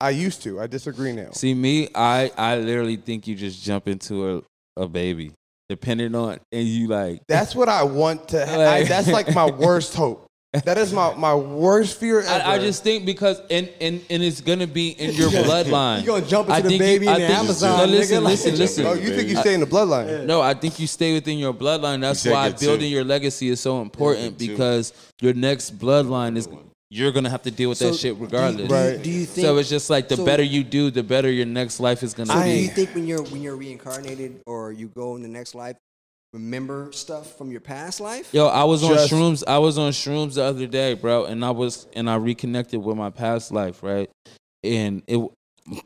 Speaker 1: I used to. I disagree now.
Speaker 3: See me, I I literally think you just jump into a, a baby, depending on and you like
Speaker 1: That's what I want to. Ha- I,
Speaker 3: Like-
Speaker 1: that's like my worst hope. That is my, my worst fear ever.
Speaker 3: I, I just think because and, and and it's gonna be in your bloodline.
Speaker 2: you gonna jump into the
Speaker 3: think
Speaker 2: baby in the
Speaker 3: think
Speaker 2: Amazon,
Speaker 3: No,
Speaker 2: nigga,
Speaker 3: listen,
Speaker 2: like-
Speaker 3: listen, listen.
Speaker 1: Oh,
Speaker 4: Oh,
Speaker 1: you
Speaker 4: you
Speaker 1: think
Speaker 4: baby.
Speaker 1: you stay in the bloodline?
Speaker 3: No, I think you stay within your bloodline. That's
Speaker 4: said
Speaker 3: why
Speaker 4: good too.
Speaker 3: building your legacy is so important
Speaker 4: good too.
Speaker 3: because your next bloodline is you're gonna have to deal with that
Speaker 2: So,
Speaker 3: shit
Speaker 2: do you-
Speaker 3: regardless.
Speaker 2: Do you,
Speaker 1: Right.
Speaker 2: do you think?
Speaker 3: so it's just like the
Speaker 2: so-
Speaker 3: better you do, the better your next life is gonna
Speaker 2: so do
Speaker 3: be.
Speaker 2: you think when you're when you're reincarnated or you go in the next life, remember stuff from your past life?
Speaker 3: Yo, I was on
Speaker 1: Just-
Speaker 3: shrooms. I was on shrooms the other day, bro, and I was and I reconnected with my past life, right? And it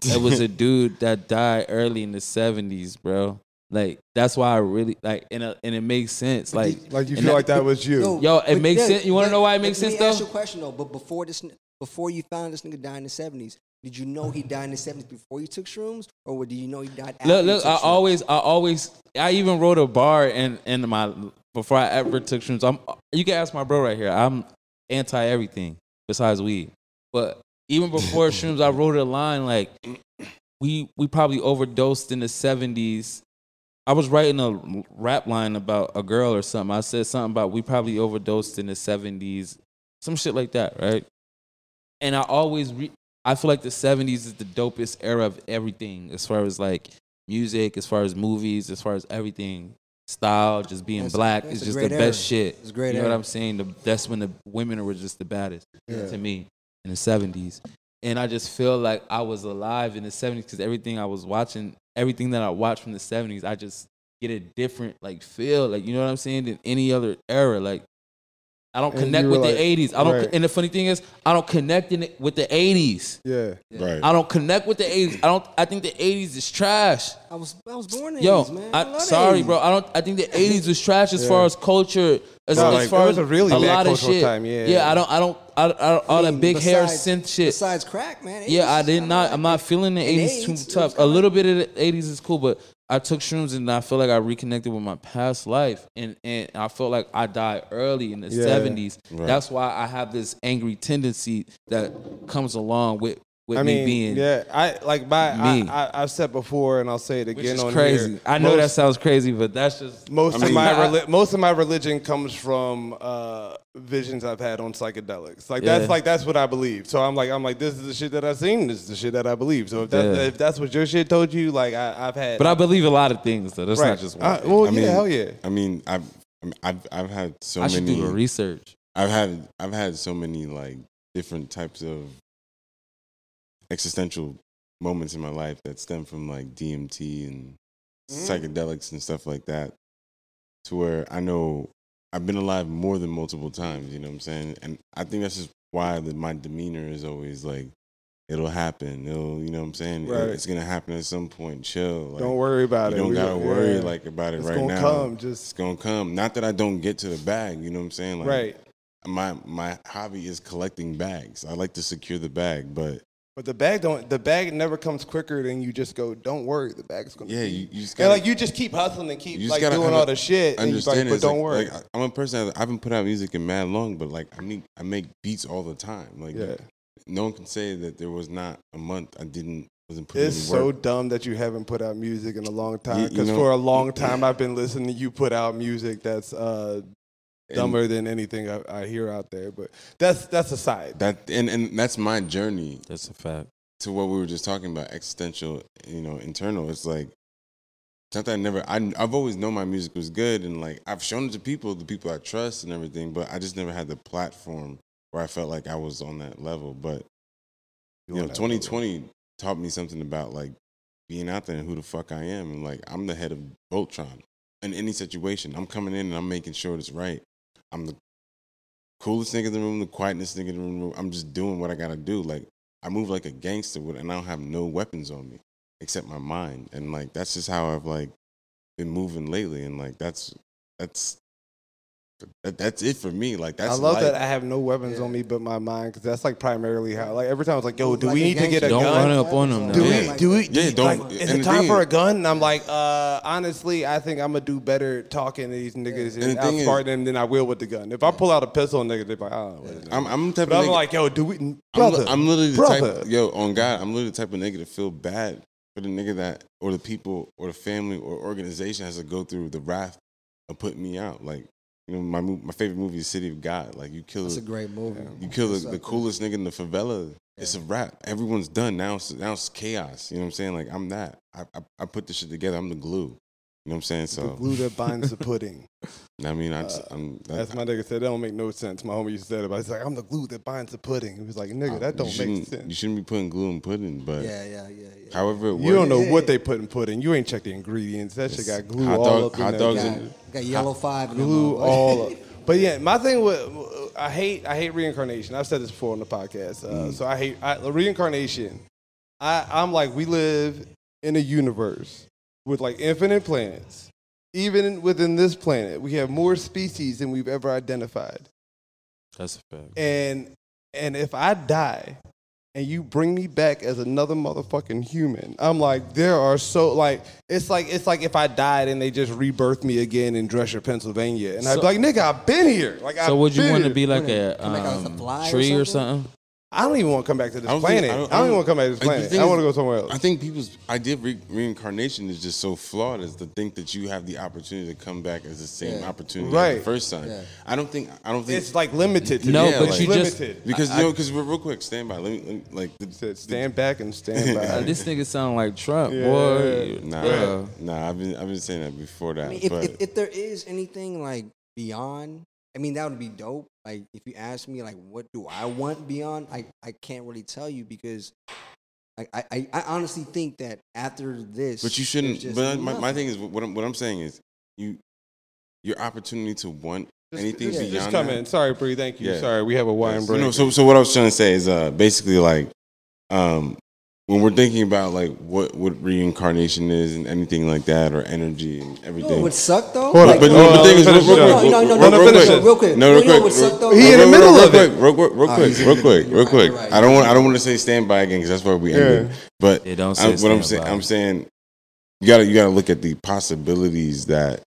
Speaker 3: it was a dude that died early in the seventies, bro. Like that's why I really like, and it- and it makes sense. Like,
Speaker 1: Like you feel
Speaker 3: and that-
Speaker 1: like that was you?
Speaker 3: Yo, it
Speaker 2: but
Speaker 3: makes
Speaker 2: yeah,
Speaker 3: sense. You wanna
Speaker 2: yeah,
Speaker 3: know why it
Speaker 2: let-
Speaker 3: makes
Speaker 2: let
Speaker 3: sense,
Speaker 2: me Ask
Speaker 3: thougn?
Speaker 2: you a question though. But before this, n- before you found this nigga died in the seventies, did you know he died in the seventies before you took shrooms, or did you know he died after?
Speaker 3: Look,
Speaker 2: you
Speaker 3: look,
Speaker 2: took
Speaker 3: I
Speaker 2: shrooms?
Speaker 3: always, I always, I even wrote a bar in in my before I ever took shrooms. I'm, you can ask my bro right here. I'm anti everything besides weed. But even before shrooms, I wrote a line like, we we probably overdosed in the seventies. I was writing a rap line about a girl or something. I said something about we probably overdosed in the seventies, some shit like that, right? And I always, re- I feel like the seventies is the dopest era of everything, as far as like music, as far as movies, as far as everything. Style, just being
Speaker 2: That's-
Speaker 3: black
Speaker 2: that's
Speaker 3: is
Speaker 2: a
Speaker 3: just the
Speaker 2: great
Speaker 3: best
Speaker 2: era.
Speaker 3: shit.
Speaker 2: It's a great
Speaker 3: You know what
Speaker 2: era.
Speaker 3: I'm saying? The, that's when the women were just the baddest
Speaker 1: Yeah.
Speaker 3: to me in the 70s. And I just feel like I was alive in the 70s because everything I was watching, everything that I watched from the 70s, I just get a different like feel, like you know what I'm saying, than any other era. Like I don't
Speaker 1: And
Speaker 3: connect
Speaker 1: you
Speaker 3: with
Speaker 1: were like-
Speaker 3: the 80s. I don't.
Speaker 1: right.
Speaker 3: And the funny thing is, I don't connect in it with the 80s.
Speaker 1: Yeah.
Speaker 4: Right.
Speaker 3: I don't connect with the 80s. I don't. I think the 80s is trash.
Speaker 2: I was I was born in the
Speaker 3: Yo,
Speaker 2: 80s, man.
Speaker 3: I,
Speaker 2: love the
Speaker 3: sorry,
Speaker 2: 80s.
Speaker 3: bro. I don't. I think the '80s was trash as far as culture. As,
Speaker 1: No,
Speaker 3: as
Speaker 1: like,
Speaker 3: far
Speaker 1: it was a really
Speaker 3: as
Speaker 1: bad
Speaker 3: lot of
Speaker 1: cultural
Speaker 3: shit.
Speaker 1: time, yeah.
Speaker 3: Yeah, I don't. I don't. I, don't- I don't all that
Speaker 2: mean,
Speaker 3: big hair
Speaker 2: besides-
Speaker 3: synth shit.
Speaker 2: Besides crack, man.
Speaker 3: yeah, I
Speaker 2: 80s,
Speaker 3: did not. I'm
Speaker 2: like
Speaker 3: not feeling the
Speaker 2: And
Speaker 3: '80s too
Speaker 2: AIDS, it was
Speaker 3: tough. A
Speaker 2: kinda-
Speaker 3: little bit of the '80s is cool, but I took shrooms and I feel like I reconnected with my past life, and and I felt like I died early in the
Speaker 1: Yeah.
Speaker 3: seventies.
Speaker 4: Right.
Speaker 3: That's why I have this angry tendency that comes along with with
Speaker 1: I
Speaker 3: me
Speaker 1: mean,
Speaker 3: being.
Speaker 1: yeah, I like my
Speaker 3: me.
Speaker 1: I, I, I've said before, and I'll say it again
Speaker 3: Which is
Speaker 1: on
Speaker 3: crazy.
Speaker 1: here.
Speaker 3: I know
Speaker 1: most,
Speaker 3: that sounds crazy, but that's just
Speaker 1: most
Speaker 4: I
Speaker 1: of
Speaker 4: mean-
Speaker 1: my reli- most of my religion comes from uh, visions I've had on psychedelics. Like that's
Speaker 3: Yeah.
Speaker 1: like that's what I believe. So I'm like I'm like this is the shit that I've seen. This is the shit that I believe. So if that's
Speaker 3: Yeah.
Speaker 1: if that's what your shit told you, like I, I've had.
Speaker 3: But I believe a lot of things though. That's not just one.
Speaker 1: I-
Speaker 3: thing.
Speaker 1: well,
Speaker 4: I
Speaker 1: yeah,
Speaker 4: mean,
Speaker 1: hell yeah.
Speaker 4: I mean, I've I mean, I've I've had so
Speaker 3: I should
Speaker 4: many.
Speaker 3: do the research.
Speaker 4: I've had I've had so many like different types of existential moments in my life that stem from like DMT and
Speaker 1: Mm.
Speaker 4: psychedelics and stuff like that to where I know I've been alive more than multiple times, you know what I'm saying? And I think that's just why that my demeanor is always like it'll happen. It'll, you know what I'm saying? It-
Speaker 1: Right.
Speaker 4: It's going to happen at some point. Chill. Like,
Speaker 1: don't worry about
Speaker 4: you
Speaker 1: it.
Speaker 4: don't
Speaker 1: We-
Speaker 4: got to worry
Speaker 1: yeah.
Speaker 4: like about it
Speaker 1: it's
Speaker 4: right
Speaker 1: gonna
Speaker 4: now.
Speaker 1: come.
Speaker 4: It's
Speaker 1: Just
Speaker 4: going to come. Not that I don't get to the bag, you know what I'm saying? Like
Speaker 1: right.
Speaker 4: my my hobby is collecting bags. I like to secure the bag, but
Speaker 1: But the bag don't. The bag never comes quicker than you just go. Don't worry, the bag's gonna.
Speaker 4: yeah,
Speaker 1: be-
Speaker 4: you, you just
Speaker 1: and
Speaker 4: gotta
Speaker 1: like you just keep hustling and keep
Speaker 4: you just
Speaker 1: like
Speaker 4: gotta
Speaker 1: doing
Speaker 4: under-
Speaker 1: all the shit. And you like,
Speaker 4: understand.
Speaker 1: but
Speaker 4: it's
Speaker 1: don't
Speaker 4: like-
Speaker 1: worry.
Speaker 4: Like, I- I'm a person. That, I haven't put out music in mad long, but like I make I make beats all the time. Like
Speaker 1: yeah.
Speaker 4: no one can say that there was not a month I didn't wasn't putting
Speaker 1: It's
Speaker 4: in
Speaker 1: so
Speaker 4: work.
Speaker 1: dumb that you haven't put out music in a long time.
Speaker 4: you
Speaker 1: Because
Speaker 4: know-
Speaker 1: for a long time, I've been listening to you put out music that's uh,
Speaker 4: And
Speaker 1: dumber than anything I, I hear out there. But that's that's aside.
Speaker 4: That and and that's my journey
Speaker 3: That's a fact.
Speaker 4: to what we were just talking about existential you know internal it's like not that I never I, I've always known my music was good and like I've shown it to people the people I trust and everything but I just never had the platform where I felt like I was on that level but you know 2020 taught me something about like being out there and who the fuck I am and like I'm the head of Voltron in any situation I'm coming in and I'm making sure it's right I'm the coolest nigga in the room the quietest nigga in the room I'm just doing what I gotta do like I move like a gangster with, and I don't have no weapons on me except my mind. And like that's just how I've like been moving lately. And like that's that's that, that's it for me. Like
Speaker 1: I
Speaker 4: that's
Speaker 1: love
Speaker 4: life.
Speaker 1: that I have no weapons on me but my mind because that's like primarily how. Like every time I was like, "Yo, do
Speaker 2: Like
Speaker 1: we
Speaker 2: a
Speaker 1: need to get a
Speaker 2: gangster.
Speaker 3: Don't
Speaker 1: gun?"
Speaker 3: run up on them,
Speaker 1: Do
Speaker 3: now.
Speaker 1: we? Do we? do
Speaker 4: Yeah,
Speaker 1: you-
Speaker 4: don't-
Speaker 1: like,
Speaker 4: and
Speaker 1: is
Speaker 4: the
Speaker 1: it time
Speaker 4: thing
Speaker 1: for a
Speaker 4: is-
Speaker 1: gun? And I'm like, uh, honestly, I think I'm gonna do better talking to these niggas
Speaker 4: And
Speaker 1: and
Speaker 4: the thing is-
Speaker 1: outsmarting them than I will with the gun. If I pull out a pistol, on niggas, they're like, oh, what is that?"
Speaker 4: I'm I'm the type
Speaker 1: but
Speaker 4: of
Speaker 1: I'm
Speaker 4: nigga,
Speaker 1: like, yo, do we,
Speaker 4: I'm, li-
Speaker 1: brother?
Speaker 4: I'm literally the
Speaker 1: brother.
Speaker 4: type yo on God. I'm literally the type of nigga to feel bad for the nigga that or the people or the family or organization has to go through the wrath of putting me out. Like you know my mo- my favorite movie is City of God. Like you kill
Speaker 2: That's a great movie.
Speaker 4: You kill
Speaker 2: That's
Speaker 4: the, the
Speaker 2: up
Speaker 4: coolest nigga in the favela. It's a wrap. Everyone's done. Now it's, now it's chaos. You know what I'm saying? Like, I'm that. I, I, I put this shit together. I'm the glue. You know what I'm saying?
Speaker 1: the
Speaker 4: So,
Speaker 1: glue that binds the pudding.
Speaker 4: I mean, I just, I'm.
Speaker 1: That's my nigga said. That don't make no sense. My homie used to say that. But he's like, I'm the glue that binds the pudding. He was like, nigga, that don't make
Speaker 4: Uh, You
Speaker 1: sense.
Speaker 4: shouldn't be putting glue in pudding, but
Speaker 2: there. Yeah, yeah, yeah, yeah.
Speaker 4: however it works.
Speaker 1: You don't know
Speaker 2: Yeah.
Speaker 1: what they put in pudding. You ain't check the ingredients. That shit
Speaker 4: Yes.
Speaker 1: got glue
Speaker 4: Hot
Speaker 1: all
Speaker 4: dog-
Speaker 1: up in
Speaker 4: hot
Speaker 1: that
Speaker 4: dogs
Speaker 1: shit.
Speaker 2: Got,
Speaker 4: in-
Speaker 2: got yellow five. in them
Speaker 1: glue
Speaker 2: motherfuckers.
Speaker 1: all up. But yeah, my thing with I hate I hate reincarnation. I've said this before on the podcast. Uh, So I hate I, reincarnation. I I'm like we live in a universe with like infinite planets. Even within this planet, we have more species than we've ever identified.
Speaker 3: That's a fact.
Speaker 1: And and if I die and you bring me back as another motherfucking human, I'm like, there are so like it's like it's like if I died and they just rebirth me again in Dresher, Pennsylvania. And I'd
Speaker 3: So-
Speaker 1: be like, nigga, I've been here. Like I've
Speaker 3: So would you
Speaker 1: been
Speaker 3: want to
Speaker 1: here.
Speaker 3: be like
Speaker 2: Come
Speaker 3: a
Speaker 2: back as a
Speaker 3: um,
Speaker 2: fly or
Speaker 3: tree or
Speaker 2: something?
Speaker 3: something?
Speaker 1: I don't even want to come back to this
Speaker 4: I don't think-
Speaker 1: planet.
Speaker 4: I
Speaker 1: I don't,
Speaker 4: don't- I don't-
Speaker 1: even want to come back to this
Speaker 4: I- the
Speaker 1: planet.
Speaker 4: thing
Speaker 1: I want to
Speaker 4: is-
Speaker 1: go somewhere else.
Speaker 4: I think people's idea of re- reincarnation is just so flawed as to think that you have the opportunity to come back as the same
Speaker 2: Yeah.
Speaker 4: opportunity as
Speaker 1: Right.
Speaker 4: the first time.
Speaker 2: Yeah.
Speaker 4: I don't think. I don't think.
Speaker 1: it's like limited to
Speaker 3: No,
Speaker 1: me.
Speaker 4: but
Speaker 1: It's
Speaker 4: you
Speaker 3: just-
Speaker 1: limited.
Speaker 4: because yo, because we're real quick. Stand by. Let me, let me like the,
Speaker 1: Said, stand back and stand
Speaker 3: Uh,
Speaker 1: by.
Speaker 3: this nigga sound like Trump,
Speaker 1: Yeah.
Speaker 3: boy.
Speaker 4: Nah,
Speaker 3: Yeah.
Speaker 4: nah. I've been I've been saying that before that.
Speaker 2: I mean, if,
Speaker 4: but
Speaker 2: if, if there is anything like beyond, I mean, that would be dope. Like, if you ask me, like, what do I want beyond? I, I can't really tell you because I, I, I- I honestly think that after this,
Speaker 4: but you
Speaker 2: there's
Speaker 4: shouldn't.
Speaker 2: just
Speaker 4: But my, my
Speaker 2: nothing.
Speaker 4: thing is what I'm what I'm saying is you your opportunity to want anything
Speaker 1: just,
Speaker 4: beyond
Speaker 1: just come
Speaker 4: that-
Speaker 1: in. Sorry, Bree. Thank you.
Speaker 4: Yeah.
Speaker 1: Sorry, we have a wine
Speaker 4: Yes.
Speaker 1: break.
Speaker 4: No, so so what I was trying to say is uh basically like um when we're thinking about like what what reincarnation is and anything like that or energy and
Speaker 2: You
Speaker 4: everything.
Speaker 2: know what would suck though?
Speaker 1: Hold up,
Speaker 4: But,
Speaker 2: Like, uh,
Speaker 4: but
Speaker 1: no,
Speaker 4: no,
Speaker 1: no,
Speaker 4: the thing is, real
Speaker 1: finish
Speaker 4: quick,
Speaker 1: it up.
Speaker 4: real-
Speaker 1: No, no,
Speaker 4: real-
Speaker 1: no,
Speaker 4: real
Speaker 1: finish
Speaker 4: quick,
Speaker 1: it.
Speaker 2: Real quick.
Speaker 4: no, real
Speaker 2: You know
Speaker 4: quick,
Speaker 2: what sucked
Speaker 4: real-
Speaker 2: up? He
Speaker 1: in the
Speaker 4: real-
Speaker 1: middle
Speaker 4: real
Speaker 1: of it.
Speaker 4: quick, Real quick, real quick, real quick, real quick.
Speaker 2: right.
Speaker 4: I don't want, I don't want to say stand by again because that's where we ended. But
Speaker 3: Yeah, don't
Speaker 4: I,
Speaker 3: say
Speaker 4: what I'm
Speaker 3: stand
Speaker 4: saying,
Speaker 3: by.
Speaker 4: I'm saying, you gotta you gotta look at the possibilities that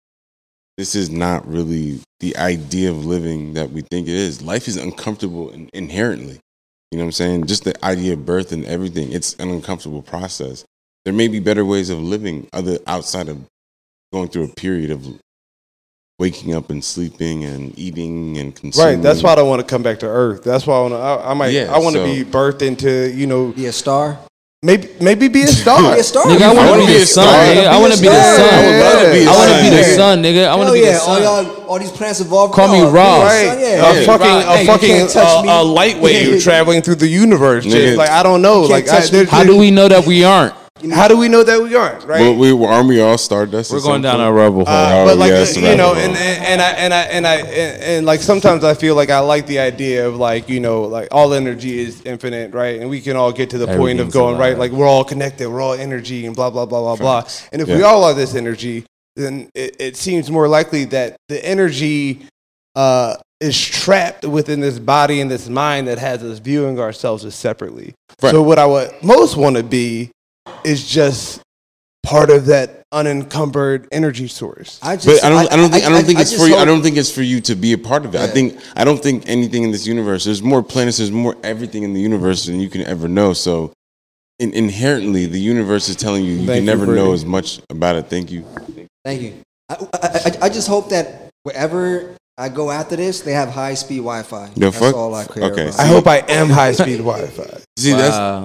Speaker 4: this is not really the idea of living that we think it is. Life is uncomfortable in- inherently. You know what I'm saying? Just the idea of birth and everything. It's an uncomfortable process. There may be better ways of living other outside of going through a period of waking up and sleeping and eating and consuming.
Speaker 1: Right. That's why I don't want to come back to Earth. That's why I, wanna, I, I might.
Speaker 4: Yeah,
Speaker 1: I want to
Speaker 4: so-
Speaker 1: be birthed into you know
Speaker 2: Be a star.
Speaker 1: maybe maybe be a star.
Speaker 2: Be a star.
Speaker 3: Nigga, I
Speaker 2: You
Speaker 3: wanna
Speaker 2: wanna
Speaker 3: be the sun,
Speaker 2: wanna
Speaker 3: nigga. I wanna be the
Speaker 2: star.
Speaker 3: sun.
Speaker 1: I would love to be
Speaker 3: I want to be the
Speaker 4: Yeah.
Speaker 3: sun, nigga. I want to
Speaker 2: Hell
Speaker 3: be the
Speaker 2: yeah, all
Speaker 3: sun.
Speaker 2: y'all, all these plants evolve.
Speaker 3: Call me Uh,
Speaker 2: y'all.
Speaker 3: Rob.
Speaker 2: Be
Speaker 1: Right,
Speaker 2: the sun, oh, yeah.
Speaker 1: a
Speaker 4: Yeah.
Speaker 1: fucking,
Speaker 3: Right. Hey,
Speaker 1: a
Speaker 3: you
Speaker 1: fucking
Speaker 2: can't touch me.
Speaker 1: uh, a light wave traveling through the universe. Just
Speaker 4: Nigga.
Speaker 1: like I don't know.
Speaker 2: You can't
Speaker 1: Like I,
Speaker 2: touch
Speaker 1: there-
Speaker 2: me.
Speaker 3: How
Speaker 1: there-
Speaker 3: do we know that we aren't?
Speaker 1: how do we know that we aren't right?
Speaker 4: But we aren't we all stardust? at
Speaker 3: We're
Speaker 4: some
Speaker 3: going down
Speaker 4: point?
Speaker 3: a rubble hole.
Speaker 4: Oh,
Speaker 1: but like
Speaker 4: yes,
Speaker 1: uh, you
Speaker 4: right.
Speaker 1: know, and, and and I and I and I and, and like sometimes I feel like I like the idea of like you know like all energy is infinite, right? And we can all get to the point of
Speaker 3: Everything's
Speaker 1: going right, like
Speaker 3: alive.
Speaker 1: we're all connected, we're all energy, and blah blah blah blah blah. And if we
Speaker 4: Yeah.
Speaker 1: all are this energy, then it, it seems more likely that the energy uh, is trapped within this body and this mind that has us viewing ourselves as separately.
Speaker 4: Right.
Speaker 1: So what I would most want to be is just part of that unencumbered energy source.
Speaker 2: I just,
Speaker 4: But I don't. I, don't think. I, don't think it's
Speaker 2: just
Speaker 4: for you. I
Speaker 2: hope-
Speaker 4: don't think it's for you to be a part of it. I
Speaker 2: Yeah.
Speaker 4: think. I don't think anything in this universe. There's more planets. There's more everything in the universe than you can ever know. So, in, inherently, the universe is telling you you
Speaker 1: Thank
Speaker 4: can
Speaker 1: you,
Speaker 4: never
Speaker 1: Brady.
Speaker 4: know as much about it. Thank you.
Speaker 2: Thank you. I, I, I, I just hope that wherever I go after this, they have high speed Wi Fi.
Speaker 4: The
Speaker 2: That's
Speaker 4: fuck?
Speaker 2: all I care
Speaker 4: Okay.
Speaker 2: about.
Speaker 1: I hope I am high speed Wi Fi.
Speaker 4: See,
Speaker 3: Wow.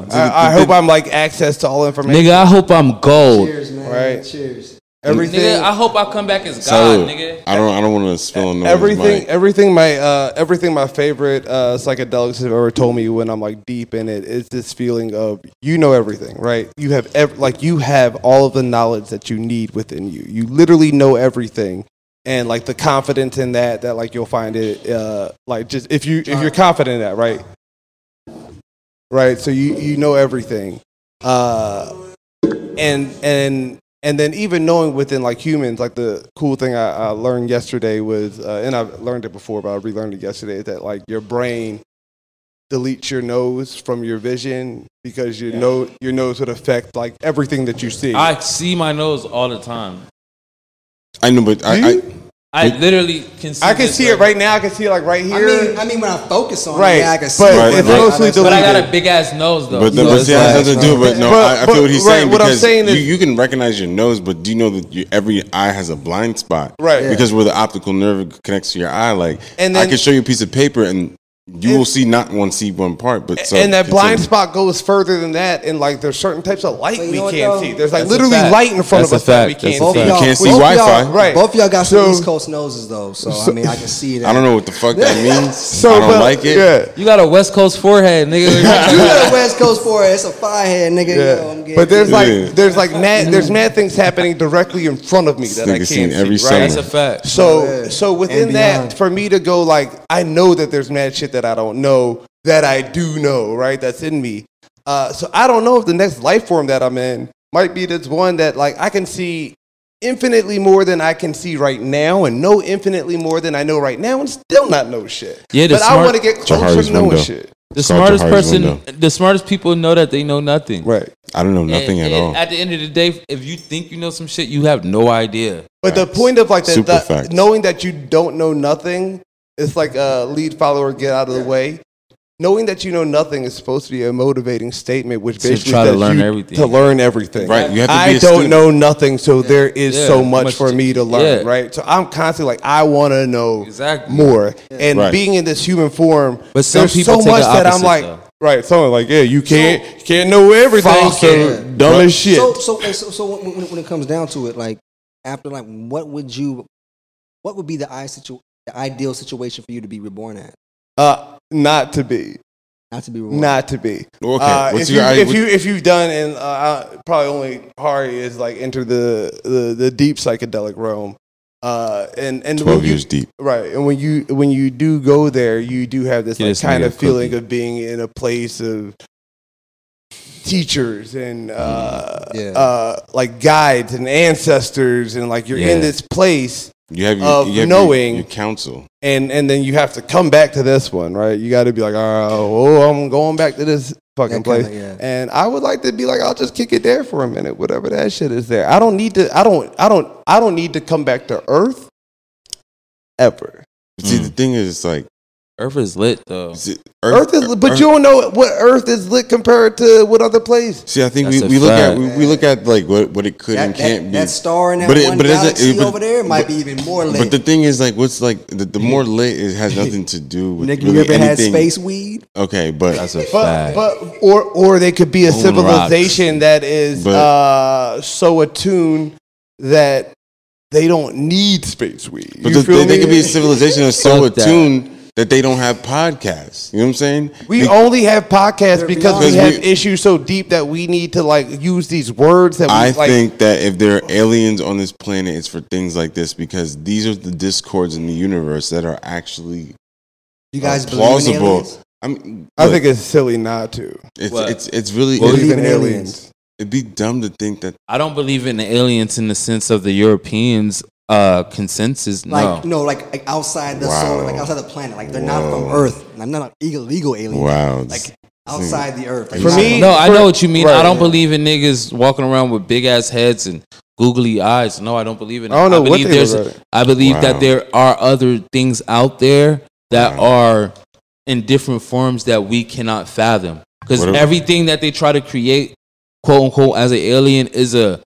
Speaker 4: that's.
Speaker 1: I, I hope I'm like access to all information.
Speaker 3: Nigga, I hope I'm gold.
Speaker 2: Cheers, man.
Speaker 1: Right.
Speaker 2: Cheers.
Speaker 1: everything,
Speaker 3: Nigga, I hope I come back as God,
Speaker 4: so,
Speaker 3: nigga.
Speaker 4: I don't. I don't want to spill on no
Speaker 1: everything,
Speaker 4: everything.
Speaker 1: everything. My uh, everything. My favorite uh, psychedelics have ever told me when I'm like deep in it is this feeling of you know everything, right? You have ev- like you have all of the knowledge that you need within you. You literally know everything, and like the confidence in that, that like you'll find it uh, like just if you if you're confident in that, right? Right. So you you know everything. Uh, and and and then even knowing within like humans, like the cool thing I, I learned yesterday was, uh, and I've learned it before, but I relearned it yesterday, is that like your brain deletes your nose from your vision because your nose your nose would affect like everything that you see.
Speaker 3: I see my nose all the time.
Speaker 4: I know, but
Speaker 1: Do
Speaker 4: I, I
Speaker 1: you?
Speaker 3: I literally can see
Speaker 1: I can
Speaker 3: this
Speaker 1: see it right now. I can see it like right
Speaker 2: I
Speaker 1: here.
Speaker 2: mean, I mean, when I focus on
Speaker 1: Right,
Speaker 2: it, yeah, I can see
Speaker 1: but
Speaker 2: it.
Speaker 4: it's
Speaker 2: Like,
Speaker 1: mostly
Speaker 2: I-
Speaker 1: the-
Speaker 3: But I
Speaker 1: deleted.
Speaker 3: got a big ass nose though.
Speaker 4: But, the,
Speaker 3: So
Speaker 4: but
Speaker 3: it's
Speaker 4: see, that has
Speaker 3: like-
Speaker 4: nothing to do. But no,
Speaker 1: But-
Speaker 4: I, I feel what he's
Speaker 1: but-
Speaker 4: saying
Speaker 1: right, what I'm
Speaker 4: because
Speaker 1: saying
Speaker 4: you,
Speaker 1: is-
Speaker 4: you can recognize your nose, but do you know that you, every eye has a blind spot?
Speaker 1: Right. Yeah.
Speaker 4: Because where the optical nerve connects to your eye, like
Speaker 1: And
Speaker 4: I
Speaker 1: then-
Speaker 4: can show you a piece of paper and you will see not one see one part, but so
Speaker 1: and that blind
Speaker 4: continue.
Speaker 1: spot goes further than that, and like there's certain types of light
Speaker 2: But you
Speaker 1: we
Speaker 2: know what,
Speaker 1: can't
Speaker 2: though?
Speaker 1: see. There's like
Speaker 3: That's a
Speaker 1: literally
Speaker 3: fact.
Speaker 1: light in front
Speaker 3: That's
Speaker 1: of
Speaker 3: a
Speaker 1: us that we
Speaker 3: fact. That's
Speaker 1: can't see.
Speaker 3: a
Speaker 2: Both of y'all,
Speaker 4: can't see
Speaker 2: both of y'all-
Speaker 4: Wi-Fi.
Speaker 1: Right.
Speaker 2: Both of y'all got
Speaker 1: So-
Speaker 2: some East Coast noses, though, so I mean, I can see that.
Speaker 4: I don't know what the fuck that means.
Speaker 1: So,
Speaker 4: I don't
Speaker 1: but-
Speaker 4: like it.
Speaker 1: Yeah.
Speaker 3: You got a West Coast forehead, nigga.
Speaker 2: You got a West Coast for it. It's a firehead, nigga.
Speaker 1: Yeah.
Speaker 2: Yo, I'm getting Mm.
Speaker 1: but there's like
Speaker 4: Yeah.
Speaker 1: there's like mad there's mad things happening directly in front of me that I
Speaker 4: nigga
Speaker 1: can't
Speaker 4: seen
Speaker 1: see.
Speaker 4: every
Speaker 1: right?
Speaker 3: That's a fact.
Speaker 1: So
Speaker 2: Oh, Yeah.
Speaker 1: so within
Speaker 2: And
Speaker 1: that,
Speaker 2: beyond.
Speaker 1: for me to go like I know that there's mad shit that I don't know that I do know, right? That's in me. Uh, so I don't know if the next life form that I'm in might be this one that like I can see infinitely more than I can see right now, and know infinitely more than I know right now, and still not know shit.
Speaker 3: Yeah, the
Speaker 1: but I
Speaker 3: smart-
Speaker 1: want to get closer
Speaker 4: Jahari's
Speaker 1: to knowing
Speaker 4: window.
Speaker 1: shit.
Speaker 3: The
Speaker 4: It's called
Speaker 3: smartest
Speaker 4: Jahari's
Speaker 3: person,
Speaker 4: window.
Speaker 3: the smartest people know that they know nothing.
Speaker 1: Right.
Speaker 4: I don't know nothing
Speaker 3: And-
Speaker 4: at
Speaker 3: and
Speaker 4: all.
Speaker 3: At the end of the day, if you think you know some shit, you have no idea.
Speaker 1: But the
Speaker 4: Facts.
Speaker 1: point of like the,
Speaker 4: Super
Speaker 1: the-
Speaker 4: facts.
Speaker 1: knowing that you don't know nothing, it's like a lead follower get out of the way. Knowing that you know nothing is supposed to be a motivating statement, which
Speaker 3: To
Speaker 1: basically
Speaker 3: try to
Speaker 1: says
Speaker 3: learn
Speaker 1: you-
Speaker 3: everything.
Speaker 1: To learn everything,
Speaker 4: Right, you have to
Speaker 1: I
Speaker 4: be a
Speaker 1: don't
Speaker 4: student.
Speaker 1: know nothing, so there is
Speaker 3: Yeah.
Speaker 1: so much,
Speaker 3: Much
Speaker 1: for
Speaker 3: to-
Speaker 1: me to learn.
Speaker 3: yeah.
Speaker 1: Right, so I'm constantly like, I want to know
Speaker 3: Exactly.
Speaker 1: more, and
Speaker 4: Right.
Speaker 1: being in this human form,
Speaker 3: But some
Speaker 1: there's
Speaker 3: people
Speaker 1: so
Speaker 3: take the
Speaker 1: much that I'm
Speaker 3: opposite,
Speaker 1: like,
Speaker 3: though.
Speaker 1: right, someone like, yeah, you can't can't know everything,
Speaker 3: Fuck
Speaker 1: so
Speaker 3: it.
Speaker 1: dumb as shit.
Speaker 2: So, so, and so, so when, when, when it comes down to it, like after, like, what would you, what would be the, I situ- the ideal situation for you to be reborn at?
Speaker 1: uh, not to be.
Speaker 2: Not to be reborn.
Speaker 1: Not to be.
Speaker 4: Okay,
Speaker 1: Uh,
Speaker 4: what's
Speaker 1: if,
Speaker 4: your-
Speaker 1: you, if
Speaker 4: what-
Speaker 1: you if you've done and uh, I- probably only Hari is like enter the the, the deep psychedelic realm. Uh, and and
Speaker 4: Twelve
Speaker 1: when you-
Speaker 4: years deep.
Speaker 1: right? And when you when you do go there, you do have this
Speaker 3: Yeah,
Speaker 1: like,
Speaker 3: it's
Speaker 1: kind
Speaker 3: made
Speaker 1: of
Speaker 3: of
Speaker 1: feeling
Speaker 3: cookie.
Speaker 1: of being in a place of teachers
Speaker 4: Mm,
Speaker 1: and uh,
Speaker 2: Yeah.
Speaker 1: uh, like guides and ancestors, and like you're in
Speaker 3: Yeah.
Speaker 1: this place
Speaker 4: You have your,
Speaker 1: Of
Speaker 4: you have your-
Speaker 1: knowing-
Speaker 4: your counsel.
Speaker 1: and and then you have to come back to this one, right? You got to be like, all right, oh, I'm going back to this fucking
Speaker 2: That
Speaker 1: place.
Speaker 2: kinda, yeah.
Speaker 1: And I would like to be like, I'll just kick it there for a minute, whatever that shit is there. I don't need to. I don't. I don't. I don't need to come back to Earth ever.
Speaker 4: But see,
Speaker 3: Mm.
Speaker 4: the thing is, it's like
Speaker 3: Earth is lit though.
Speaker 4: see,
Speaker 1: Earth, is, but
Speaker 4: Earth-
Speaker 1: you don't know what Earth is lit compared to what other place.
Speaker 4: See, I think
Speaker 3: That's
Speaker 4: we,
Speaker 3: a
Speaker 4: we look at
Speaker 3: fact.
Speaker 4: we, we look at like what, what it could
Speaker 2: That,
Speaker 4: and can't
Speaker 2: that,
Speaker 4: be.
Speaker 2: that star in that
Speaker 4: But it-
Speaker 2: one
Speaker 4: but it doesn't-
Speaker 2: galaxy
Speaker 4: it- but-
Speaker 2: over there might be even more lit.
Speaker 4: But the thing is, like, what's like the, the more lit it has nothing to do with
Speaker 2: Nigga,
Speaker 4: really
Speaker 2: you ever
Speaker 4: anything.
Speaker 2: had space weed?
Speaker 4: Okay, but
Speaker 3: That's a
Speaker 1: But,
Speaker 3: fact.
Speaker 1: but or or they could be a
Speaker 3: Moon
Speaker 1: civilization that is
Speaker 4: But-
Speaker 1: uh, so attuned that they don't need space weed.
Speaker 4: but
Speaker 1: You
Speaker 4: the,
Speaker 1: feel
Speaker 4: they, they
Speaker 1: me?
Speaker 4: could be a civilization that's so
Speaker 3: Fuck that.
Speaker 4: attuned that. they don't have podcasts. You know what I'm saying?
Speaker 1: We
Speaker 4: Be-
Speaker 1: only have podcasts
Speaker 2: They're
Speaker 1: because we
Speaker 4: beyond-
Speaker 1: have
Speaker 4: Because we-
Speaker 1: issues so deep that we need to like use these words that we
Speaker 4: I
Speaker 1: like.
Speaker 4: think that if there are aliens on this planet, it's for things like this because these are the discords in the universe that are actually
Speaker 2: You guys
Speaker 4: uh,
Speaker 2: believe in
Speaker 4: plausible.
Speaker 2: aliens?
Speaker 4: I mean,
Speaker 1: I
Speaker 4: look,
Speaker 1: think it's silly not to
Speaker 4: it's
Speaker 3: What?
Speaker 4: it's it's really
Speaker 2: Well,
Speaker 4: it'd,
Speaker 2: believe
Speaker 1: believe
Speaker 2: in
Speaker 1: in
Speaker 2: aliens.
Speaker 1: aliens.
Speaker 4: it'd be dumb to think that
Speaker 3: I don't believe in the aliens in the sense of the Europeans uh consensus. No.
Speaker 2: Like no, like, like outside the solar,
Speaker 4: Wow.
Speaker 2: like outside the planet. Like they're not
Speaker 4: Whoa.
Speaker 2: from Earth. Like, I'm not an illegal alien.
Speaker 4: wow.
Speaker 2: Like outside the Earth. Like,
Speaker 1: For
Speaker 2: not
Speaker 1: me-
Speaker 2: from-
Speaker 3: no, I know what you mean.
Speaker 1: Right,
Speaker 3: I don't
Speaker 1: yeah.
Speaker 3: believe in niggas walking around with big ass heads and googly eyes. No, I don't believe in.
Speaker 1: I don't know what
Speaker 3: believe
Speaker 1: they
Speaker 3: there's-
Speaker 1: look like.
Speaker 3: I believe
Speaker 4: Wow.
Speaker 3: that there are other things out there that
Speaker 4: Wow.
Speaker 3: are in different forms that we cannot fathom. Because
Speaker 4: What if-
Speaker 3: everything that they try to create, quote unquote, as an alien is a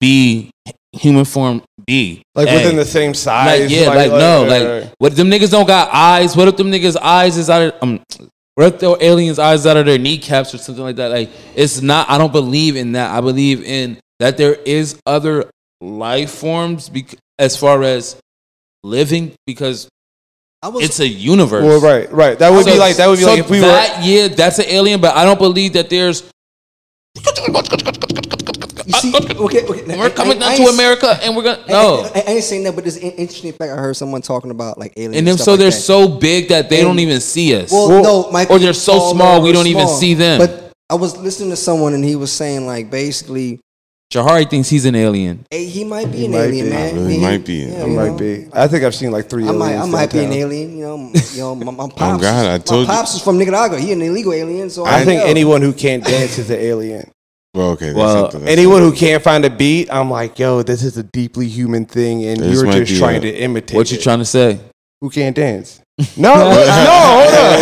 Speaker 3: B human form B.
Speaker 1: Like
Speaker 3: A.
Speaker 1: within the same size. uh,
Speaker 3: Like, yeah, like, no, like what if them niggas don't got eyes? What if them niggas eyes is out of um, what if the aliens eyes out of their kneecaps or something like that? Like it's not. I don't believe in that. I believe in that there is other life forms bec- as far as living because
Speaker 2: I was
Speaker 3: it's a universe.
Speaker 1: well, right, right. That would
Speaker 3: So-
Speaker 1: be like that would be
Speaker 3: so
Speaker 1: like if we were.
Speaker 3: that, yeah, that's an alien, but I don't believe that there's
Speaker 2: You see, okay, okay. now,
Speaker 3: we're
Speaker 2: I-
Speaker 3: coming
Speaker 2: I-
Speaker 3: down
Speaker 2: I
Speaker 3: to
Speaker 2: ain't-
Speaker 3: America and we're gonna
Speaker 2: I-
Speaker 3: no.
Speaker 2: I, I ain't saying that, but it's an interesting fact. I heard someone talking about like aliens.
Speaker 3: and them
Speaker 2: stuff
Speaker 3: so
Speaker 2: like
Speaker 3: they're
Speaker 2: that.
Speaker 3: so big that they
Speaker 2: And-
Speaker 3: don't even see us.
Speaker 2: Well,
Speaker 1: Well,
Speaker 2: no, my
Speaker 3: or they're so
Speaker 2: people
Speaker 3: small, we
Speaker 2: are
Speaker 3: don't even see them.
Speaker 2: But I was listening to someone, and he was saying like basically,
Speaker 3: Jahari thinks he's an alien.
Speaker 2: hey, he might be an
Speaker 1: might
Speaker 2: alien,
Speaker 1: be.
Speaker 2: man.
Speaker 4: I really
Speaker 2: He-
Speaker 4: might be. I
Speaker 2: you
Speaker 1: Might
Speaker 2: know.
Speaker 1: be. I think I've seen like three.
Speaker 2: I might, I
Speaker 1: aliens
Speaker 2: might be an
Speaker 1: downtown.
Speaker 2: alien, you know. You know, my, my pops.
Speaker 4: God, I told
Speaker 2: my
Speaker 4: you.
Speaker 2: pops is from Nicaragua. He an illegal alien, so
Speaker 1: I think
Speaker 2: know.
Speaker 1: anyone who can't dance is an alien.
Speaker 4: Well, okay. That's
Speaker 3: Well,
Speaker 4: not the- that's
Speaker 1: Anyone who can't find a beat, I'm like, yo, this is a deeply human thing, and
Speaker 4: This
Speaker 1: you're
Speaker 4: might
Speaker 1: just
Speaker 4: be
Speaker 1: trying
Speaker 4: a-
Speaker 1: to imitate.
Speaker 3: What you
Speaker 1: it.
Speaker 3: trying to say?
Speaker 1: who can't dance. No, no, hold on.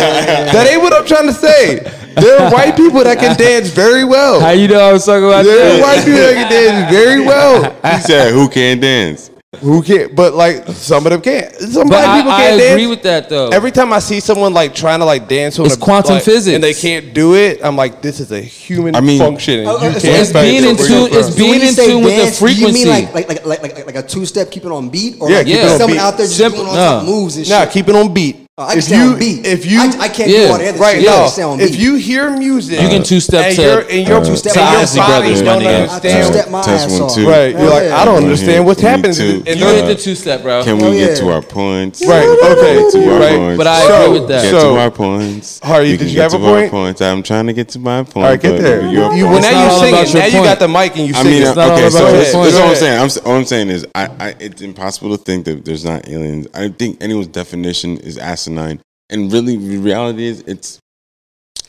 Speaker 1: That ain't what I'm trying to say. There are white people that can dance very
Speaker 3: How
Speaker 1: well.
Speaker 3: you know I was talking about
Speaker 1: There are
Speaker 3: that?
Speaker 1: white people that can dance very well.
Speaker 4: He said, "Who can dance?"
Speaker 1: Who can't? But like some of them can't. Some
Speaker 3: But
Speaker 1: black
Speaker 3: I,
Speaker 1: people
Speaker 3: I
Speaker 1: can't
Speaker 3: agree
Speaker 1: dance.
Speaker 3: with that though.
Speaker 1: Every time I see someone like trying to like dance on
Speaker 3: It's
Speaker 1: a,
Speaker 3: quantum
Speaker 1: like,
Speaker 3: physics.
Speaker 1: and they can't do it, I'm like, this is a human
Speaker 4: I mean-
Speaker 1: function. and
Speaker 2: Oh,
Speaker 1: you
Speaker 2: it's-
Speaker 1: can't
Speaker 3: it's
Speaker 1: find
Speaker 3: being
Speaker 1: it
Speaker 3: in
Speaker 1: where
Speaker 3: tune-
Speaker 1: you're
Speaker 3: it's
Speaker 1: from.
Speaker 2: So when
Speaker 3: being
Speaker 2: you
Speaker 3: in
Speaker 2: say
Speaker 3: tune with the
Speaker 2: dance, do You mean
Speaker 3: frequency.
Speaker 2: like like like like like, like a two step keeping on beat, or
Speaker 1: Yeah,
Speaker 2: like
Speaker 1: keep
Speaker 3: it on
Speaker 2: someone
Speaker 1: beat.
Speaker 2: out there just
Speaker 3: Simple-
Speaker 2: doing all type
Speaker 3: no.
Speaker 2: moves and
Speaker 1: Nah,
Speaker 2: shit?
Speaker 1: keep it on beat.
Speaker 2: Oh, I can
Speaker 1: if
Speaker 2: stay
Speaker 1: you,
Speaker 2: on beat.
Speaker 1: if you,
Speaker 2: I, I can't
Speaker 3: Yeah.
Speaker 2: do all the other
Speaker 1: right,
Speaker 2: shit. I
Speaker 1: no.
Speaker 2: can stay on
Speaker 1: If
Speaker 2: beat.
Speaker 1: you hear music,
Speaker 3: You can two step
Speaker 1: and
Speaker 3: to-
Speaker 1: your and your, and
Speaker 4: Uh,
Speaker 1: your
Speaker 2: to Isley
Speaker 1: bodies
Speaker 2: Brothers,
Speaker 3: my
Speaker 1: don't
Speaker 3: nigga.
Speaker 2: Two
Speaker 1: understand.
Speaker 2: step my
Speaker 4: Test
Speaker 2: ass
Speaker 4: one,
Speaker 2: off.
Speaker 4: two. Oh,
Speaker 1: Right, you're like
Speaker 2: yeah.
Speaker 1: I don't
Speaker 4: Me
Speaker 1: understand
Speaker 4: too.
Speaker 1: what's
Speaker 4: Me
Speaker 1: happening.
Speaker 4: too.
Speaker 1: And
Speaker 3: you
Speaker 1: they're-
Speaker 3: hit the two step, bro.
Speaker 4: Can
Speaker 2: Hell
Speaker 4: we get
Speaker 2: yeah.
Speaker 4: to our points?
Speaker 1: Right,
Speaker 4: Can we Get to
Speaker 1: okay,
Speaker 4: our
Speaker 1: right.
Speaker 4: points.
Speaker 3: But I
Speaker 1: So-
Speaker 3: agree with
Speaker 4: Get
Speaker 3: that.
Speaker 1: so-
Speaker 4: to our points.
Speaker 1: Hardy,
Speaker 4: We
Speaker 1: did
Speaker 4: can
Speaker 1: you
Speaker 4: get
Speaker 1: have a
Speaker 4: to our
Speaker 1: point?
Speaker 4: points. I'm trying to get to my point.
Speaker 1: All right, get
Speaker 4: but
Speaker 1: there.
Speaker 4: your
Speaker 1: You, well,
Speaker 4: points.
Speaker 1: now
Speaker 3: It's not all
Speaker 1: you
Speaker 3: about
Speaker 1: singing.
Speaker 3: your
Speaker 1: Now you got
Speaker 3: point.
Speaker 1: the mic and you
Speaker 4: I
Speaker 1: singing.
Speaker 4: mean, uh,
Speaker 3: It's not all
Speaker 4: okay.
Speaker 3: about
Speaker 4: So
Speaker 3: your
Speaker 4: that's
Speaker 3: points.
Speaker 4: what I'm
Speaker 1: Right.
Speaker 4: saying. I'm, s- all I'm saying is, I, I, it's impossible to think that there's not aliens. I think anyone's definition is asinine, and really, the reality is, it's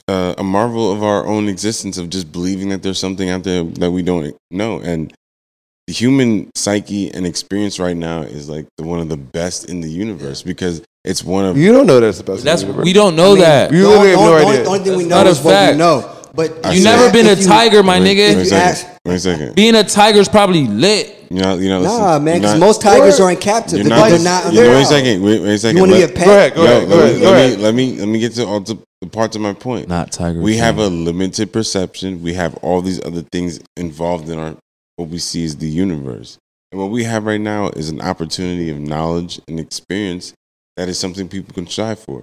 Speaker 4: uh, a marvel of our own existence of just believing that there's something out there that we don't know. And the human psyche and experience right now is like the, one of the best in the universe because it's one of
Speaker 1: you don't know that's about.
Speaker 3: That's we don't know that.
Speaker 1: You
Speaker 2: The
Speaker 1: literally
Speaker 2: only-
Speaker 1: have no
Speaker 2: only-
Speaker 1: idea.
Speaker 2: Only thing we
Speaker 3: not
Speaker 2: know
Speaker 3: a
Speaker 2: is what
Speaker 3: fact.
Speaker 2: we know. But
Speaker 4: I
Speaker 3: you
Speaker 4: said-
Speaker 3: never been a
Speaker 2: if you-
Speaker 3: tiger, my
Speaker 4: Wait-
Speaker 3: nigga.
Speaker 4: Wait a
Speaker 2: you ask-
Speaker 4: second. Wait a second.
Speaker 3: Being a tiger's probably lit.
Speaker 4: You're not. You're not
Speaker 2: Nah, man,
Speaker 4: listening. You're
Speaker 2: because
Speaker 4: not-
Speaker 2: most tigers
Speaker 1: Or-
Speaker 2: are in captive. They're
Speaker 4: You're not.
Speaker 2: not,
Speaker 1: Because
Speaker 4: listening.
Speaker 2: not.
Speaker 4: You know,
Speaker 2: they're
Speaker 4: Wait a
Speaker 2: out.
Speaker 4: second. Wait. Wait a second.
Speaker 2: You want to be a
Speaker 4: Let-
Speaker 2: pet?
Speaker 1: Go ahead, go
Speaker 4: No,
Speaker 1: ahead, go
Speaker 4: let,
Speaker 1: ahead,
Speaker 4: me,
Speaker 1: go
Speaker 4: let
Speaker 1: ahead.
Speaker 4: me let me let me get to all the, the parts of my point.
Speaker 3: Not tiger.
Speaker 4: we have a limited perception. We have all these other things involved in our what we see is the universe. And what we have right now is an opportunity of knowledge and experience that is something people can strive for.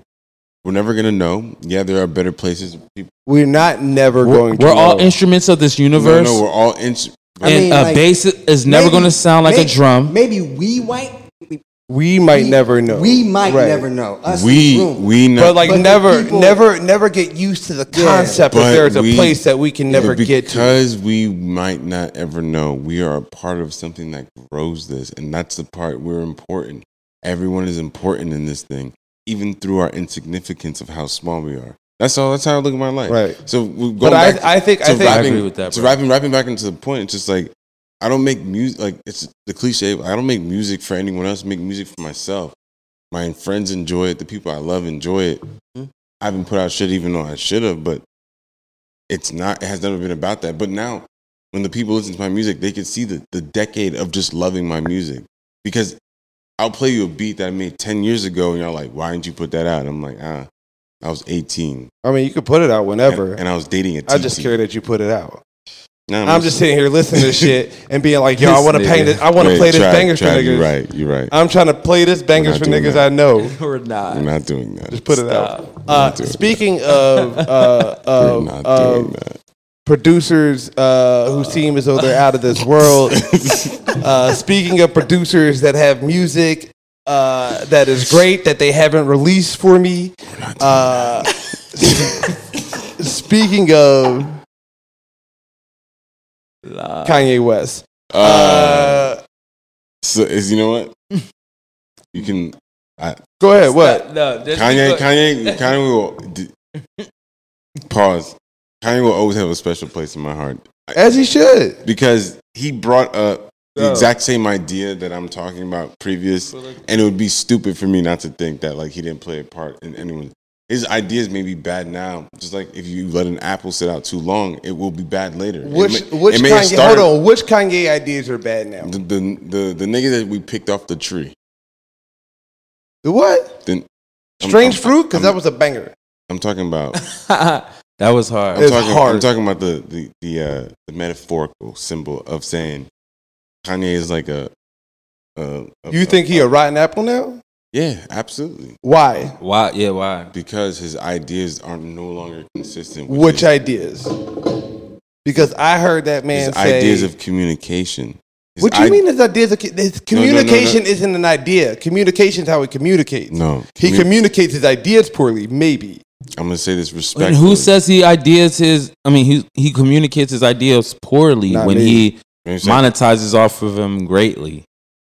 Speaker 4: We're never gonna know. Yeah, there are better places. People,
Speaker 1: We're not never
Speaker 3: We're,
Speaker 1: going. to
Speaker 3: we're all
Speaker 1: know.
Speaker 3: instruments of this
Speaker 4: no,
Speaker 3: universe,
Speaker 4: no, we're all in.
Speaker 2: I
Speaker 3: and
Speaker 2: mean,
Speaker 3: a
Speaker 2: like,
Speaker 3: bass is never
Speaker 2: Maybe-
Speaker 3: going to sound like
Speaker 2: may-
Speaker 3: a drum.
Speaker 2: Maybe we white.
Speaker 1: we might
Speaker 2: We-
Speaker 1: never know.
Speaker 2: We might
Speaker 1: Right.
Speaker 2: never know. Us in
Speaker 4: we
Speaker 2: the room.
Speaker 4: we know
Speaker 1: But like
Speaker 2: But the
Speaker 1: never,
Speaker 2: people-
Speaker 1: never, never get used to the
Speaker 2: Yeah.
Speaker 1: concept that
Speaker 4: But
Speaker 1: there's a
Speaker 4: we-
Speaker 1: place that we can never
Speaker 4: because
Speaker 1: get to.
Speaker 4: because we might not ever know. We are a part of something that grows this, and that's the part we're important. Everyone is important in this thing, even through our insignificance of how small we are. That's all. That's how I look at my life.
Speaker 1: Right.
Speaker 4: So we going
Speaker 1: But
Speaker 4: back
Speaker 1: I, I think, I
Speaker 4: to
Speaker 1: think,
Speaker 3: I
Speaker 4: rapping,
Speaker 3: agree with that,
Speaker 4: To
Speaker 3: bro.
Speaker 4: rapping, rapping back into the point, it's just like I don't make music. Like it's the cliche. But I don't make music for anyone else. I make music for myself. My friends enjoy it. The people I love enjoy it.
Speaker 3: Hmm.
Speaker 2: Mhm.
Speaker 4: I haven't put out shit even though I should have, but it's not. It has never been about that. But now, when the people listen to my music, they can see the the decade of just loving my music because. I'll play you a beat that I made 10 years ago, and you're like, why didn't you put that out? I'm like, ah, I was 18.
Speaker 1: I mean, you could put it out
Speaker 4: and-
Speaker 1: whenever.
Speaker 4: And, I was dating a
Speaker 1: I just
Speaker 4: TT.
Speaker 1: care that you put it out.
Speaker 4: Nah,
Speaker 1: I'm just sitting here listening to shit and being like, yo, I
Speaker 3: This
Speaker 1: want to
Speaker 3: nigga.
Speaker 1: paint this, I want to
Speaker 4: Wait,
Speaker 1: play this
Speaker 4: Trav,
Speaker 1: bangers for
Speaker 4: Trav,
Speaker 1: niggas.
Speaker 4: You're right. You're right.
Speaker 1: I'm trying to play this bangers
Speaker 4: not
Speaker 1: for
Speaker 4: doing
Speaker 1: niggas
Speaker 4: that.
Speaker 1: I know.
Speaker 3: or not.
Speaker 4: We're not doing that.
Speaker 1: Just put it out.
Speaker 3: Stop.
Speaker 1: Uh,
Speaker 4: doing that.
Speaker 1: speaking of uh,
Speaker 4: We're
Speaker 1: of,
Speaker 4: not
Speaker 1: of
Speaker 4: doing that.
Speaker 1: producers uh, who seem as though they're out of this world, uh, speaking of producers that have music uh, that is great that they haven't released for me. Uh, speaking of
Speaker 3: Nah.
Speaker 1: Kanye West,
Speaker 4: Uh,
Speaker 1: uh,
Speaker 4: so is you know what? You can
Speaker 1: go ahead. What?
Speaker 3: No, just
Speaker 4: Kanye.
Speaker 3: because-
Speaker 4: Kanye. Kanye will d- pause. Kanye will always have a special place in my heart
Speaker 1: As he should.
Speaker 4: because he brought up the
Speaker 1: Yeah.
Speaker 4: exact same idea that I'm talking about previous, and it would be stupid for me not to think that like he didn't play a part in anyone. His ideas may be bad now, just like if you let an apple sit out too long, it will be bad later. It
Speaker 1: Which
Speaker 4: may-
Speaker 1: which
Speaker 4: it may have
Speaker 1: Kanye?
Speaker 4: started-
Speaker 1: Hold on. Which Kanye ideas are bad now?
Speaker 4: The, the the the nigga that we picked off the tree.
Speaker 1: The what?
Speaker 4: Then I'm-
Speaker 1: Strange
Speaker 4: I'm-
Speaker 1: Fruit, because
Speaker 4: I'm-
Speaker 1: that was a banger.
Speaker 4: I'm talking about.
Speaker 3: that was hard.
Speaker 4: I'm
Speaker 1: It's
Speaker 4: talking,
Speaker 1: hard.
Speaker 4: I'm talking about the the the, uh, the metaphorical symbol of saying Kanye is like a. a, a
Speaker 1: You think he a rotten apple now?
Speaker 4: Yeah, absolutely.
Speaker 1: Why?
Speaker 3: Why? Yeah, why?
Speaker 4: Because his ideas are no longer consistent. With
Speaker 1: Which
Speaker 4: his,
Speaker 1: ideas? Because I heard that man
Speaker 4: his
Speaker 1: say.
Speaker 4: ideas of communication. His
Speaker 1: what do you
Speaker 4: i-
Speaker 1: mean his ideas? Of, his
Speaker 4: No, no, no, no.
Speaker 1: communication isn't an idea. Communication is how he communicates.
Speaker 4: No,
Speaker 1: He
Speaker 4: commu-
Speaker 1: communicates his ideas poorly, maybe.
Speaker 4: I'm gonna say this
Speaker 3: And
Speaker 4: respectfully.
Speaker 3: who says he ideas his? I mean, he he communicates his ideas poorly
Speaker 1: Not
Speaker 3: when
Speaker 1: me.
Speaker 3: he
Speaker 4: You know what I'm saying?
Speaker 3: monetizes off of them greatly.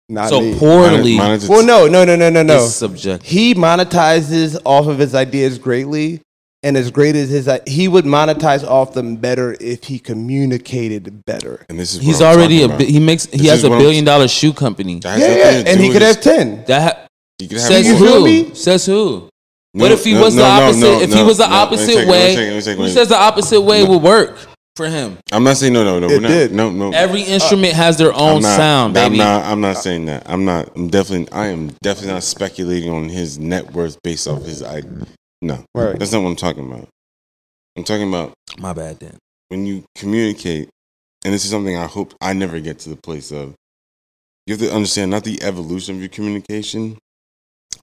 Speaker 1: Not
Speaker 3: so
Speaker 1: me.
Speaker 3: poorly
Speaker 4: Monet- monet-
Speaker 1: well, no, no, no, no, no, no.
Speaker 3: is subjective.
Speaker 1: He monetizes off of his ideas greatly, and as great as his, i- he would monetize off them better if he communicated better.
Speaker 4: and this is what
Speaker 3: He's
Speaker 4: I'm
Speaker 3: already
Speaker 4: talking
Speaker 3: a
Speaker 4: about.
Speaker 3: bi- he makes he
Speaker 4: This
Speaker 3: has
Speaker 4: is
Speaker 3: a
Speaker 4: what I'm-
Speaker 3: billion dollar shoe company.
Speaker 4: That has
Speaker 1: Yeah,
Speaker 4: nothing
Speaker 1: yeah,
Speaker 4: to
Speaker 1: and
Speaker 4: do
Speaker 1: he
Speaker 4: with
Speaker 1: could
Speaker 4: his-
Speaker 1: have ten.
Speaker 3: That ha-
Speaker 4: he could have
Speaker 3: says
Speaker 1: You
Speaker 4: more.
Speaker 1: feel
Speaker 3: who?
Speaker 1: me?
Speaker 3: Says who?
Speaker 4: No,
Speaker 3: what if he
Speaker 4: no,
Speaker 3: was the
Speaker 4: no, no,
Speaker 3: opposite?
Speaker 4: no,
Speaker 3: if
Speaker 4: no,
Speaker 3: he was the
Speaker 4: no, let me
Speaker 3: opposite
Speaker 4: take it, let me
Speaker 3: way,
Speaker 4: take it, let me take it,
Speaker 3: who
Speaker 4: let me-
Speaker 3: says the opposite way would work for him?
Speaker 4: I'm not saying no, no, no.
Speaker 1: It
Speaker 4: We're not,
Speaker 1: did.
Speaker 4: No, no.
Speaker 3: Every instrument has their own
Speaker 4: I'm not,
Speaker 3: sound,
Speaker 4: I'm
Speaker 3: baby.
Speaker 4: not. I'm not saying that. I'm not. I'm definitely. I am definitely not speculating on his net worth based off his. I no.
Speaker 1: Right.
Speaker 4: That's not what I'm talking about. I'm talking about
Speaker 3: My bad, then.
Speaker 4: when you communicate, and this is something I hope I never get to the place of. You have to understand not the evolution of your communication,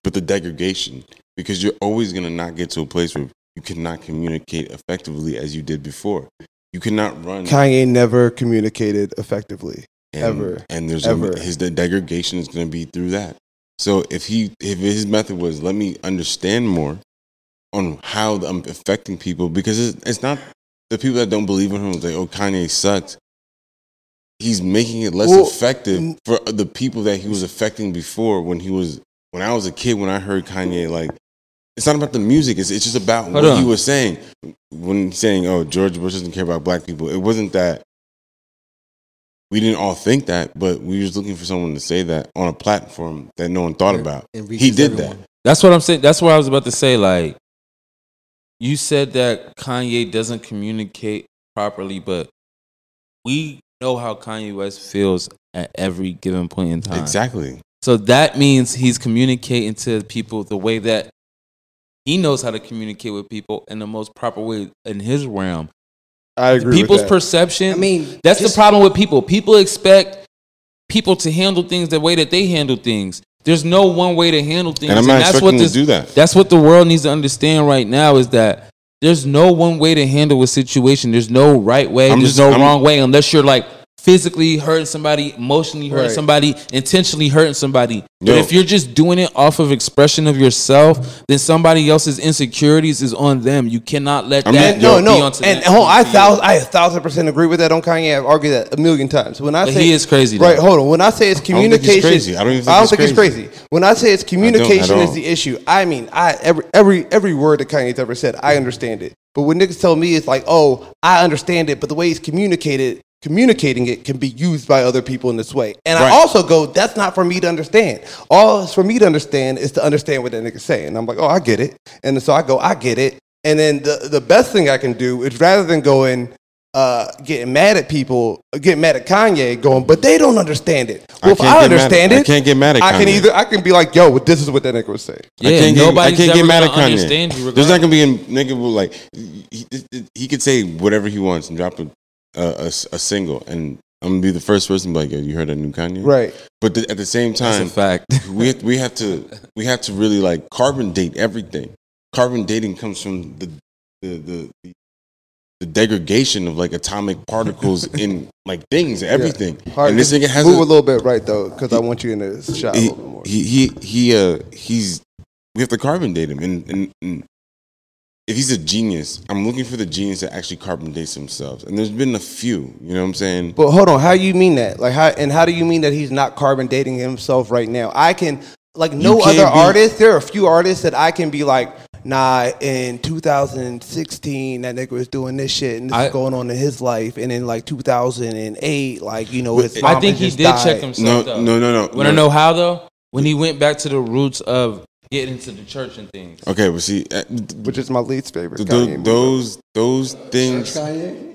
Speaker 4: but the degradation, because you're always going to not get to a place where you cannot communicate effectively as you did before. You cannot run
Speaker 1: Kanye never communicated effectively.
Speaker 4: and,
Speaker 1: Ever.
Speaker 4: And there's
Speaker 1: Ever.
Speaker 4: his the degradation is going to be through that. So if he if his method was let me understand more on how I'm affecting people because it's, it's not the people that don't believe in him like oh Kanye sucks. He's making it less
Speaker 1: Well,
Speaker 4: effective
Speaker 1: n-
Speaker 4: for the people that he was affecting before when he was when I was a kid when I heard Kanye like it's not about the music it's it's just about what
Speaker 3: on.
Speaker 4: he was saying when saying oh George Bush doesn't care about black people it wasn't that we didn't all think that, but we was looking for someone to say that on a platform that no one thought about.
Speaker 2: And
Speaker 4: He
Speaker 2: reaches
Speaker 4: did
Speaker 2: everyone.
Speaker 4: that.
Speaker 3: That's what I'm saying. That's what I was about to say. Like, you said that Kanye doesn't communicate properly, but we know how Kanye West feels at every given point in time.
Speaker 4: Exactly.
Speaker 3: So that means he's communicating to people the way that he knows how to communicate with people in the most proper way in his realm.
Speaker 1: I agree.
Speaker 3: People's
Speaker 1: with that.
Speaker 3: perception.
Speaker 2: I mean,
Speaker 3: That's
Speaker 2: just-
Speaker 3: the problem with people. People expect people to handle things the way that they handle things. There's no one way to handle things,
Speaker 4: And I'm not
Speaker 3: that's
Speaker 4: expecting
Speaker 3: what
Speaker 4: him
Speaker 3: this,
Speaker 4: to do that.
Speaker 3: That's what the world needs to understand right now is that there's no one way to handle a situation. There's no right way.
Speaker 4: I'm
Speaker 3: there's
Speaker 4: just-
Speaker 3: no
Speaker 4: I'm-
Speaker 3: wrong way unless you're like physically hurting somebody, emotionally hurting
Speaker 1: Right.
Speaker 3: somebody, intentionally hurting somebody. But
Speaker 4: Yo.
Speaker 3: if you're just doing it off of expression of yourself, then somebody else's insecurities is on them. You cannot let
Speaker 4: I mean,
Speaker 3: that
Speaker 4: And
Speaker 3: guilt
Speaker 4: yo,
Speaker 1: No,
Speaker 3: be
Speaker 1: no,
Speaker 3: onto
Speaker 1: and
Speaker 3: them.
Speaker 1: hold, I thousand, I a thousand percent agree with that on Kanye. I've argued that a million times. When I
Speaker 3: But
Speaker 1: say
Speaker 3: he is crazy, though.
Speaker 1: right? Hold on. When I say it's
Speaker 4: don't think he's
Speaker 1: communication,
Speaker 4: crazy. I don't even think he's crazy.
Speaker 1: When I say it's
Speaker 4: at
Speaker 1: communication is
Speaker 4: all.
Speaker 1: the issue. I mean, I every every every word that Kanye's ever said, I understand it. But when niggas tell me it's like, oh, I understand it, but the way he's communicated, communicating it can be used by other people in this way. And I
Speaker 4: Right.
Speaker 1: also go, that's not for me to understand. All it's for me to understand is to understand what that nigga's saying. I'm like, oh, I get it. And so I go, I get it. And then the, the best thing I can do is rather than going, uh, getting mad at people, getting mad at Kanye, going, but they don't understand it.
Speaker 4: I
Speaker 1: Well, if
Speaker 4: can't
Speaker 1: I
Speaker 4: get mad at-
Speaker 1: understand
Speaker 4: I
Speaker 1: it,
Speaker 4: can't get mad at
Speaker 1: I can
Speaker 4: Kanye.
Speaker 1: either I can be like, yo, this is what that nigga would say.
Speaker 4: I can't get, I
Speaker 3: nobody's
Speaker 4: can't get
Speaker 3: ever
Speaker 4: mad at
Speaker 3: gonna
Speaker 4: Kanye.
Speaker 3: understand you
Speaker 4: There's not
Speaker 3: regardless.
Speaker 4: gonna be a nigga who like he, he, he could say whatever he wants and drop a, a, a s- a single, and I'm gonna be the first person to be like, "Yo, you heard that new Kanye?"
Speaker 1: Right.
Speaker 4: But th- at the same time,
Speaker 3: That's a fact.
Speaker 4: we have, we have to we have to really like carbon date everything. Carbon dating comes from the the the, the, the degradation of like atomic particles in like things, everything. And this nigga has
Speaker 1: move a,
Speaker 4: a,
Speaker 1: little bit right though, because I want you in the shot a
Speaker 4: he,
Speaker 1: little bit more.
Speaker 4: he he he uh he's we have to carbon date him and, and, and if he's a genius, I'm looking for the genius that actually carbon dates themselves. And there's been a few, you know what I'm saying?
Speaker 1: But hold on, how you mean that? Like how and how do you mean that he's not carbon dating himself right now? I can like no
Speaker 4: can't
Speaker 1: other
Speaker 4: be-
Speaker 1: artist, there are a few artists that I can be like, nah, in 2016 that nigga was doing this shit and this
Speaker 3: I-
Speaker 1: is going on in his life and in like 2008 like you know
Speaker 4: But
Speaker 1: his
Speaker 4: I
Speaker 1: mama
Speaker 3: I think he
Speaker 1: just
Speaker 3: did
Speaker 1: died.
Speaker 3: check himself.
Speaker 4: no,
Speaker 3: though.
Speaker 4: no, no, no.
Speaker 3: Want to know how though? When he went back to the roots of getting to the church and things.
Speaker 4: Okay, but see, uh, th- th-
Speaker 1: which is my least favorite
Speaker 4: th-
Speaker 1: Kanye movie.
Speaker 4: those those things
Speaker 2: Kanye?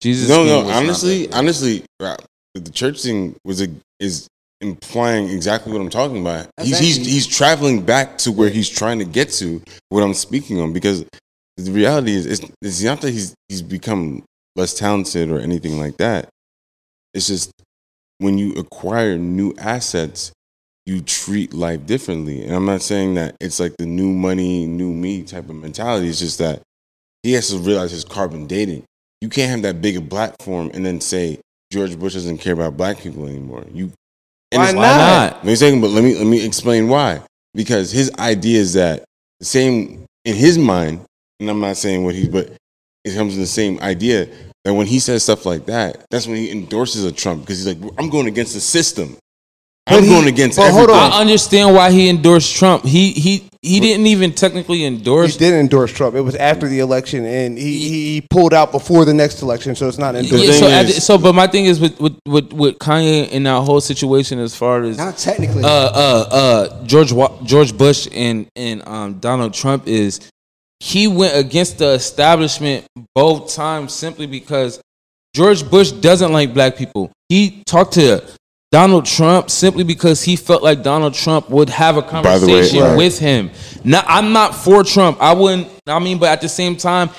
Speaker 3: Jesus.
Speaker 4: No,
Speaker 3: King
Speaker 4: no.
Speaker 3: was not
Speaker 4: Honestly,
Speaker 3: that.
Speaker 4: honestly, uh, the church thing was a, is implying exactly what I'm talking about.
Speaker 2: That's
Speaker 4: He's, he's
Speaker 2: actually-
Speaker 4: he's traveling back to where he's trying to get to. What I'm speaking on because the reality is it's, it's not that he's he's become less talented or anything like that. It's just when you acquire new assets, you treat life differently. And I'm not saying that it's like the new money, new me type of mentality. It's just that he has to realize his carbon dating. You can't have that big a platform and then say George Bush doesn't care about black people anymore. You and
Speaker 1: Why
Speaker 4: it's-
Speaker 3: Why
Speaker 1: not?
Speaker 3: not?
Speaker 4: Let me second, but let me let me explain why. Because his idea is that the same in his mind, and I'm not saying what he, but it comes to the same idea that when he says stuff like that, that's when he endorses a Trump because he's like, I'm going against the system. I'm
Speaker 1: But he-
Speaker 4: going against.
Speaker 1: but hold
Speaker 4: everything.
Speaker 1: on.
Speaker 3: I understand why he endorsed Trump. He he he didn't even technically
Speaker 1: He
Speaker 3: endorse.
Speaker 1: did endorse Trump. It was after the election, and he, he he pulled out before the next election, so it's not endorsed.
Speaker 3: Yeah, so,
Speaker 4: thing
Speaker 3: at the-
Speaker 4: is-
Speaker 3: so, but my thing is with with with, with Kanye and that whole situation as far as
Speaker 2: Not technically.
Speaker 3: uh, uh, uh, George Wa- George Bush and and um, Donald Trump is he went against the establishment both times simply because George Bush doesn't like black people. He talked to Donald Trump simply because he felt like Donald Trump would have a
Speaker 4: By the way,
Speaker 3: conversation
Speaker 4: right.
Speaker 3: with him. Now I'm not for Trump. I wouldn't. I mean, but at the same time,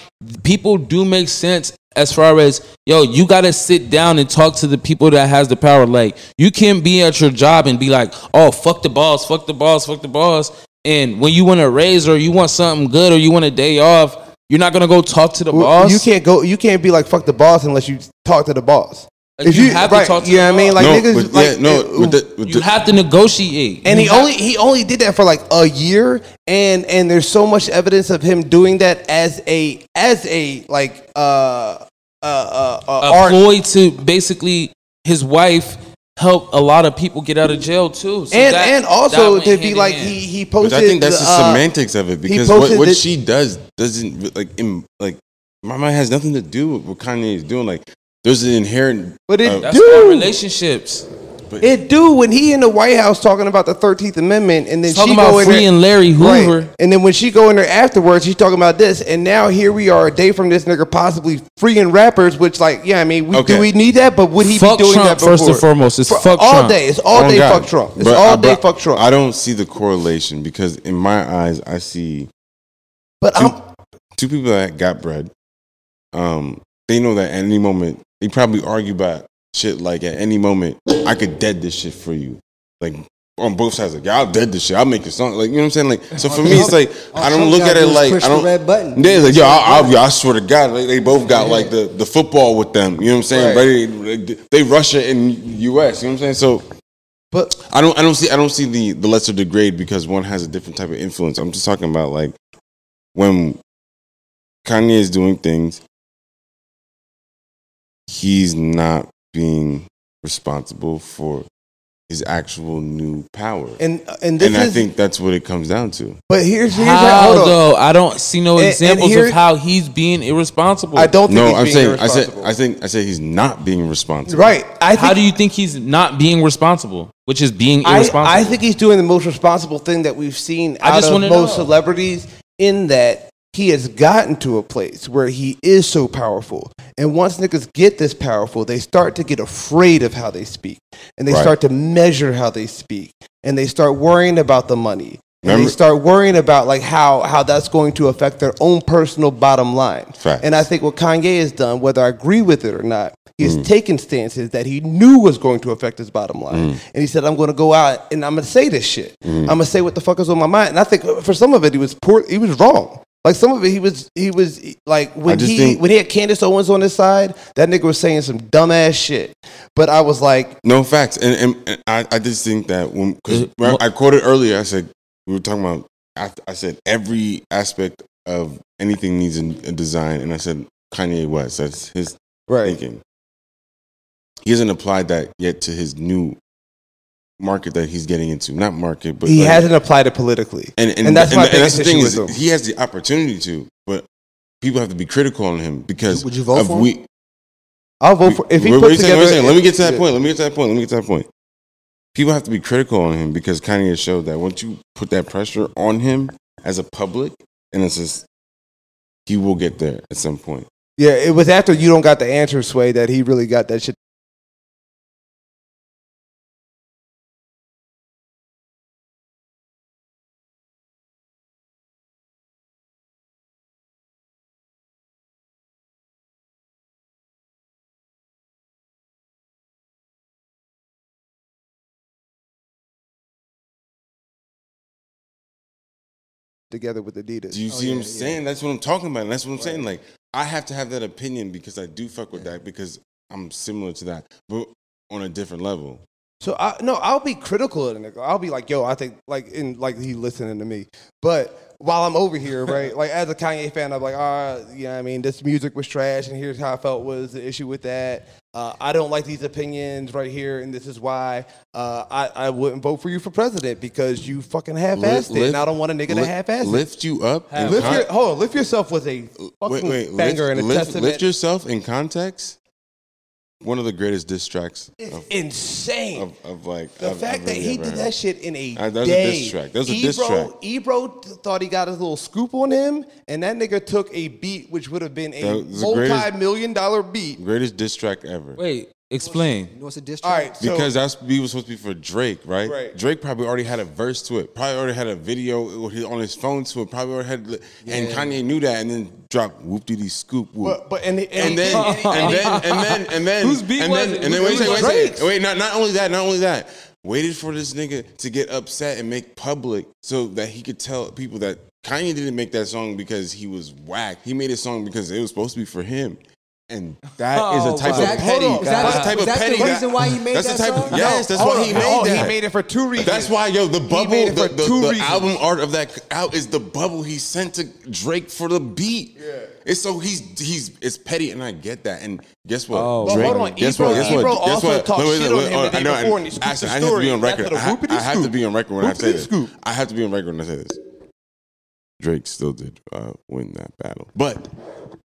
Speaker 3: people do make sense as far as yo. You gotta sit down and talk to the people that has the power. Like you can't be at your job and be like, oh fuck the boss, fuck the boss, fuck the boss. And when you want a raise or you want something good or you want a day off, you're not gonna go talk to the
Speaker 1: Well,
Speaker 3: boss.
Speaker 1: You can't go. You can't be like fuck the boss unless you talk to the boss.
Speaker 3: Like, you have to talk to
Speaker 1: you
Speaker 3: the
Speaker 1: know what I mean?
Speaker 3: boss.
Speaker 1: Like
Speaker 4: no,
Speaker 1: niggas,
Speaker 4: but,
Speaker 1: like
Speaker 4: yeah, no.
Speaker 1: uh,
Speaker 4: with the- with
Speaker 3: You
Speaker 4: the-
Speaker 3: have to negotiate.
Speaker 1: and he
Speaker 3: You have-
Speaker 1: only he only did that for like a year, and and there's so much evidence of him doing that as a as a like uh uh uh, uh
Speaker 3: a
Speaker 1: art
Speaker 3: ploy to basically his wife help a lot of people get out of jail too. So
Speaker 1: and
Speaker 3: that-
Speaker 1: and
Speaker 3: that
Speaker 1: also
Speaker 3: went
Speaker 1: to
Speaker 3: hand
Speaker 1: be
Speaker 3: in
Speaker 1: like
Speaker 3: hand.
Speaker 1: he he
Speaker 4: But
Speaker 1: posted.
Speaker 4: I think that's the,
Speaker 1: uh,
Speaker 4: semantics of it
Speaker 1: he
Speaker 4: because what,
Speaker 1: posted
Speaker 4: what
Speaker 1: that-
Speaker 4: she does doesn't re- like Im, like my mind has nothing to do with what Kanye is doing. Like there's an inherent
Speaker 1: But it
Speaker 4: uh,
Speaker 3: that's all
Speaker 1: Dude.
Speaker 3: relationships.
Speaker 1: It do when he in the White House talking about the Thirteenth Amendment, and then
Speaker 3: Talking
Speaker 1: she
Speaker 3: about
Speaker 1: go in
Speaker 3: Free
Speaker 1: there-
Speaker 3: and Larry
Speaker 1: Right.
Speaker 3: Hoover.
Speaker 1: and then when she go in there afterwards, she's talking about this, and now here we are a day from this nigga possibly freeing rappers, which like yeah, I mean, we,
Speaker 4: Okay.
Speaker 1: do we need that? But would he
Speaker 3: Fuck
Speaker 1: be doing
Speaker 3: Trump,
Speaker 1: that before?
Speaker 3: first and foremost. It's
Speaker 1: For-
Speaker 3: fuck
Speaker 1: all
Speaker 3: Trump.
Speaker 1: day. It's all
Speaker 4: Oh,
Speaker 1: day.
Speaker 4: God.
Speaker 1: Fuck Trump. It's
Speaker 4: But
Speaker 1: all
Speaker 4: I-
Speaker 1: day.
Speaker 4: but
Speaker 1: Fuck Trump.
Speaker 4: I don't see the correlation because in my eyes I see
Speaker 1: but
Speaker 4: two,
Speaker 1: I'm
Speaker 4: two people that got bread. Um, they know that at any moment they probably argue about shit like at any moment I could dead this shit for you. Like on both sides. Like, y'all did this shit. I'll make a song. Like, you know what I'm saying? Like, so for me, it's like I don't look at it like
Speaker 2: Push
Speaker 4: I don't.
Speaker 2: the red button.
Speaker 4: Yeah, it's like yo, I, I, I swear to God, like, they both got like the, the football with them. You know what I'm saying?
Speaker 2: Right.
Speaker 4: Ready, like, they Russia and U.S. You know what I'm saying? So
Speaker 1: But
Speaker 4: I don't I don't see I don't see the the lesser degrade because one has a different type of influence. I'm just talking about like when Kanye is doing things, he's not being responsible for his actual new power. And,
Speaker 1: and and this
Speaker 4: I
Speaker 1: is
Speaker 4: think that's what it comes down to.
Speaker 1: but here's here's that,
Speaker 3: How
Speaker 1: hold on.
Speaker 3: though? I don't see no
Speaker 1: And- and
Speaker 3: examples
Speaker 1: here-
Speaker 3: of how he's being irresponsible.
Speaker 1: I don't think
Speaker 4: No,
Speaker 1: he's
Speaker 4: I'm
Speaker 1: being
Speaker 4: saying I said
Speaker 1: irresponsible.
Speaker 4: I think I said he's not being responsible.
Speaker 1: right. I think
Speaker 3: How do you think he's not being responsible? Which is being
Speaker 1: I,
Speaker 3: irresponsible.
Speaker 1: I think he's doing the most responsible thing that we've seen
Speaker 3: I
Speaker 1: out
Speaker 3: just
Speaker 1: of
Speaker 3: wanna
Speaker 1: most
Speaker 3: know.
Speaker 1: celebrities in that he has gotten to a place where he is so powerful. And once niggas get this powerful, they start to get afraid of how they speak. And they
Speaker 4: Right.
Speaker 1: start to measure how they speak. And they start worrying about the money. And
Speaker 4: Remember-
Speaker 1: they start worrying about like how, how that's going to affect their own personal bottom line.
Speaker 4: Facts.
Speaker 1: And I think what Kanye has done, whether I agree with it or not, he
Speaker 4: Mm.
Speaker 1: has taken stances that he knew was going to affect his bottom
Speaker 4: Mm.
Speaker 1: line. And he said, I'm going to go out and I'm going to say this shit. I'm going to say what the fuck is on my mind. And I think uh, for some of it, he was poor, he was wrong. Like some of it, he was, he was e- like when
Speaker 4: just
Speaker 1: he
Speaker 4: think-
Speaker 1: when he had Candace Owens on his side, that nigga was saying some dumbass shit. But I was like,
Speaker 4: No facts, and, and, and I, I just think that when cause
Speaker 3: Uh, mo-
Speaker 4: remember, I quoted earlier, I said we were talking about. I, I said every aspect of anything needs a, a design, and I said Kanye West. That's his thinking. He hasn't applied that yet to his new market that he's getting into. Not market, but
Speaker 1: he
Speaker 4: like-
Speaker 1: hasn't applied it politically.
Speaker 4: and and,
Speaker 1: And that's
Speaker 4: and,
Speaker 1: my
Speaker 4: and
Speaker 1: biggest
Speaker 4: that's the thing
Speaker 1: issue
Speaker 4: is
Speaker 1: with him.
Speaker 4: he has the opportunity to, but people have to be critical on him because
Speaker 2: Would you vote
Speaker 4: of
Speaker 2: for him?
Speaker 4: we.
Speaker 1: I'll vote for if he
Speaker 4: Wait,
Speaker 1: put
Speaker 4: wait a second,
Speaker 1: together.
Speaker 4: wait a second. Let me get to that
Speaker 1: Yeah.
Speaker 4: point. Let me get to that point. Let me get to that point. People have to be critical on him because Kanye has showed that once you put that pressure on him as a public, and it's just he will get there at some point.
Speaker 1: Yeah, it was after you don't got the answer, Sway, that he really got that shit. Together with Adidas.
Speaker 4: Do you see what I'm saying? That's what I'm talking about. And that's what I'm saying. Like I have to have that opinion because I do fuck with that because I'm similar to that, but on a different level.
Speaker 1: So I no, I'll be critical of the nigga. I'll be like, yo, I think like in like he listening to me. But while I'm over here, right, like as a Kanye fan, I'm like, ah, you know what I mean, this music was trash and here's how I felt was the issue with that. Uh, I don't like these opinions right here, and this is why uh, I, I wouldn't vote for you for president because you fucking half assed it. and I don't want a nigga to
Speaker 4: lift-
Speaker 1: half ass it.
Speaker 4: Lift you up. and
Speaker 1: Lift
Speaker 4: con-
Speaker 1: your hold on, lift yourself was a fucking banger and a
Speaker 4: lift,
Speaker 1: testament.
Speaker 4: lift yourself in context. One of the greatest diss tracks
Speaker 1: it's
Speaker 4: of,
Speaker 1: insane.
Speaker 4: of, of like
Speaker 1: The
Speaker 4: I've-
Speaker 1: fact
Speaker 4: I've
Speaker 1: that
Speaker 4: really
Speaker 1: he
Speaker 4: ever
Speaker 1: did
Speaker 4: heard.
Speaker 1: that shit in a
Speaker 4: Uh, that was a
Speaker 1: day.
Speaker 4: diss track. That was a diss
Speaker 1: Ebro, Ebro th- thought he got his little scoop on him, and that nigga took a beat which would have been a
Speaker 4: That was the greatest-
Speaker 1: multi-million dollar beat.
Speaker 4: greatest diss track ever.
Speaker 3: Wait,
Speaker 2: You
Speaker 3: explain.
Speaker 2: know what's a diss
Speaker 1: All
Speaker 2: track?
Speaker 1: right, so
Speaker 4: Because that's we was supposed to be for Drake, right?
Speaker 1: Right.
Speaker 4: Drake probably already had a verse to it. Probably already had a video with his- on his phone to it. Probably already had, and Kanye knew that, and then dropped whoop diddy scoop whoop.
Speaker 1: but, but and, and,
Speaker 4: and then and then and then and then
Speaker 3: Whose beat
Speaker 4: and
Speaker 3: was
Speaker 4: then,
Speaker 3: it?
Speaker 4: and then wait a
Speaker 3: Whose beat
Speaker 4: second, wait a
Speaker 3: was it?
Speaker 4: second. Wait, not not only that, not only that. Waited for this nigga to get upset and make public so that he could tell people that Kanye didn't make that song because he was whack. He made a song because it was supposed to be for him. And that is
Speaker 3: Oh,
Speaker 4: a type
Speaker 3: wow.
Speaker 4: of petty.
Speaker 2: Hold on. Is that-
Speaker 4: that's a type
Speaker 2: was
Speaker 4: of
Speaker 2: that the
Speaker 4: petty.
Speaker 2: reason why he made
Speaker 4: that's
Speaker 2: that
Speaker 4: the type
Speaker 2: song?
Speaker 4: Of, yes, that's why he made that.
Speaker 1: He made it for two reasons.
Speaker 4: That's why, yo, the bubble,
Speaker 1: made it
Speaker 4: the,
Speaker 1: for
Speaker 4: the-
Speaker 1: two
Speaker 4: the
Speaker 1: reasons.
Speaker 4: album art of that c- out is the bubble he sent to Drake for the beat. Yeah. It's so he's he's it's petty, and I get that. And guess what?
Speaker 3: Oh,
Speaker 1: But
Speaker 3: Drake,
Speaker 1: hold on,
Speaker 4: Guess
Speaker 1: Ebro,
Speaker 4: what? Guess what?
Speaker 1: Ebro
Speaker 4: guess
Speaker 1: also
Speaker 4: what?
Speaker 1: talked
Speaker 4: Wait, wait,
Speaker 1: shit on
Speaker 4: wait,
Speaker 1: him
Speaker 4: wait,
Speaker 1: the day
Speaker 4: I know, and
Speaker 1: before, and he scooped
Speaker 4: Ashton,
Speaker 1: the
Speaker 4: I have to
Speaker 1: story.
Speaker 4: be on
Speaker 1: That's
Speaker 4: record.
Speaker 1: a
Speaker 4: I, ha-
Speaker 1: whoopity
Speaker 4: I have to be on record when I say
Speaker 1: Whoopity
Speaker 4: this.
Speaker 1: scoop.
Speaker 4: I have to be on record when I say this. Drake still did uh, win that battle, but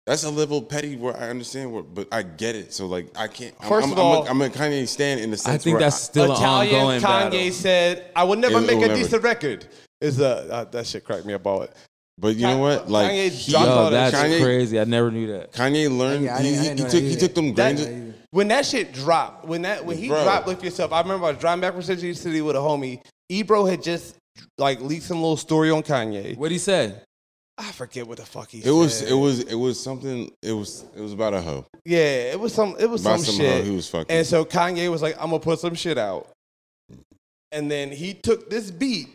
Speaker 4: that's a level petty where I understand where, but I get it. So like, I can't. I'm-
Speaker 1: First
Speaker 4: I'm,
Speaker 1: of all-
Speaker 4: I'm a, I'm a Kanye stand in the sense.
Speaker 3: I think
Speaker 4: where
Speaker 3: that's still an
Speaker 1: Italian
Speaker 3: ongoing
Speaker 1: Kanye
Speaker 3: battle.
Speaker 1: said, "I will never
Speaker 4: It-
Speaker 1: make
Speaker 4: it
Speaker 1: a
Speaker 4: will never-
Speaker 1: decent record." Is uh, uh that shit cracked me up all it.
Speaker 4: But you know what? Like
Speaker 1: Kanye
Speaker 4: he-
Speaker 1: dropped
Speaker 3: Yo,
Speaker 1: all that
Speaker 3: that's
Speaker 1: shit.
Speaker 4: Kanye-
Speaker 3: crazy. I never knew that.
Speaker 4: Kanye learned.
Speaker 2: Yeah, I
Speaker 4: he,
Speaker 2: didn't- I
Speaker 4: he-
Speaker 2: didn't know
Speaker 4: he took
Speaker 2: that
Speaker 4: he
Speaker 2: either.
Speaker 4: took them
Speaker 1: That-
Speaker 4: grains.
Speaker 1: when that shit dropped, when that when he
Speaker 4: Bro.
Speaker 1: dropped Lift Yourself, I remember I was driving back from Century City with a homie. Ebro had just like leaked some little story on Kanye.
Speaker 3: What would he say?
Speaker 1: I forget what the fuck he
Speaker 4: It was
Speaker 1: said.
Speaker 4: it was it was something. It was it was about a hoe.
Speaker 1: yeah, it was some it was
Speaker 4: About
Speaker 1: some
Speaker 4: some hoe
Speaker 1: shit.
Speaker 4: he was fucking.
Speaker 1: and so Kanye was like, "I'm gonna put some shit out." and then he took this beat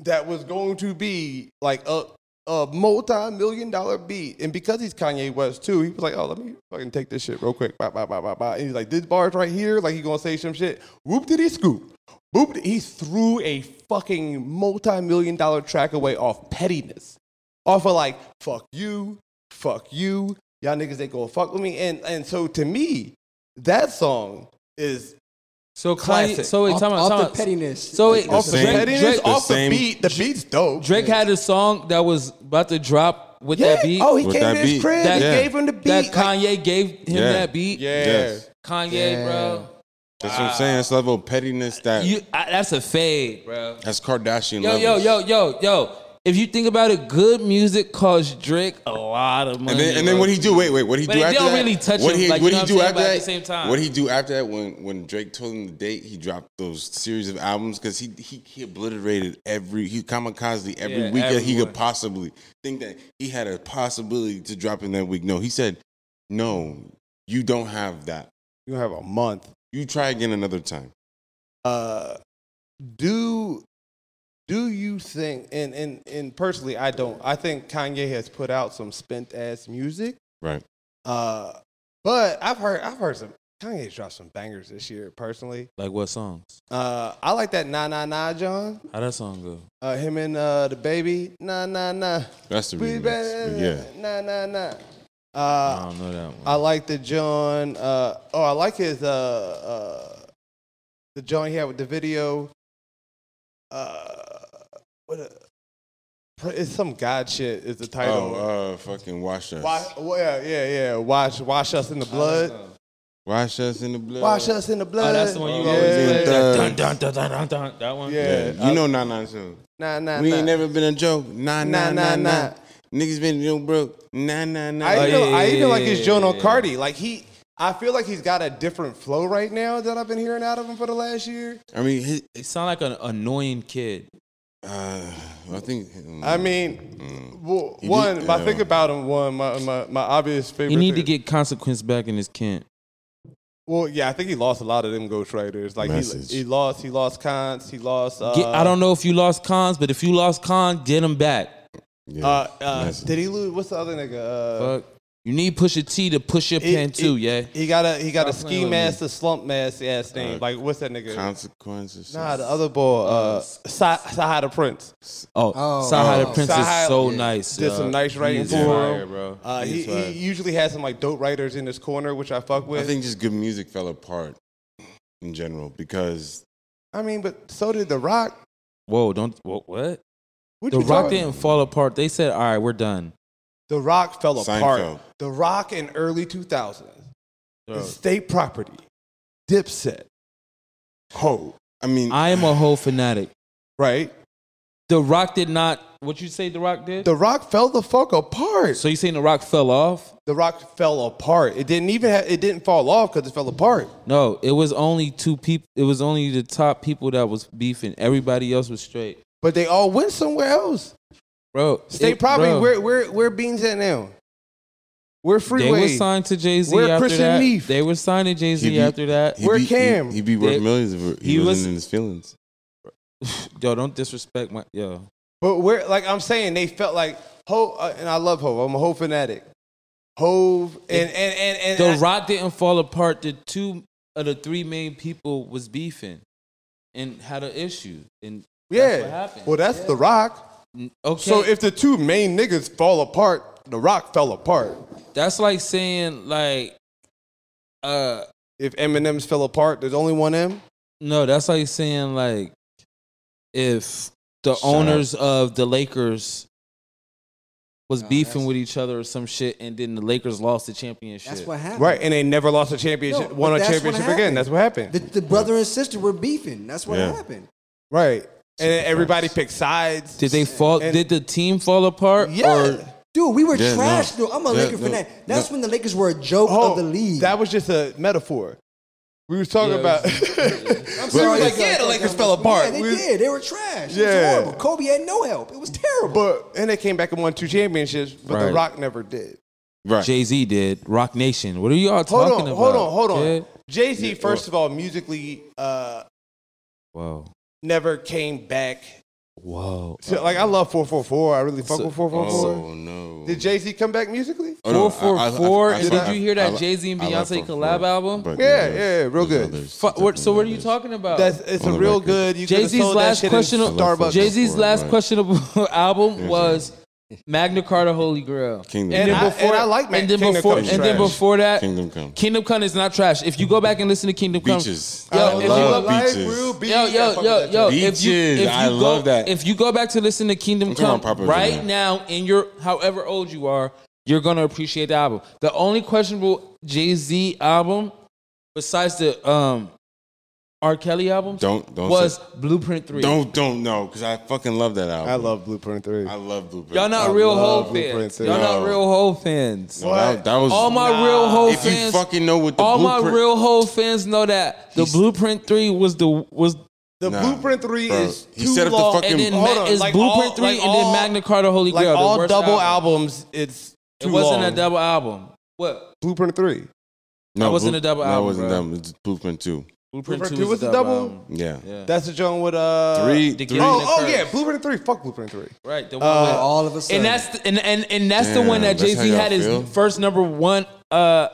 Speaker 1: that was going to be like a a multi-million dollar beat, and because he's Kanye West too, he was like, "Oh, let me fucking take this shit real quick." Bop, bop, bop, bop, bop. And he's like, "This bar's right here." Like he gonna say some shit. Whoop did he scoop? Boop! did- He threw a fucking multi-million dollar track away off pettiness, off of like "fuck you, fuck you." Y'all niggas ain't gonna fuck with me, and and so to me, that song is
Speaker 3: So
Speaker 1: Classic.
Speaker 3: Kanye, so wait,
Speaker 2: Off-
Speaker 3: time out,
Speaker 2: off
Speaker 3: time
Speaker 2: the
Speaker 3: out.
Speaker 2: pettiness.
Speaker 3: So it,
Speaker 4: The
Speaker 1: off the
Speaker 4: same-
Speaker 1: pettiness,
Speaker 4: Drake-
Speaker 1: off
Speaker 4: the
Speaker 1: the
Speaker 4: same-
Speaker 1: beat. The beat's dope.
Speaker 3: Drake had a song that was about to drop with
Speaker 1: Yeah.
Speaker 3: that beat.
Speaker 1: Oh, he
Speaker 4: With
Speaker 1: came
Speaker 4: that
Speaker 1: to his
Speaker 4: beat.
Speaker 1: crib.
Speaker 3: That-
Speaker 1: he
Speaker 4: Yeah.
Speaker 1: gave him the beat.
Speaker 3: that
Speaker 1: like-
Speaker 3: Kanye gave him
Speaker 4: Yeah.
Speaker 3: that beat.
Speaker 1: yeah.
Speaker 4: Yes.
Speaker 3: Kanye,
Speaker 2: Yeah.
Speaker 3: bro.
Speaker 4: That's what I'm saying. That's level of pettiness that
Speaker 3: You, I, that's a fade, bro.
Speaker 4: that's Kardashian
Speaker 3: Yo,
Speaker 4: level.
Speaker 3: yo, yo, yo, yo. If you think about it, good music costs Drake a lot of money.
Speaker 4: And then, and then
Speaker 3: bro.
Speaker 4: what he do? Wait, wait. What he
Speaker 3: But
Speaker 4: do
Speaker 3: they
Speaker 4: after
Speaker 3: don't
Speaker 4: that?
Speaker 3: really touch
Speaker 4: what
Speaker 3: him,
Speaker 4: he,
Speaker 3: like, you
Speaker 4: what
Speaker 3: know
Speaker 4: he
Speaker 3: what
Speaker 4: do
Speaker 3: I'm saying?
Speaker 4: after
Speaker 3: But at
Speaker 4: that?
Speaker 3: the same time-
Speaker 4: What he do after that? When when Drake told him the date, he dropped those series of albums because he, he he obliterated every he kamikaze every
Speaker 3: Yeah,
Speaker 4: week that he
Speaker 3: everyone.
Speaker 4: could possibly think that he had a possibility to drop in that week. No, he said, no, you don't have that.
Speaker 1: You have a month.
Speaker 4: You try again another time.
Speaker 1: Uh, do do you think? And and and personally, I don't. I think Kanye has put out some spent ass music.
Speaker 4: Right.
Speaker 1: Uh, but I've heard I've heard some Kanye's dropped some bangers this year. Personally,
Speaker 3: Like what songs?
Speaker 1: uh, I like that Nah Nah Nah John.
Speaker 3: How that song go?
Speaker 1: Uh, him and uh, the baby. Nah Nah Nah.
Speaker 4: That's the
Speaker 1: We
Speaker 4: remix.
Speaker 1: better.
Speaker 4: But
Speaker 1: Nah
Speaker 4: yeah,
Speaker 1: Nah Nah. Uh,
Speaker 3: I don't know that one.
Speaker 1: I like the John. Uh, oh, I like his uh, uh, the John he had with the video. Uh, what a, pr- it's some god shit is the title.
Speaker 4: oh, uh, fucking wash us,
Speaker 1: Wa- well, yeah, yeah, yeah. Wash, wash us in the blood.
Speaker 4: wash us in the blood.
Speaker 1: Wash us in the blood.
Speaker 3: Oh, that's the one you
Speaker 1: yeah.
Speaker 3: always play.
Speaker 4: Yeah.
Speaker 3: Dun, dun, dun, dun, dun, dun. That one.
Speaker 1: Yeah,
Speaker 4: Yeah, you know, nah, nah, so.
Speaker 1: nah, nah,
Speaker 4: We
Speaker 1: nah.
Speaker 4: ain't never been a joke. Nah, nah, nah, nah. Niggas been no broke. Nah, nah, nah.
Speaker 1: I
Speaker 3: Oh,
Speaker 1: even,
Speaker 3: yeah,
Speaker 1: I
Speaker 3: yeah,
Speaker 1: even like
Speaker 3: yeah,
Speaker 1: his Joan
Speaker 3: yeah,
Speaker 1: on
Speaker 3: yeah.
Speaker 1: Cardi. Like he, I feel like he's got a different flow right now that I've been hearing out of him for the last year.
Speaker 4: I mean, his,
Speaker 3: It sound like an annoying kid.
Speaker 4: uh, I think.
Speaker 1: I mean, well,
Speaker 4: Mm. You
Speaker 1: one,
Speaker 4: need-
Speaker 1: if I think
Speaker 4: yeah.
Speaker 1: about him, one, my, my, my obvious favorite.
Speaker 3: You need to
Speaker 1: thing-
Speaker 3: get consequence back in his camp.
Speaker 1: Well, yeah, I think he lost a lot of them ghostwriters. Like
Speaker 4: Message.
Speaker 1: he, he lost, he lost cons, he lost. Uh,
Speaker 3: Get, I don't know if you lost cons, but if you lost con, get him back.
Speaker 4: yeah,
Speaker 1: Uh, uh,
Speaker 4: that's-
Speaker 1: did he lose? What's the other nigga? Uh,
Speaker 3: Fuck. You need Pusha T to push your
Speaker 1: he-
Speaker 3: pen too,
Speaker 1: he-
Speaker 3: yeah.
Speaker 1: He got a he got a
Speaker 3: Stop playing
Speaker 1: ski
Speaker 3: with me.
Speaker 1: master, slump mask
Speaker 4: Uh,
Speaker 1: ass name. like what's that nigga?
Speaker 4: consequences?
Speaker 1: nah, the other boy, uh, Sa- Sahada Prince.
Speaker 3: Oh,
Speaker 2: Oh,
Speaker 3: Sahai the
Speaker 2: oh.
Speaker 3: Prince
Speaker 1: Sahai
Speaker 3: is so
Speaker 1: yeah.
Speaker 3: nice.
Speaker 1: Did
Speaker 3: uh,
Speaker 1: some nice
Speaker 3: he
Speaker 1: writing
Speaker 3: is
Speaker 1: for him.
Speaker 3: fire, bro.
Speaker 1: Uh, he,
Speaker 4: He's
Speaker 1: he
Speaker 4: fire.
Speaker 1: usually has some like dope writers in his corner, which I fuck with.
Speaker 4: I think just good music fell apart in general because
Speaker 1: I mean, but so did The Rock.
Speaker 3: Whoa, don't what? what?
Speaker 1: What
Speaker 3: The
Speaker 1: you
Speaker 3: Rock
Speaker 1: talking-
Speaker 3: didn't fall apart. They said, "All right, we're done."
Speaker 1: The Rock fell apart.
Speaker 4: Seinfeld.
Speaker 1: The Rock in early 2000s. State property. Dipset. Ho.
Speaker 4: I mean,
Speaker 3: I am a whole fanatic.
Speaker 1: Right?
Speaker 3: The Rock did not. What you say? The Rock did.
Speaker 1: The Rock fell the fuck apart.
Speaker 3: so you saying The Rock fell off?
Speaker 1: the Rock fell apart. It didn't even ha- it didn't fall off because it fell apart.
Speaker 3: No, it was only two people. It was only the top people that was beefing. Everybody else was straight,
Speaker 1: But they all went somewhere else.
Speaker 3: bro.
Speaker 1: State
Speaker 3: it-
Speaker 1: property,
Speaker 3: bro,
Speaker 1: where where where Beans at now? Where
Speaker 3: they
Speaker 1: Freeway?
Speaker 3: were signed to Jay Z
Speaker 1: Where
Speaker 3: after
Speaker 1: Christian
Speaker 3: that.
Speaker 1: Neef?
Speaker 3: They were signed to Jay Z
Speaker 4: be-
Speaker 3: after that.
Speaker 4: he
Speaker 1: Where
Speaker 4: be,
Speaker 1: Cam?
Speaker 4: He, he be worth
Speaker 3: They-
Speaker 4: millions if he,
Speaker 3: he
Speaker 4: wasn't
Speaker 3: was-
Speaker 4: in his feelings.
Speaker 3: Yo, don't disrespect my yo.
Speaker 1: But where, like I'm saying, they felt like Ho, uh, and I love Hove. I'm a Hove fanatic. Hove and and and, and
Speaker 3: The
Speaker 1: I-
Speaker 3: Rock didn't fall apart. The two of the three main people was beefing and had an issue. And
Speaker 1: yeah.
Speaker 3: that's what happened.
Speaker 1: Well, that's The Rock.
Speaker 3: okay,
Speaker 1: So if the two main niggas fall apart, The Rock fell apart.
Speaker 3: that's like saying like, uh,
Speaker 1: If Eminem's fell apart, there's only one M.
Speaker 3: no, that's like saying like, if the
Speaker 4: Shut
Speaker 3: owners of the Lakers was
Speaker 2: No,
Speaker 3: beefing
Speaker 2: that's-
Speaker 3: with each other or some shit, and then the Lakers lost the championship.
Speaker 2: That's what happened.
Speaker 1: Right, and they never lost a championship,
Speaker 2: No,
Speaker 1: won
Speaker 2: but
Speaker 1: a
Speaker 2: that's what
Speaker 1: championship again.
Speaker 2: happened.
Speaker 1: That's what happened.
Speaker 2: The, the brother and sister were beefing. That's what
Speaker 4: Yeah.
Speaker 2: happened.
Speaker 1: right, and then everybody picked sides.
Speaker 3: Did they fall?
Speaker 1: And-
Speaker 3: did the team fall apart?
Speaker 1: Yeah.
Speaker 3: Or,
Speaker 2: Dude, we were
Speaker 4: Yeah, no.
Speaker 2: trash, dude. I'm a
Speaker 4: Yeah,
Speaker 2: Laker
Speaker 4: no,
Speaker 2: fanatic. That's
Speaker 4: no.
Speaker 2: when the Lakers were a joke
Speaker 1: Oh,
Speaker 2: of the league.
Speaker 1: That was just a metaphor. We was talking
Speaker 3: Yeah, it
Speaker 1: about.
Speaker 2: I'm
Speaker 1: we were like,
Speaker 2: sorry, sorry,
Speaker 1: yeah, the
Speaker 2: sorry,
Speaker 1: Lakers
Speaker 2: sorry.
Speaker 1: fell apart.
Speaker 2: Yeah, they
Speaker 1: We-
Speaker 2: did. They were trash.
Speaker 1: Yeah.
Speaker 2: It was horrible. Kobe had no help. It was terrible.
Speaker 1: But and they came back and won two championships, but The
Speaker 3: Right.
Speaker 1: Rock never did.
Speaker 4: Right.
Speaker 3: Jay Z did Rock Nation. What are y'all
Speaker 1: Hold
Speaker 3: talking
Speaker 1: on,
Speaker 3: about?
Speaker 1: hold on, hold on.
Speaker 3: kid?
Speaker 1: Jay Z, first of all, musically, uh,
Speaker 3: Wow.
Speaker 1: never came back.
Speaker 3: Whoa.
Speaker 1: So, like I love 444. I really fuck
Speaker 3: So-
Speaker 1: with 444.
Speaker 4: Oh no.
Speaker 1: Did Jay Z come back musically?
Speaker 4: Oh, no, I- I- I-
Speaker 3: 444,
Speaker 4: I- I-
Speaker 3: did
Speaker 4: I-
Speaker 3: you hear that
Speaker 4: I-
Speaker 3: Jay-Z and
Speaker 4: I like
Speaker 3: Beyonce
Speaker 4: 444,
Speaker 3: collab album?
Speaker 4: but
Speaker 1: Yeah,
Speaker 4: there's-
Speaker 1: yeah, real
Speaker 4: there's
Speaker 1: good.
Speaker 4: others,
Speaker 3: Fu- what, so what are you
Speaker 4: definitely
Speaker 3: talking about?
Speaker 1: That's it's
Speaker 4: On
Speaker 1: a
Speaker 4: the
Speaker 1: real
Speaker 4: record.
Speaker 1: good. You
Speaker 3: Jay-Z's
Speaker 1: Jay-Z's
Speaker 3: last
Speaker 1: last question.
Speaker 3: question of-
Speaker 1: Starbucks.
Speaker 4: Jay-
Speaker 3: Jay-Z's
Speaker 4: Right.
Speaker 3: last questionable album
Speaker 4: Here's
Speaker 3: was Magna Carta Holy Grail.
Speaker 4: Kingdom
Speaker 1: and,
Speaker 4: Come.
Speaker 1: I, and I like Mac
Speaker 3: and then
Speaker 1: Kingdom
Speaker 3: before
Speaker 1: Comes
Speaker 3: and then
Speaker 1: Trash.
Speaker 3: before that Kingdom.
Speaker 4: Kingdom Come.
Speaker 3: Come is not trash. If you go back and listen to Kingdom
Speaker 4: Beaches.
Speaker 3: Come,
Speaker 1: I
Speaker 3: yo, if you
Speaker 1: love
Speaker 4: love
Speaker 1: life,
Speaker 4: beaches.
Speaker 1: real beaches.
Speaker 3: Yo,
Speaker 1: I
Speaker 3: yo,
Speaker 1: fuck
Speaker 3: yo,
Speaker 1: with that
Speaker 3: yo!
Speaker 1: shit.
Speaker 3: If you,
Speaker 4: Beaches,
Speaker 3: if you
Speaker 4: I
Speaker 3: go,
Speaker 4: love that.
Speaker 3: If you go back to listen to Kingdom
Speaker 4: I'm talking
Speaker 3: Come
Speaker 4: about Papa
Speaker 3: right
Speaker 4: Junior.
Speaker 3: now, in your however old you are, you're gonna appreciate the album. The only questionable Jay Z album, besides the um, R. Kelly album,
Speaker 4: Don't don't
Speaker 3: was
Speaker 4: say,
Speaker 3: Blueprint Three.
Speaker 4: don't don't know because I fucking love that album.
Speaker 1: I love Blueprint Three.
Speaker 4: I love Blueprint.
Speaker 3: Y'all not
Speaker 1: I
Speaker 3: real
Speaker 1: love
Speaker 3: whole
Speaker 1: Blueprint
Speaker 3: fans.
Speaker 1: Three.
Speaker 3: Y'all not
Speaker 4: No.
Speaker 3: real whole fans.
Speaker 4: No, that, that was
Speaker 3: All my real whole
Speaker 4: If you
Speaker 3: fans.
Speaker 4: fucking know what the
Speaker 3: all my
Speaker 4: Blueprint-
Speaker 3: real whole fans know that the
Speaker 4: He's-
Speaker 3: Blueprint Three was the was
Speaker 1: The
Speaker 4: Nah,
Speaker 1: Blueprint Three
Speaker 4: bro.
Speaker 1: is
Speaker 4: He
Speaker 1: too
Speaker 4: set up the
Speaker 1: long.
Speaker 4: fucking-
Speaker 3: and then
Speaker 4: Hold
Speaker 3: Ma-
Speaker 1: on,
Speaker 3: is
Speaker 1: like
Speaker 3: Blueprint
Speaker 1: all-
Speaker 3: Three
Speaker 1: like
Speaker 3: and
Speaker 1: all-
Speaker 3: then Magna Carta Holy
Speaker 1: like
Speaker 3: Grail. the
Speaker 1: all
Speaker 3: worst
Speaker 1: double
Speaker 3: album.
Speaker 1: albums, it's too
Speaker 3: It wasn't
Speaker 1: long.
Speaker 3: a double album. What
Speaker 1: Blueprint Three.
Speaker 4: No,
Speaker 3: That wasn't a double
Speaker 4: no,
Speaker 3: album,
Speaker 4: That wasn't
Speaker 3: bro.
Speaker 4: double. It's Blueprint two.
Speaker 1: Blueprint Two was a double?
Speaker 3: album.
Speaker 4: Yeah.
Speaker 3: Yeah,
Speaker 1: That's the joint with uh
Speaker 4: three.
Speaker 3: the
Speaker 4: three
Speaker 3: Gary
Speaker 1: Oh, oh
Speaker 3: Curse.
Speaker 1: yeah, Blueprint Three. Fuck Blueprint Three.
Speaker 3: right. The
Speaker 2: But
Speaker 3: one
Speaker 1: Uh,
Speaker 3: with,
Speaker 2: all of a sudden,
Speaker 3: and that's the, and, and and that's the
Speaker 4: Damn,
Speaker 3: one that
Speaker 4: that's
Speaker 3: Jay
Speaker 4: how
Speaker 3: Z
Speaker 4: y'all
Speaker 3: had his
Speaker 4: feel?
Speaker 3: first number one uh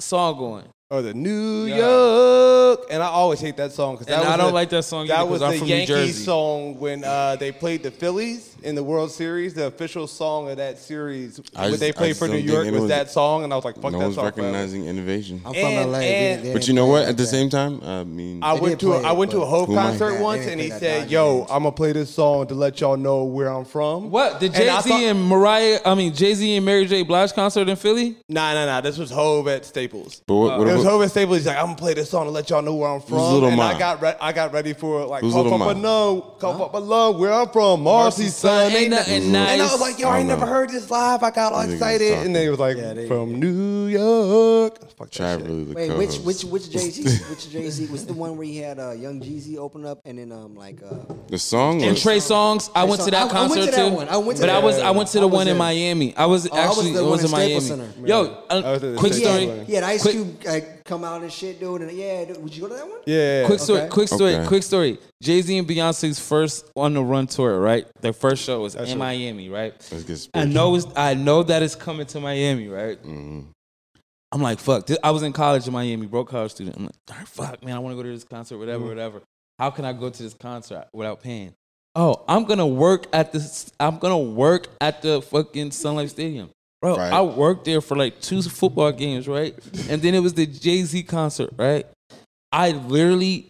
Speaker 3: song going.
Speaker 1: Or the New
Speaker 3: Yeah.
Speaker 1: York, and I always hate that song because
Speaker 3: and I don't
Speaker 1: the,
Speaker 3: like that song.
Speaker 1: That
Speaker 3: either 'cause
Speaker 1: was
Speaker 3: I'm
Speaker 1: the
Speaker 3: from New
Speaker 1: Yankees
Speaker 3: Jersey.
Speaker 1: song when uh, they played the Phillies in the World Series. The official song of that series,
Speaker 4: I
Speaker 1: what
Speaker 4: just-
Speaker 1: they
Speaker 4: I
Speaker 1: played
Speaker 4: just
Speaker 1: for New
Speaker 4: don't think
Speaker 1: York, was
Speaker 4: anyone's-
Speaker 1: that song, and I was like, "Fuck
Speaker 4: no
Speaker 1: that
Speaker 4: one's
Speaker 1: song." forever.
Speaker 4: recognizing innovation.
Speaker 2: I'm
Speaker 1: and-
Speaker 2: from LA.
Speaker 1: and-
Speaker 2: they,
Speaker 4: But you know what? At the same time, I mean,
Speaker 1: I
Speaker 2: They
Speaker 1: went
Speaker 2: did
Speaker 1: to a,
Speaker 2: play
Speaker 1: I
Speaker 2: it,
Speaker 1: went to a
Speaker 2: but-
Speaker 1: Hope
Speaker 4: Who am I?
Speaker 1: concert
Speaker 4: Yeah, they
Speaker 1: once,
Speaker 2: didn't
Speaker 1: and
Speaker 2: play
Speaker 1: he
Speaker 2: that
Speaker 1: said,
Speaker 2: Dodger
Speaker 1: "Yo,
Speaker 2: game.
Speaker 1: I'm gonna play this song to let y'all know where I'm from."
Speaker 3: What did
Speaker 1: And I
Speaker 3: Jay Z
Speaker 1: thought-
Speaker 3: and Mariah? I mean Jay Z and Mary J. Blige concert in Philly?
Speaker 1: Nah, nah, nah. This was Hove at Staples.
Speaker 4: but what, what,
Speaker 1: It was
Speaker 4: what,
Speaker 1: Hove at Staples. He's like, I'm gonna play this song to let y'all know where I'm from.
Speaker 4: Little
Speaker 1: and I
Speaker 4: Ma?
Speaker 1: got re- I got ready for it. Like,
Speaker 4: Who's
Speaker 1: come
Speaker 4: Little
Speaker 1: from
Speaker 4: Ma?
Speaker 1: below, come from below, where I'm from, Marcy's son. Ain't nothing.
Speaker 3: nice.
Speaker 1: And I was like, yo, I ain't
Speaker 4: I
Speaker 1: never
Speaker 4: don't know.
Speaker 1: heard this live. I got all
Speaker 4: I think it's
Speaker 1: excited.
Speaker 4: something.
Speaker 1: And they was like,
Speaker 2: Yeah, they-
Speaker 1: from New York. Fuck that
Speaker 4: Chad
Speaker 1: shit.
Speaker 4: really the
Speaker 2: Wait, which
Speaker 4: co-host.
Speaker 2: which which Jay Z? Which Jay Z was the one where he had uh, Young Jeezy open up and then um like uh,
Speaker 4: the song?
Speaker 3: and
Speaker 4: was-
Speaker 3: Trey Songs, I went to
Speaker 2: Songs. I- I
Speaker 3: that
Speaker 2: went
Speaker 3: concert
Speaker 2: to that
Speaker 3: too.
Speaker 2: one. I went to
Speaker 3: but
Speaker 2: that
Speaker 3: I was
Speaker 2: one.
Speaker 3: I went to the
Speaker 2: I was
Speaker 3: one in
Speaker 2: there. Oh,
Speaker 3: Miami. I was
Speaker 2: I was
Speaker 3: actually
Speaker 2: the
Speaker 3: it
Speaker 2: one
Speaker 3: was
Speaker 2: in
Speaker 3: in Miami.
Speaker 2: Staples Center.
Speaker 3: Yo, uh,
Speaker 1: I was at the
Speaker 3: quick
Speaker 1: Staples
Speaker 2: he had,
Speaker 3: story.
Speaker 1: Center.
Speaker 2: he had Ice
Speaker 3: Quick-
Speaker 2: Cube like, come out and shit, dude. And yeah, dude, would you go to that one?
Speaker 1: Yeah.
Speaker 3: Quick story,
Speaker 2: Okay.
Speaker 3: quick story,
Speaker 4: Okay.
Speaker 3: quick story. Jay Z and Beyonce's first on the run tour, right? Their first show was in Miami, right?
Speaker 4: Let's get
Speaker 3: I
Speaker 4: spiritual.
Speaker 3: know it's, I know that it's coming to Miami, right?
Speaker 1: Mm-hmm.
Speaker 3: I'm like, fuck. This, I was in college in Miami, broke college student. I'm like, "Darn, fuck, man, I want to go to this concert, whatever,
Speaker 1: Mm-hmm.
Speaker 3: whatever. How can I go to this concert without paying? Oh, I'm gonna work at this. I'm gonna work at the fucking Sun Life Stadium, bro.
Speaker 4: Right.
Speaker 3: I worked there for like two football games, right? And then it was the Jay Z concert, right? I literally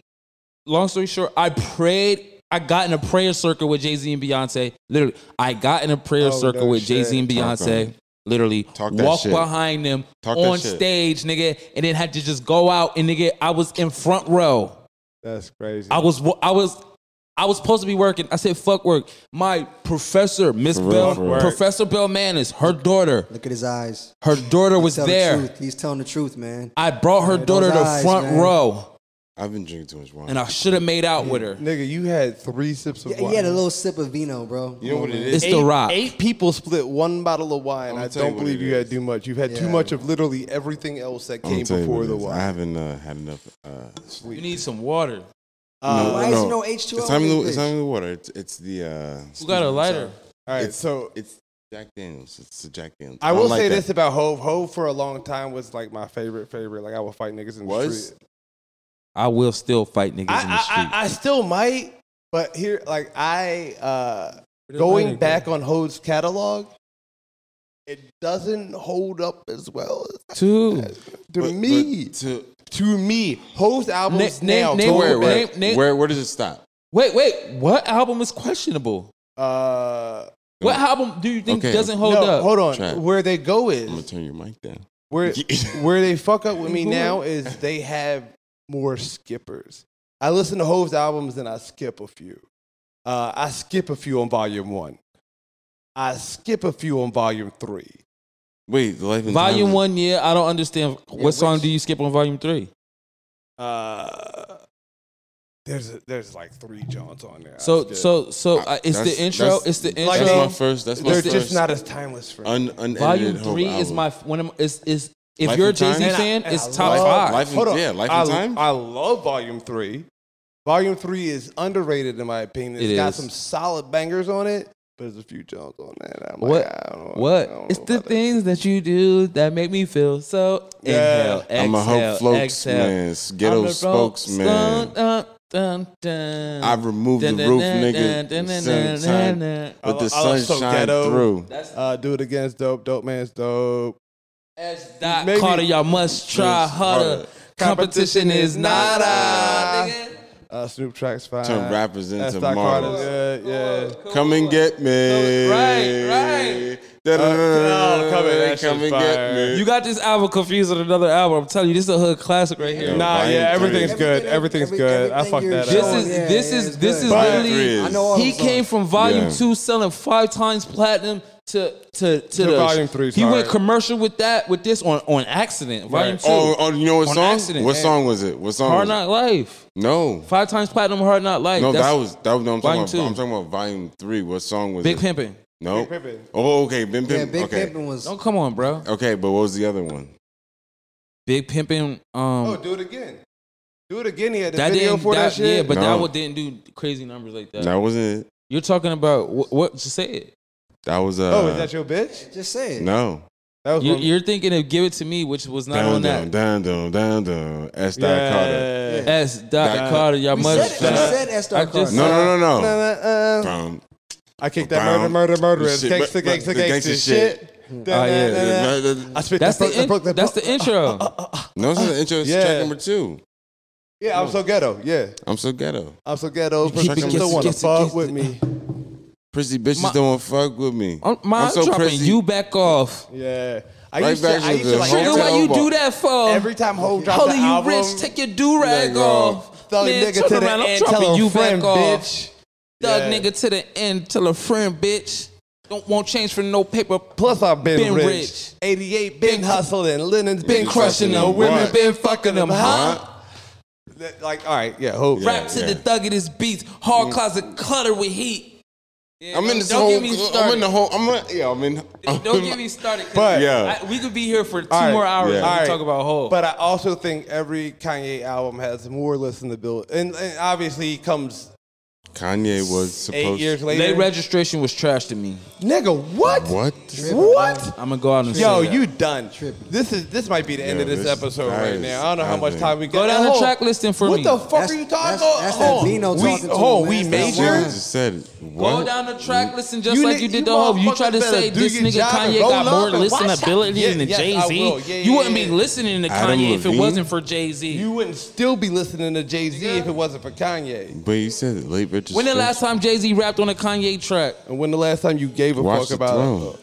Speaker 3: long story short, I prayed. I got in a prayer circle with Jay Z and Beyonce. Literally, I got in a prayer
Speaker 1: Oh,
Speaker 3: circle
Speaker 1: no
Speaker 3: with Jay Z
Speaker 1: shit.
Speaker 3: and
Speaker 4: Talk on
Speaker 3: Beyonce.
Speaker 4: it.
Speaker 3: Literally,
Speaker 4: Talk that
Speaker 3: walk
Speaker 4: shit.
Speaker 3: behind them
Speaker 4: Talk that
Speaker 3: on
Speaker 4: shit.
Speaker 3: stage, nigga, and then had to just go out and nigga. I was in front row.
Speaker 1: That's crazy.
Speaker 3: I was wo- I was I was supposed to be working. I said fuck work. My professor, Miss
Speaker 4: For real,
Speaker 3: Bell,
Speaker 4: for real.
Speaker 3: Professor Bell Manis, her daughter,
Speaker 2: Look at his eyes.
Speaker 3: her daughter was
Speaker 2: Tell
Speaker 3: there.
Speaker 2: the truth. He's telling the truth, man.
Speaker 3: I brought her
Speaker 2: those
Speaker 3: daughter to
Speaker 2: eyes,
Speaker 3: front
Speaker 2: man.
Speaker 3: row,
Speaker 4: I've been drinking too much wine.
Speaker 3: and I should have made out with her.
Speaker 1: Nigga, you had three sips of
Speaker 2: Yeah,
Speaker 1: wine.
Speaker 2: he had a little sip of vino, bro.
Speaker 4: you know what it
Speaker 3: It's
Speaker 4: is?
Speaker 3: the rock.
Speaker 1: Eight people split one bottle of wine.
Speaker 4: I'ma
Speaker 1: I
Speaker 4: tell you
Speaker 1: don't
Speaker 4: what
Speaker 1: believe
Speaker 4: it
Speaker 1: you had
Speaker 4: is.
Speaker 1: too much. You've had too
Speaker 2: Yeah.
Speaker 1: much of literally everything else that
Speaker 4: I'ma
Speaker 1: came
Speaker 4: tell you what
Speaker 1: before
Speaker 4: it
Speaker 1: the
Speaker 4: is. I
Speaker 1: wine.
Speaker 4: haven't uh, had enough. Uh,
Speaker 3: You need some water.
Speaker 1: Uh,
Speaker 2: Why is there no H2O
Speaker 4: It's not,
Speaker 2: in
Speaker 4: even
Speaker 2: this
Speaker 4: the, it's not
Speaker 2: bitch?
Speaker 4: even the water. It's, it's the. Uh,
Speaker 3: Who got a lighter?
Speaker 1: all right,
Speaker 4: It's-
Speaker 1: so
Speaker 4: It's Jack Daniels. It's the Jack Daniels.
Speaker 1: I will
Speaker 4: don't like
Speaker 1: say
Speaker 4: that.
Speaker 1: this about Hove. Hove for a long time was like my favorite favorite. Like I would fight niggas in the
Speaker 4: Was?
Speaker 1: street.
Speaker 3: I will still fight niggas in the
Speaker 1: I,
Speaker 3: street.
Speaker 1: I, I, I still might, but here, like I, uh, going back on Hode's catalog, it doesn't hold up as well as,
Speaker 3: two.
Speaker 1: to
Speaker 4: But-
Speaker 1: me.
Speaker 4: but to,
Speaker 1: to me, Hode's albums
Speaker 3: Na-
Speaker 1: now.
Speaker 3: na-
Speaker 1: go
Speaker 3: na-
Speaker 4: where,
Speaker 1: back-
Speaker 4: where,
Speaker 3: Name- name-
Speaker 4: where, where does it stop?
Speaker 3: Wait, wait. What album is questionable?
Speaker 1: uh,
Speaker 3: What album do you think
Speaker 4: Okay.
Speaker 3: doesn't hold
Speaker 1: no,
Speaker 3: up?
Speaker 1: hold on.
Speaker 4: Track.
Speaker 1: Where they go
Speaker 4: I'm gonna
Speaker 1: is
Speaker 4: turn your mic down.
Speaker 1: where where they fuck up with me now is they have more skippers. I listen to Hove's albums and I skip a few. Uh, I skip a few on volume one. I skip a few on volume three.
Speaker 4: Wait, the life and
Speaker 3: volume
Speaker 4: Times-
Speaker 3: one, yeah. I don't understand. what
Speaker 2: which-
Speaker 3: song do you skip on volume three?
Speaker 1: Uh, there's a, there's like three Johns on there. I
Speaker 3: So,
Speaker 1: skip.
Speaker 3: so, so
Speaker 4: I-
Speaker 3: uh, it's
Speaker 4: that's-
Speaker 3: the intro.
Speaker 4: that's-
Speaker 3: It's the
Speaker 1: Like,
Speaker 4: That's
Speaker 3: intro.
Speaker 4: my first. That's my
Speaker 1: they're
Speaker 4: first.
Speaker 1: just not as timeless for me.
Speaker 4: un, unedited
Speaker 3: Volume
Speaker 4: Hope
Speaker 3: three is
Speaker 4: album.
Speaker 3: my f- one of my- is is. If
Speaker 4: Life
Speaker 3: you're a
Speaker 4: and
Speaker 3: Jay Z
Speaker 4: Times?
Speaker 3: fan,
Speaker 1: And I-
Speaker 3: it's
Speaker 1: and I
Speaker 3: top
Speaker 1: love-
Speaker 3: five.
Speaker 4: Life and-
Speaker 1: Hold on.
Speaker 4: yeah, Life
Speaker 1: I,
Speaker 4: and Times?
Speaker 1: I love Volume Three. Volume three is underrated in my opinion. It's
Speaker 3: It
Speaker 1: got
Speaker 3: is.
Speaker 1: some solid bangers on it, but there's a few Jones on that. I'm
Speaker 3: What-
Speaker 1: Like, I don't know, I
Speaker 3: What?
Speaker 1: don't
Speaker 3: It's
Speaker 1: know
Speaker 3: the
Speaker 1: about that.
Speaker 3: things that you do that make me feel so.
Speaker 1: Yeah.
Speaker 3: Inhale, exhale,
Speaker 4: I'm a hope
Speaker 3: exhale.
Speaker 4: spokesman,
Speaker 3: I'm
Speaker 4: ghetto
Speaker 3: the rope uh,
Speaker 4: spokesman.
Speaker 3: Dun, dun, dun.
Speaker 4: I removed the
Speaker 3: Dun, dun,
Speaker 4: roof,
Speaker 3: dun, dun, dun,
Speaker 4: nigga.
Speaker 3: dun,
Speaker 4: Sun
Speaker 3: dun,
Speaker 4: shine-
Speaker 3: dun.
Speaker 1: I
Speaker 4: But the
Speaker 1: lo- I love so
Speaker 4: sunshine
Speaker 1: ghetto.
Speaker 4: through.
Speaker 3: That's
Speaker 1: Uh, do it again's dope. Dope man's dope.
Speaker 3: S. Dot
Speaker 1: Maybe-
Speaker 3: Carter. Y'all must try
Speaker 4: Must
Speaker 3: harder.
Speaker 4: harder.
Speaker 3: Competition is not
Speaker 1: nada.
Speaker 3: a. nigga.
Speaker 1: Uh, Snoop Track's fine.
Speaker 4: Turn rappers into
Speaker 1: Doc Carter's
Speaker 4: martyrs.
Speaker 1: good, yeah.
Speaker 4: Come and get me.
Speaker 3: Right, right. Uh,
Speaker 4: Da-da-da-da-da.
Speaker 1: Oh, come and- that
Speaker 4: Come
Speaker 1: shit's
Speaker 4: and get
Speaker 1: fire.
Speaker 4: me.
Speaker 3: You got this album confused with another album. I'm telling you, this is a hood classic right here.
Speaker 4: Yeah.
Speaker 1: Nah,
Speaker 4: Volume
Speaker 1: yeah, everything's
Speaker 4: three.
Speaker 1: good.
Speaker 2: Everything-
Speaker 1: Everything's
Speaker 2: every-
Speaker 1: good. I
Speaker 2: everything
Speaker 1: fucked
Speaker 2: you're
Speaker 1: that
Speaker 3: This
Speaker 1: up.
Speaker 2: showing-
Speaker 3: is
Speaker 2: Yeah,
Speaker 3: this
Speaker 2: yeah,
Speaker 3: is
Speaker 2: it's
Speaker 3: this
Speaker 2: good.
Speaker 3: is
Speaker 4: Volume
Speaker 3: literally
Speaker 4: three is-
Speaker 2: I know all
Speaker 3: he
Speaker 2: the songs.
Speaker 3: came from volume
Speaker 4: Yeah.
Speaker 3: two selling five times platinum to to to, the,
Speaker 1: volume three,
Speaker 3: He
Speaker 1: sorry.
Speaker 3: went commercial with that with this on on accident. Volume two,
Speaker 4: Oh, oh, you know what
Speaker 3: On
Speaker 4: song?
Speaker 3: accident.
Speaker 4: What song was it? What song?
Speaker 3: Hard
Speaker 4: Was it?
Speaker 3: Not Life,
Speaker 4: No,
Speaker 3: five times platinum, Hard Not Life.
Speaker 4: no,
Speaker 3: That's
Speaker 4: that was that was no. I'm talking
Speaker 3: Volume
Speaker 4: about.
Speaker 3: two.
Speaker 4: I'm talking about volume three. What song was
Speaker 3: Big
Speaker 4: it?
Speaker 3: Pimpin'.
Speaker 4: No.
Speaker 1: Big Pimpin'.
Speaker 4: Oh, okay. Big Pimpin.
Speaker 2: Yeah, Big
Speaker 4: okay.
Speaker 2: Pimpin' was.
Speaker 3: Don't come on, bro.
Speaker 4: Okay, but what was the other one?
Speaker 3: Big Pimpin. Um,
Speaker 1: Oh, do it again. Do it again. He had the
Speaker 3: that
Speaker 1: video
Speaker 3: didn't
Speaker 1: for that, shit.
Speaker 3: yeah, but
Speaker 4: No.
Speaker 3: that one didn't do crazy numbers like that.
Speaker 4: That wasn't it.
Speaker 3: You're talking about what? what just say it.
Speaker 4: That was uh.
Speaker 1: oh, is that your bitch?
Speaker 2: Just say it.
Speaker 4: No.
Speaker 1: That was
Speaker 3: You're,
Speaker 1: one-
Speaker 3: you're thinking of Give It to Me, which was not
Speaker 4: Down
Speaker 3: on that.
Speaker 4: down, down down down down. S. Dot Carter.
Speaker 1: Yeah.
Speaker 3: S. Dot
Speaker 4: Dot-
Speaker 3: Carter, y'all
Speaker 2: We said
Speaker 3: must.
Speaker 2: it.
Speaker 3: try.
Speaker 2: We said S.
Speaker 3: I
Speaker 2: Dot
Speaker 3: just
Speaker 2: Carter.
Speaker 4: No,
Speaker 1: Uh,
Speaker 4: no, no, no.
Speaker 1: uh, uh.
Speaker 4: From
Speaker 1: I kicked that murder, murder, murder.
Speaker 4: Shit,
Speaker 1: Gangsta,
Speaker 4: but- but
Speaker 1: gangsta,
Speaker 4: the
Speaker 1: gangsta
Speaker 4: gangsta
Speaker 1: shit.
Speaker 3: Oh, yeah.
Speaker 1: Da-na-na-na. I spit
Speaker 3: That's
Speaker 1: that
Speaker 3: the
Speaker 1: pro- pro-
Speaker 3: in,
Speaker 1: that
Speaker 3: that's
Speaker 1: pro-
Speaker 3: the intro.
Speaker 4: no, this is the intro. It's
Speaker 1: Yeah.
Speaker 4: track number two.
Speaker 1: Yeah, I'm so ghetto. Yeah,
Speaker 4: I'm so ghetto.
Speaker 1: I'm so ghetto.
Speaker 3: keep
Speaker 1: People
Speaker 4: it
Speaker 1: still
Speaker 4: gangsta,
Speaker 1: want to
Speaker 3: gangsta,
Speaker 1: fuck
Speaker 3: gangsta.
Speaker 1: with me.
Speaker 4: Prissy bitches
Speaker 3: My-
Speaker 4: don't want fuck with me.
Speaker 3: I'm, my, I'm
Speaker 4: so
Speaker 3: dropping
Speaker 4: prissy.
Speaker 3: you back off.
Speaker 1: Yeah, I
Speaker 4: Right
Speaker 1: used to.
Speaker 4: back
Speaker 1: I
Speaker 4: to
Speaker 1: used
Speaker 4: the
Speaker 1: to like
Speaker 4: whole
Speaker 1: every,
Speaker 3: Sugar,
Speaker 4: time.
Speaker 3: why you
Speaker 4: elbow.
Speaker 3: do that for?
Speaker 1: every time Hope dropped
Speaker 3: Holy,
Speaker 1: the
Speaker 3: you
Speaker 1: album,
Speaker 3: rich, take your do rag
Speaker 4: Leg
Speaker 3: off.
Speaker 1: thug
Speaker 3: Man,
Speaker 1: nigga
Speaker 3: turn
Speaker 1: to the
Speaker 3: around,
Speaker 1: end,
Speaker 3: I'm
Speaker 1: tell
Speaker 3: dropping
Speaker 1: a
Speaker 3: you
Speaker 1: friend,
Speaker 3: back off.
Speaker 1: bitch.
Speaker 3: Thug
Speaker 1: Yeah.
Speaker 3: nigga to the end, tell a friend, bitch. Don't want change for no paper.
Speaker 1: Plus I've been,
Speaker 3: Been
Speaker 1: rich.
Speaker 3: rich.
Speaker 1: 88, been,
Speaker 3: Been-
Speaker 1: hustling. Linen's been,
Speaker 4: Been
Speaker 1: crushing
Speaker 4: crushing
Speaker 1: them.
Speaker 4: them.
Speaker 1: Women
Speaker 4: What?
Speaker 1: been fucking them, huh?
Speaker 4: Huh?
Speaker 1: That- Like, all right, yeah, Hope.
Speaker 3: Rap to the
Speaker 4: yeah. Mm.
Speaker 3: thug of this beats. Hard closet cluttered with heat. Yeah,
Speaker 4: I'm in
Speaker 3: don't-
Speaker 4: this
Speaker 3: don't
Speaker 4: whole.
Speaker 3: get me
Speaker 4: I'm in
Speaker 3: started.
Speaker 4: the whole. I'm in. Yeah, I'm in. I'm
Speaker 3: Don't
Speaker 4: in
Speaker 3: get me started. 'cause
Speaker 1: But-
Speaker 4: Yeah.
Speaker 3: I- we could be here for two
Speaker 1: All right,
Speaker 3: more hours
Speaker 4: yeah.
Speaker 3: and
Speaker 1: All right.
Speaker 3: talk about whole.
Speaker 1: But I also think every Kanye album has more listenability. And, and obviously, he comes
Speaker 4: Kanye was
Speaker 1: eight
Speaker 4: supposed.
Speaker 1: years later.
Speaker 3: Late registration was trash to me.
Speaker 1: Nigga, what?
Speaker 4: What?
Speaker 1: What?
Speaker 3: I'm gonna go out and
Speaker 1: Yo,
Speaker 3: say that.
Speaker 1: you done. This is this might be the end
Speaker 4: Yeah,
Speaker 1: of this,
Speaker 4: this-
Speaker 1: episode
Speaker 4: that
Speaker 1: right
Speaker 4: is-
Speaker 1: now. I don't know how
Speaker 4: that
Speaker 1: much
Speaker 4: is-
Speaker 1: time we got.
Speaker 3: Go down
Speaker 1: And
Speaker 3: the
Speaker 1: hold-
Speaker 3: track listing for
Speaker 1: what
Speaker 3: me.
Speaker 1: the fuck
Speaker 2: That's-
Speaker 1: are you talking
Speaker 2: that's-
Speaker 1: about?
Speaker 2: that's that
Speaker 1: Hold on.
Speaker 2: Vino
Speaker 1: we,
Speaker 2: talking to
Speaker 1: hold,
Speaker 2: him,
Speaker 1: we
Speaker 2: man. That's
Speaker 1: major.
Speaker 2: that
Speaker 4: Jerry just said it. what?
Speaker 3: Go down the track listen just
Speaker 1: You
Speaker 3: like
Speaker 1: nigg-
Speaker 3: you
Speaker 1: you
Speaker 3: did the whole. You tried to
Speaker 1: motherfuckers
Speaker 3: say
Speaker 1: better do
Speaker 3: this
Speaker 1: your
Speaker 3: nigga
Speaker 1: job and
Speaker 3: Kanye
Speaker 1: go
Speaker 3: got more
Speaker 1: love and watch
Speaker 3: listenability
Speaker 1: out. Yeah,
Speaker 3: than
Speaker 1: yes, I
Speaker 3: Jay
Speaker 1: will.
Speaker 3: Z.
Speaker 1: Yeah,
Speaker 3: you
Speaker 1: yeah,
Speaker 3: wouldn't be
Speaker 1: yeah.
Speaker 3: listening to
Speaker 4: Adam
Speaker 3: Kanye if it
Speaker 4: Levine?
Speaker 3: wasn't for Jay Z.
Speaker 1: You wouldn't still be listening to Jay Z if it wasn't for Kanye.
Speaker 4: But you said it. Late registration.
Speaker 3: When the last time Jay Z rapped on a Kanye track?
Speaker 1: And when the last time you gave a
Speaker 4: Watch
Speaker 1: fuck
Speaker 4: the
Speaker 1: about
Speaker 4: throne.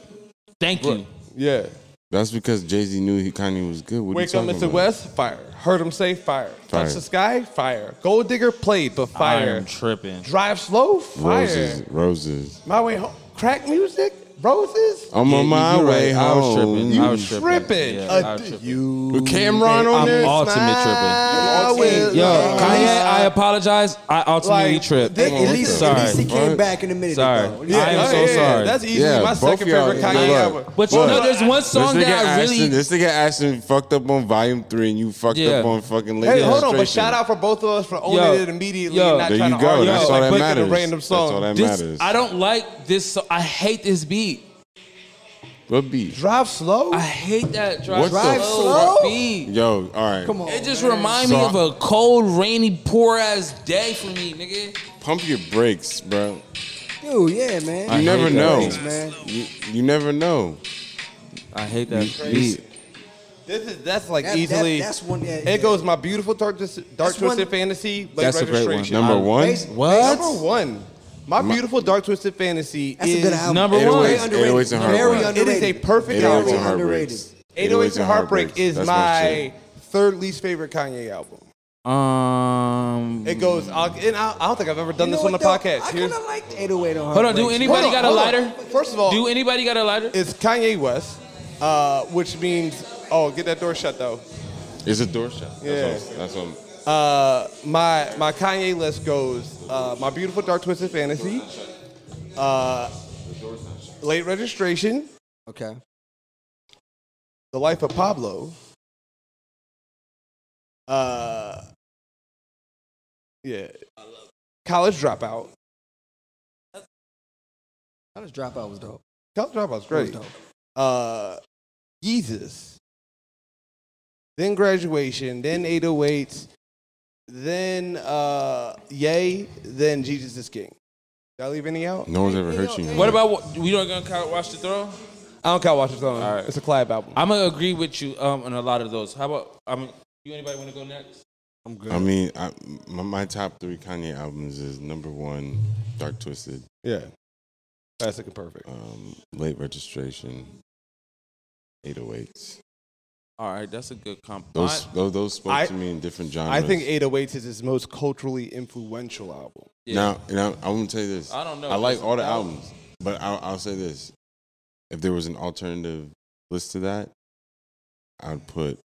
Speaker 3: Thank you.
Speaker 1: Yeah.
Speaker 4: That's because Jay Z knew he Kanye was good. What
Speaker 1: Wake
Speaker 4: are
Speaker 1: up
Speaker 4: you talking
Speaker 1: Mr.
Speaker 4: about?
Speaker 1: West, fire. Heard him say fire.
Speaker 4: Fire.
Speaker 1: Touch the sky, fire. Gold digger played, but
Speaker 3: I
Speaker 1: fire.
Speaker 3: am tripping.
Speaker 1: Drive slow, fire.
Speaker 4: Roses, roses.
Speaker 1: My way home. Crack music, roses.
Speaker 4: I'm
Speaker 3: Yeah,
Speaker 4: on
Speaker 3: you-
Speaker 4: my
Speaker 3: you're
Speaker 4: way
Speaker 3: right. I was
Speaker 4: home.
Speaker 3: tripping.
Speaker 1: You
Speaker 3: I was tripping.
Speaker 1: tripping.
Speaker 3: Yeah,
Speaker 1: A-
Speaker 3: I was tripping.
Speaker 1: You
Speaker 4: With Cameron on
Speaker 3: I'm
Speaker 4: there.
Speaker 3: ultimate
Speaker 1: I
Speaker 3: tripping.
Speaker 1: will
Speaker 3: Yo,
Speaker 1: love
Speaker 3: Kanye, I
Speaker 1: you.
Speaker 3: apologize. I ultimately
Speaker 1: Like,
Speaker 3: tripped.
Speaker 1: they-
Speaker 2: At least,
Speaker 3: Sorry.
Speaker 2: at least he came
Speaker 4: Right.
Speaker 2: back in a minute.
Speaker 3: Sorry.
Speaker 2: Ago.
Speaker 3: I am
Speaker 1: oh,
Speaker 3: so sorry.
Speaker 1: That's easily
Speaker 4: Yeah,
Speaker 1: my
Speaker 4: both
Speaker 1: second
Speaker 4: y'all-
Speaker 1: favorite
Speaker 4: yeah,
Speaker 1: Kanye
Speaker 4: look.
Speaker 1: album.
Speaker 3: But you know, there's one
Speaker 4: This
Speaker 3: song
Speaker 4: nigga,
Speaker 3: that I
Speaker 4: Ashton,
Speaker 3: really
Speaker 4: this nigga Ashton fucked up on volume three and you fucked
Speaker 3: Yeah.
Speaker 4: up on fucking late
Speaker 1: Hey, hold on,
Speaker 4: registration.
Speaker 1: but shout out for both of us for owning
Speaker 3: Yo,
Speaker 1: it immediately
Speaker 3: yo.
Speaker 1: and not
Speaker 4: There
Speaker 1: trying
Speaker 4: you
Speaker 1: to
Speaker 4: go.
Speaker 1: argue
Speaker 4: That's
Speaker 1: about
Speaker 4: all
Speaker 1: like
Speaker 4: that
Speaker 1: picking
Speaker 4: matters.
Speaker 1: a random song.
Speaker 4: That's all that
Speaker 3: This-
Speaker 4: matters.
Speaker 3: I don't like this. so- I hate this beat.
Speaker 4: What beat?
Speaker 1: Drive slow?
Speaker 3: I hate that drive,
Speaker 4: What the
Speaker 3: slow
Speaker 2: fuck?
Speaker 3: beat.
Speaker 4: Yo, all right.
Speaker 2: Come on.
Speaker 3: It just
Speaker 2: man.
Speaker 3: reminds
Speaker 4: So
Speaker 3: me
Speaker 4: I-
Speaker 3: of a cold, rainy, poor ass day for me, nigga.
Speaker 4: Pump your brakes, bro.
Speaker 2: Dude, yeah, man.
Speaker 4: You never
Speaker 3: hate
Speaker 4: know.
Speaker 2: Thanks, man.
Speaker 4: You, you never know.
Speaker 3: I hate that
Speaker 4: beat.
Speaker 1: This is that's like
Speaker 2: That- that-
Speaker 1: easily.
Speaker 2: that's one- yeah,
Speaker 1: it
Speaker 2: yeah.
Speaker 1: goes my beautiful dark, Dis- dark
Speaker 2: That's one-
Speaker 1: twisted fantasy. Late
Speaker 3: That's a great one.
Speaker 1: registration.
Speaker 4: Number
Speaker 3: I'm-
Speaker 4: one?
Speaker 2: Basi-
Speaker 3: What?
Speaker 1: Number one. My beautiful dark twisted fantasy
Speaker 2: That's
Speaker 1: is
Speaker 2: a good album.
Speaker 3: number
Speaker 2: Very
Speaker 3: one.
Speaker 2: underrated.
Speaker 4: 808s and
Speaker 2: Very
Speaker 4: Heartbreak.
Speaker 1: It is
Speaker 2: underrated.
Speaker 1: a perfect
Speaker 4: 808s
Speaker 2: Very
Speaker 4: and
Speaker 1: album.
Speaker 4: Heartbreaks.
Speaker 1: 808s and Heartbreak
Speaker 4: Heartbreaks.
Speaker 1: is
Speaker 4: That's
Speaker 1: my
Speaker 4: shit.
Speaker 1: third least favorite Kanye album.
Speaker 3: Um.
Speaker 1: It goes. I'll, and I, I don't think I've ever done
Speaker 2: You know
Speaker 1: this on the
Speaker 2: what, though?
Speaker 1: podcast.
Speaker 2: I
Speaker 1: Here's,
Speaker 2: kind of liked 808 on
Speaker 3: Hold on. Do
Speaker 2: Heartbreak.
Speaker 3: anybody
Speaker 1: on,
Speaker 3: got a
Speaker 1: hold on.
Speaker 3: lighter?
Speaker 1: First of all-
Speaker 3: do anybody got a lighter?
Speaker 1: it's Kanye West, uh, which means oh, get that door shut though.
Speaker 4: It's a door shot.
Speaker 1: Yeah.
Speaker 4: That's what. That's what
Speaker 1: Uh, my my Kanye list goes uh, my beautiful dark twisted fantasy, uh, late registration,
Speaker 2: Okay.
Speaker 1: the life of Pablo, uh, Yeah. College dropout.
Speaker 2: College dropout was dope.
Speaker 1: College dropout's
Speaker 2: It was
Speaker 1: great.
Speaker 2: dope.
Speaker 1: Uh, Yeezus. Then graduation. Then 808s. Then uh, Yay. Then Jesus is King. Did I leave any out?
Speaker 4: No one's ever hurt you.
Speaker 3: What about wa- we don't gonna call it watch the throw?
Speaker 1: I don't count Watch Your Throne.
Speaker 3: All right.
Speaker 1: It's a collab album.
Speaker 3: I'm gonna agree with you um, on a lot of those. How about I mean, you anybody want to go next?
Speaker 2: I'm good.
Speaker 4: I mean, I, my, my top three Kanye albums is number one, Dark Twisted,
Speaker 1: yeah. Classic and perfect.
Speaker 4: um, Late Registration, 808s.
Speaker 3: All right, that's a good comp.
Speaker 4: Those
Speaker 3: Mine-
Speaker 4: those, those spoke
Speaker 1: I-
Speaker 4: to me in different genres.
Speaker 1: I think 808s is his most culturally influential album.
Speaker 3: yeah.
Speaker 4: Now, and I, I want to tell you this.
Speaker 3: I don't know.
Speaker 4: I like
Speaker 3: It's
Speaker 4: all the
Speaker 3: an album.
Speaker 4: albums, but I'll, I'll say this: if there was an alternative list to that, I'd put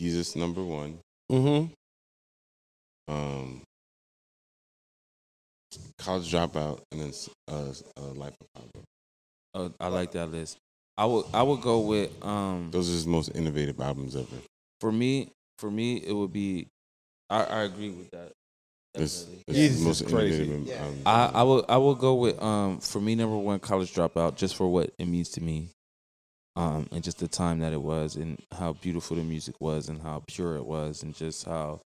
Speaker 4: Jesus number one,
Speaker 1: Mm-hmm.
Speaker 4: um, College Dropout, and then uh, uh, Life of Pablo.
Speaker 3: Oh, I like that list. I would I would go with um
Speaker 4: Those are his most innovative albums ever.
Speaker 3: for me for me it would be I, I agree with that.
Speaker 4: It's,
Speaker 3: definitely.
Speaker 4: it's
Speaker 1: Jesus
Speaker 4: the most
Speaker 1: is crazy.
Speaker 4: innovative um,
Speaker 2: Yeah.
Speaker 4: albums.
Speaker 3: I, I will I will go with um for me number one college dropout just for what it means to me, um and just the time that it was and how beautiful the music was and how pure it was and just how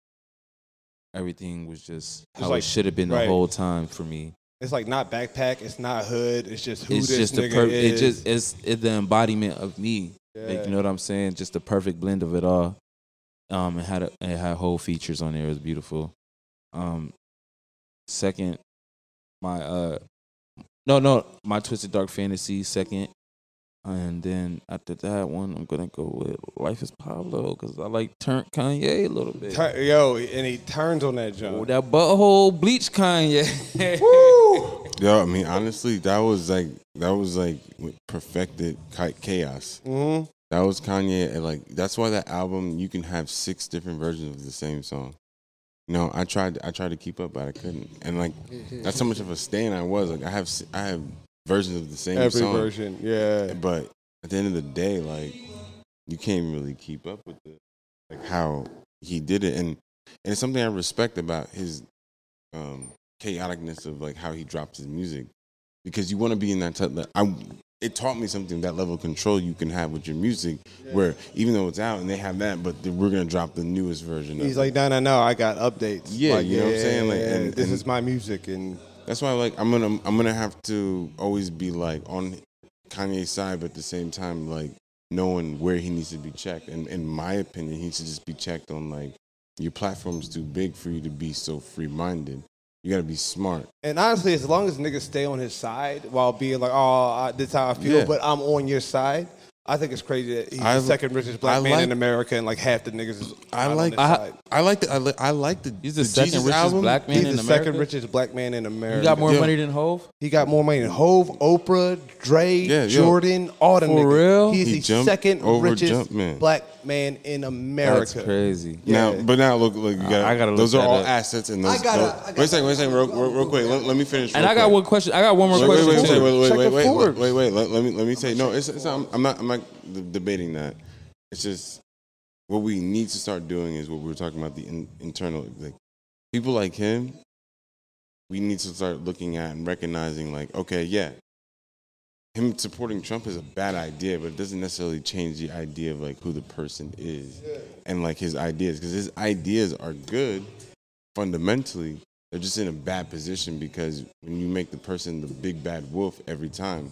Speaker 3: everything was just
Speaker 1: It's
Speaker 3: how
Speaker 1: like-
Speaker 3: it should have been
Speaker 1: right.
Speaker 3: the whole time for me.
Speaker 1: It's like not backpack. It's not hood. It's just who
Speaker 3: it's
Speaker 1: this
Speaker 3: just the
Speaker 1: nigga
Speaker 3: per-
Speaker 1: is.
Speaker 3: it just it's it the embodiment of me. Like, you know what I'm saying? Just the perfect blend of it all. Um, it had a, it had whole features on there. It was beautiful. Um, second, my uh, no, no, my Twisted Dark Fantasy second, and then after that one, I'm gonna go with Life Is Pablo because I like turn Kanye a little bit.
Speaker 1: Tur- yo, and he turns on that
Speaker 3: Oh,
Speaker 1: junk.
Speaker 3: that butthole bleach Kanye.
Speaker 4: Yeah, I mean, honestly, that was like that was like perfected chi- chaos.
Speaker 1: Mm-hmm.
Speaker 4: That was Kanye. And like that's why that album you can have six different versions of the same song. No, I tried. I tried to keep up, but I couldn't. And like that's how much of a stan I was. Like I have s- I have versions of the same
Speaker 1: Every
Speaker 4: song,
Speaker 1: version, yeah.
Speaker 4: but at the end of the day, like you can't really keep up with the like how he did it. And and it's something I respect about his um chaoticness of like how he drops his music because you want to be in that. T- I it taught me something that level of control you can have with your music, where even though it's out and they have that, but then we're gonna drop the newest version.
Speaker 1: He's
Speaker 4: of
Speaker 1: like, no, no, no. I got updates.
Speaker 4: Yeah,
Speaker 1: Like,
Speaker 4: you know what I'm saying? Like, and-
Speaker 1: this
Speaker 4: and-
Speaker 1: is my music, and
Speaker 4: it. that's why like I'm gonna I'm gonna have to always be like on Kanye's side, but at the same time like knowing where he needs to be checked. And in my opinion, he should just be checked on like your platform's too big for you to be so free minded. You gotta be smart.
Speaker 1: and honestly, as long as niggas stay on his side while being like, oh, I, this how I feel,
Speaker 4: Yeah.
Speaker 1: but I'm on your side. I think it's crazy that he's
Speaker 4: I-
Speaker 1: the second richest black
Speaker 4: I
Speaker 1: man in
Speaker 4: like-
Speaker 1: America, and like half the niggas is
Speaker 4: I
Speaker 1: not on
Speaker 4: like-
Speaker 1: his
Speaker 3: I-
Speaker 1: side.
Speaker 4: I like the I, li- I like the
Speaker 3: He's the second
Speaker 4: Jesus
Speaker 3: richest
Speaker 4: album.
Speaker 3: black man
Speaker 1: He's
Speaker 3: in
Speaker 1: the
Speaker 3: America.
Speaker 1: second richest black man in America.
Speaker 3: you got more
Speaker 4: Yeah.
Speaker 3: money than Hove.
Speaker 1: He got more money than Hove, Oprah, Dre,
Speaker 4: Yeah, yo.
Speaker 1: Jordan, all them
Speaker 3: For
Speaker 1: niggas.
Speaker 3: real?
Speaker 1: He's
Speaker 4: He
Speaker 1: the
Speaker 4: jumped
Speaker 1: second
Speaker 4: over
Speaker 1: richest
Speaker 4: Jumpman.
Speaker 1: black man in
Speaker 3: That's
Speaker 1: America.
Speaker 3: crazy.
Speaker 1: Yeah.
Speaker 4: Now, but now look, look, you gotta,
Speaker 3: Uh, I gotta look
Speaker 4: those are
Speaker 3: that
Speaker 4: all
Speaker 3: up.
Speaker 4: assets and those.
Speaker 2: I gotta-
Speaker 4: those-
Speaker 2: I gotta-
Speaker 4: wait a second, wait a second, real, real, real quick. Let, let me finish.
Speaker 3: And
Speaker 4: real
Speaker 3: I got
Speaker 4: quick.
Speaker 3: one question. I got one more
Speaker 4: Wait, wait,
Speaker 3: question.
Speaker 4: wait,
Speaker 3: too.
Speaker 4: wait, wait,
Speaker 1: Check
Speaker 4: wait,
Speaker 1: the
Speaker 4: wait, wait,
Speaker 1: Forbes.
Speaker 4: wait, wait. Let, let me let me say no. It's, it's I'm, I'm not I'm not d- debating that. It's just what we need to start doing is what we were talking about the in, internal like people like him. We need to start looking at and recognizing like okay, yeah, him supporting Trump is a bad idea, but it doesn't necessarily change the idea of like who the person is and like his ideas because his ideas are good fundamentally they're just in a bad position because when you make the person the big bad wolf every time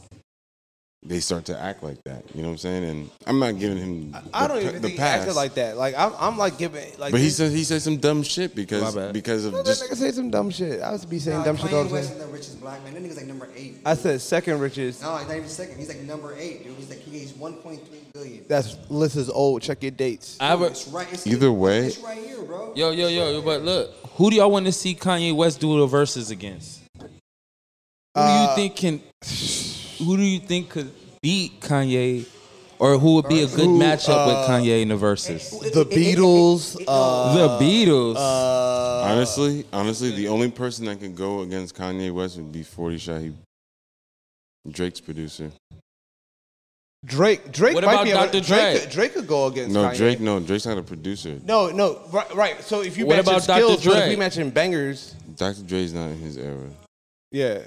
Speaker 4: they start to act like that you know what i'm saying and i'm not giving him
Speaker 1: I
Speaker 4: the,
Speaker 1: don't
Speaker 4: pa-
Speaker 1: even
Speaker 4: the
Speaker 1: think he
Speaker 4: pass
Speaker 1: acted like that. Like I'm, I'm like giving like.
Speaker 4: but he
Speaker 1: this-
Speaker 4: said he said some dumb shit because
Speaker 3: My bad.
Speaker 4: because of
Speaker 1: That
Speaker 4: just
Speaker 1: nigga said some dumb shit. I was be saying
Speaker 2: Nah,
Speaker 1: dumb shit all
Speaker 2: Kanye
Speaker 1: the
Speaker 2: West
Speaker 1: time.
Speaker 2: is the richest black man. That nigga's like number eight.
Speaker 1: I said second richest.
Speaker 2: No, he's not even second. He's like number eight, dude. He's like he aged 1.3 billion.
Speaker 1: That's list is old. Check your dates.
Speaker 3: I have a-
Speaker 2: It's right. It's
Speaker 4: Either way-
Speaker 2: it's right here, bro.
Speaker 3: Yo, yo, yo, yo, but look, who do y'all want to see Kanye West do the verses against? Who do
Speaker 1: Uh,
Speaker 3: you think can who do you think could beat Kanye or who would be a good
Speaker 1: Who,
Speaker 3: matchup with Kanye in the verses?
Speaker 1: The Beatles. Uh,
Speaker 3: the Beatles.
Speaker 1: uh,
Speaker 4: honestly honestly the only person that could go against kanye west would be 40 Shaheed, drake's producer
Speaker 1: Drake, Drake
Speaker 3: What
Speaker 1: might
Speaker 3: about
Speaker 1: be able,
Speaker 3: Dr.
Speaker 1: Drake.
Speaker 3: Dre?
Speaker 1: Could, Drake could go against
Speaker 4: No,
Speaker 1: Kanye.
Speaker 4: Drake. No, Drake's not a producer.
Speaker 1: No, no, right, right. So if you
Speaker 3: What
Speaker 1: match
Speaker 3: about Dr.
Speaker 1: skills, but if
Speaker 3: Dre?
Speaker 1: we matching bangers,
Speaker 4: Dr. Dre's not in his era.
Speaker 1: yeah.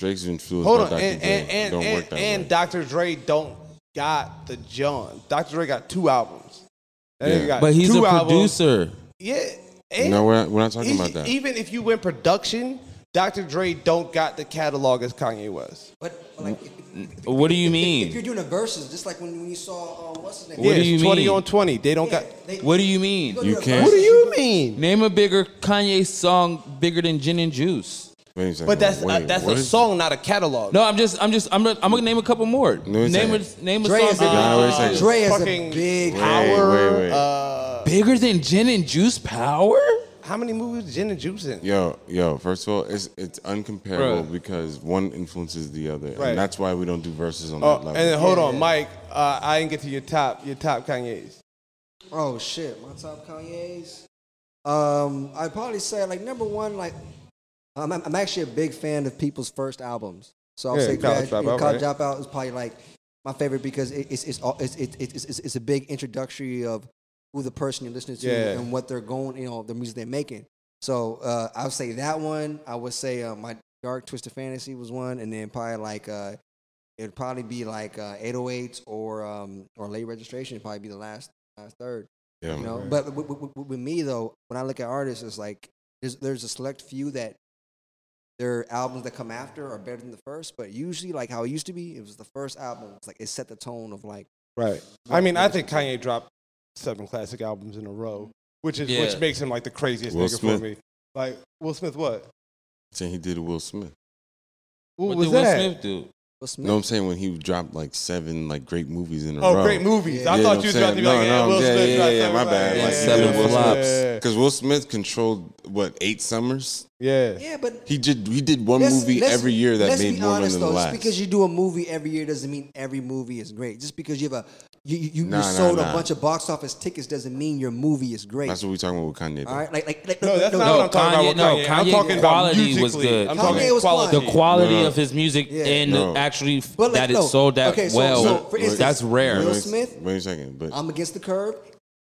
Speaker 4: Drake's influenced
Speaker 1: Hold
Speaker 4: by
Speaker 1: on,
Speaker 4: Dr.
Speaker 1: and
Speaker 4: Dre.
Speaker 1: and and,
Speaker 4: Don't
Speaker 1: and,
Speaker 4: work that
Speaker 1: and
Speaker 4: way.
Speaker 1: Dr. Dre don't got the John. Dr. Dre got two albums. That
Speaker 4: Yeah.
Speaker 1: nigga got
Speaker 3: But he's
Speaker 1: two
Speaker 3: a
Speaker 1: albums.
Speaker 3: producer.
Speaker 1: Yeah, and
Speaker 4: no, we're not, we're not talking
Speaker 1: he-
Speaker 4: about that.
Speaker 1: even if you went production, Dr. Dre don't got the catalog as Kanye was.
Speaker 2: But, but like, if, if-
Speaker 3: What do you
Speaker 2: if
Speaker 3: mean?
Speaker 2: you're doing a verses, just like when, when you saw uh, what's his name.
Speaker 3: What
Speaker 1: yeah,
Speaker 3: do you
Speaker 1: it's twenty
Speaker 3: mean?
Speaker 1: on twenty. They don't
Speaker 2: Yeah,
Speaker 1: got.
Speaker 2: they-
Speaker 3: What do you
Speaker 2: you
Speaker 3: mean?
Speaker 2: go do
Speaker 4: You
Speaker 2: a
Speaker 4: can't-
Speaker 1: What
Speaker 2: verse,
Speaker 1: do you mean?
Speaker 3: Name a bigger Kanye song bigger than Gin and Juice.
Speaker 4: Wait a second,
Speaker 1: But that's
Speaker 4: wait,
Speaker 1: uh, that's
Speaker 4: what
Speaker 1: a
Speaker 4: is-
Speaker 1: song, not a catalog.
Speaker 3: No, I'm just, I'm just, I'm, gonna- I'm gonna name a couple more.
Speaker 4: No, it's
Speaker 3: name a,
Speaker 4: not.
Speaker 3: name a
Speaker 2: Dre
Speaker 3: song
Speaker 2: is a-
Speaker 3: bigger
Speaker 4: Nah,
Speaker 3: than
Speaker 4: wait
Speaker 3: Gin
Speaker 4: a
Speaker 3: and
Speaker 4: second.
Speaker 3: Juice.
Speaker 2: Dre is a
Speaker 1: Fucking-
Speaker 2: big.
Speaker 4: Wait,
Speaker 1: Power.
Speaker 4: wait, wait.
Speaker 1: Uh,
Speaker 3: Bigger than Gin and Juice Power?
Speaker 1: how many movies Gin and Juice in?
Speaker 4: Yo, yo. First of all, it's it's uncomparable
Speaker 3: Bruh.
Speaker 4: because one influences the other,
Speaker 1: Right.
Speaker 4: and that's why we don't do verses on
Speaker 1: Oh,
Speaker 4: that
Speaker 1: and
Speaker 4: level.
Speaker 1: then hold on, Mike. Uh, I didn't get to your top, your top Kanye's.
Speaker 2: Oh shit, my top Kanye's. Um, I'd probably say like number one, like I'm, I'm actually a big fan of people's first albums. So I'll
Speaker 1: Yeah,
Speaker 2: say
Speaker 1: College
Speaker 2: Grad-
Speaker 1: Dropout,
Speaker 2: College Dropout is probably like my favorite because it, it's it's, all, it's, it's it's it's it's a big introductory of who the person you're listening to
Speaker 1: Yeah.
Speaker 2: and what they're going, you know, the music they're making. So uh, I would say that one. I would say uh, my Dark Twisted Fantasy was one, and then probably like uh, it'd probably be like uh, 808s or um, or late registration. It'd probably be the last last third.
Speaker 4: yeah,
Speaker 2: You
Speaker 4: man.
Speaker 2: know, but with, with, with me though, when I look at artists, it's like there's there's a select few that their albums that come after are better than the first. But usually, like how it used to be, it was the first album. It's like it set the tone of like
Speaker 1: Right. I mean, I think Kanye dropped seven classic albums in a row, which is which
Speaker 3: Yeah.
Speaker 1: makes him like the craziest
Speaker 4: Will
Speaker 1: nigga
Speaker 4: Smith.
Speaker 1: for me. Like Will Smith, what?
Speaker 4: Saying he did a Will Smith.
Speaker 1: What,
Speaker 3: What
Speaker 1: was
Speaker 3: did Will
Speaker 1: that?
Speaker 3: Smith do?
Speaker 2: Will Smith.
Speaker 4: You know what I'm saying? When he dropped like seven like great movies in a
Speaker 1: Oh,
Speaker 4: row.
Speaker 1: great movies. I
Speaker 4: Yeah,
Speaker 1: thought
Speaker 4: you
Speaker 1: you was
Speaker 4: know
Speaker 1: about
Speaker 4: what
Speaker 1: to
Speaker 4: I'm
Speaker 1: be like,
Speaker 4: saying? No,
Speaker 1: yeah,
Speaker 4: no,
Speaker 1: Will
Speaker 4: yeah,
Speaker 1: Smith
Speaker 4: yeah,
Speaker 1: dropped
Speaker 4: yeah,
Speaker 1: seven
Speaker 4: my
Speaker 1: classic
Speaker 4: bad.
Speaker 1: albums.
Speaker 3: Like, seven
Speaker 1: yeah,
Speaker 3: flops.
Speaker 4: Because Will Smith controlled what eight summers.
Speaker 1: Yeah.
Speaker 2: yeah, but
Speaker 4: He did. He did one
Speaker 2: let's-
Speaker 4: movie
Speaker 2: let's-
Speaker 4: every year that
Speaker 2: let's
Speaker 4: made
Speaker 2: be
Speaker 4: more money
Speaker 2: honest,
Speaker 4: than the
Speaker 2: though,
Speaker 4: last.
Speaker 2: Just because you do a movie every year doesn't mean every movie is great. Just because you have a you you, you,
Speaker 4: Nah,
Speaker 2: you
Speaker 4: nah,
Speaker 2: sold
Speaker 4: nah.
Speaker 2: a bunch of box office tickets doesn't mean your movie is great.
Speaker 4: That's what we talking about with Kanye.
Speaker 2: all
Speaker 4: though.
Speaker 2: right, like like, like
Speaker 1: No, that's not what I'm talking
Speaker 3: Kanye-
Speaker 1: about.
Speaker 3: no,
Speaker 1: With Kanye. I'm
Speaker 3: Kanye
Speaker 1: talking about
Speaker 3: quality was
Speaker 1: musically.
Speaker 3: good.
Speaker 1: I'm
Speaker 3: Kanye
Speaker 1: talking
Speaker 2: was
Speaker 1: quality.
Speaker 3: The
Speaker 2: Yeah.
Speaker 3: quality
Speaker 4: No, no.
Speaker 3: of his music
Speaker 2: Yeah.
Speaker 3: and
Speaker 4: No.
Speaker 3: actually f-
Speaker 2: But, like,
Speaker 3: that
Speaker 2: no.
Speaker 3: it sold that
Speaker 2: Okay, so-
Speaker 3: well.
Speaker 2: so, for instance,
Speaker 3: that's rare.
Speaker 2: Will
Speaker 4: Wait,
Speaker 2: Smith? um,
Speaker 4: Wait a second, but
Speaker 2: I'm against the curve.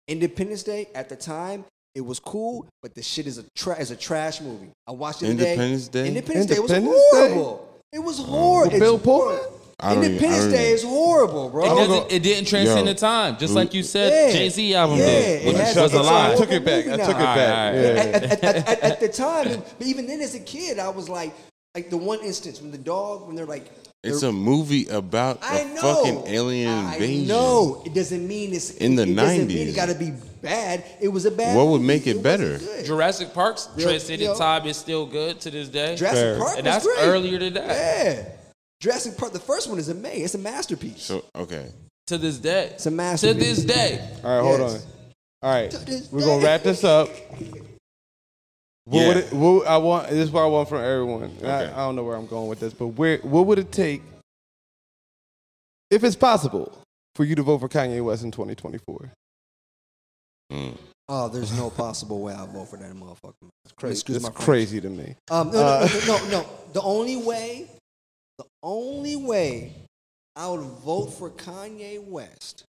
Speaker 2: Independence Day at the time, it was cool, but the shit is a tra- is a trash movie. I watched it today.
Speaker 4: Independence Day?
Speaker 2: Independence Day was
Speaker 1: Independence Day?
Speaker 2: horrible. It was horrible.
Speaker 1: Bill Pullman?
Speaker 4: I don't even- I
Speaker 2: Independence
Speaker 4: don't
Speaker 2: Day
Speaker 4: even-
Speaker 2: is horrible, bro.
Speaker 3: It,
Speaker 1: I'm
Speaker 3: doesn't,
Speaker 1: gonna-
Speaker 3: it didn't transcend
Speaker 4: Yo,
Speaker 3: the time, just
Speaker 4: we-
Speaker 3: like you said.
Speaker 2: Yeah.
Speaker 3: Jay Z album
Speaker 2: Yeah,
Speaker 3: did,
Speaker 2: it
Speaker 3: which
Speaker 2: has-
Speaker 3: was a
Speaker 2: it's
Speaker 1: I
Speaker 3: lie.
Speaker 1: took it back. I took it back.
Speaker 3: Alright,
Speaker 1: Yeah.
Speaker 2: at, at- at- at- at the time, but even then, as a kid, I was like, like the one instance when the dog, when they're like,
Speaker 4: it's
Speaker 2: they're-
Speaker 4: a movie about
Speaker 2: I
Speaker 4: a
Speaker 2: know,
Speaker 4: fucking alien
Speaker 2: I
Speaker 4: invasion.
Speaker 2: know it doesn't mean it's
Speaker 4: In the
Speaker 2: it doesn't mean It
Speaker 4: 90s.
Speaker 2: got to be bad. It was a bad.
Speaker 4: What would
Speaker 2: movie.
Speaker 4: make it
Speaker 2: wasn't
Speaker 4: better?
Speaker 2: good.
Speaker 3: Jurassic Park's
Speaker 2: Yo,
Speaker 3: transcended
Speaker 2: yo.
Speaker 3: time is still good to this day.
Speaker 2: Jurassic
Speaker 1: Fair.
Speaker 2: Park
Speaker 3: And
Speaker 2: was
Speaker 3: that's
Speaker 2: great.
Speaker 3: earlier than that.
Speaker 2: Yeah. Jurassic Park, the first one is a May. It's a masterpiece.
Speaker 4: So okay,
Speaker 3: to this day.
Speaker 2: It's a
Speaker 3: to
Speaker 2: masterpiece.
Speaker 3: this day.
Speaker 1: All right, hold
Speaker 2: Yes.
Speaker 1: on. All right,
Speaker 2: To this
Speaker 1: we're gonna
Speaker 2: day.
Speaker 1: wrap this up. What would
Speaker 4: Yeah.
Speaker 1: it, what I want? This is what I want from everyone. And I,
Speaker 4: Okay.
Speaker 1: I don't know where I'm going with this, but where what would it take, if it's possible, for you to vote for Kanye West in 2024?
Speaker 4: Mm.
Speaker 2: Oh, there's no possible way I'll vote for that motherfucker. It's crazy.
Speaker 1: It's crazy to me.
Speaker 2: Um, no,
Speaker 1: Uh,
Speaker 2: no, no, no, no. The only way, the only way I would vote for Kanye West.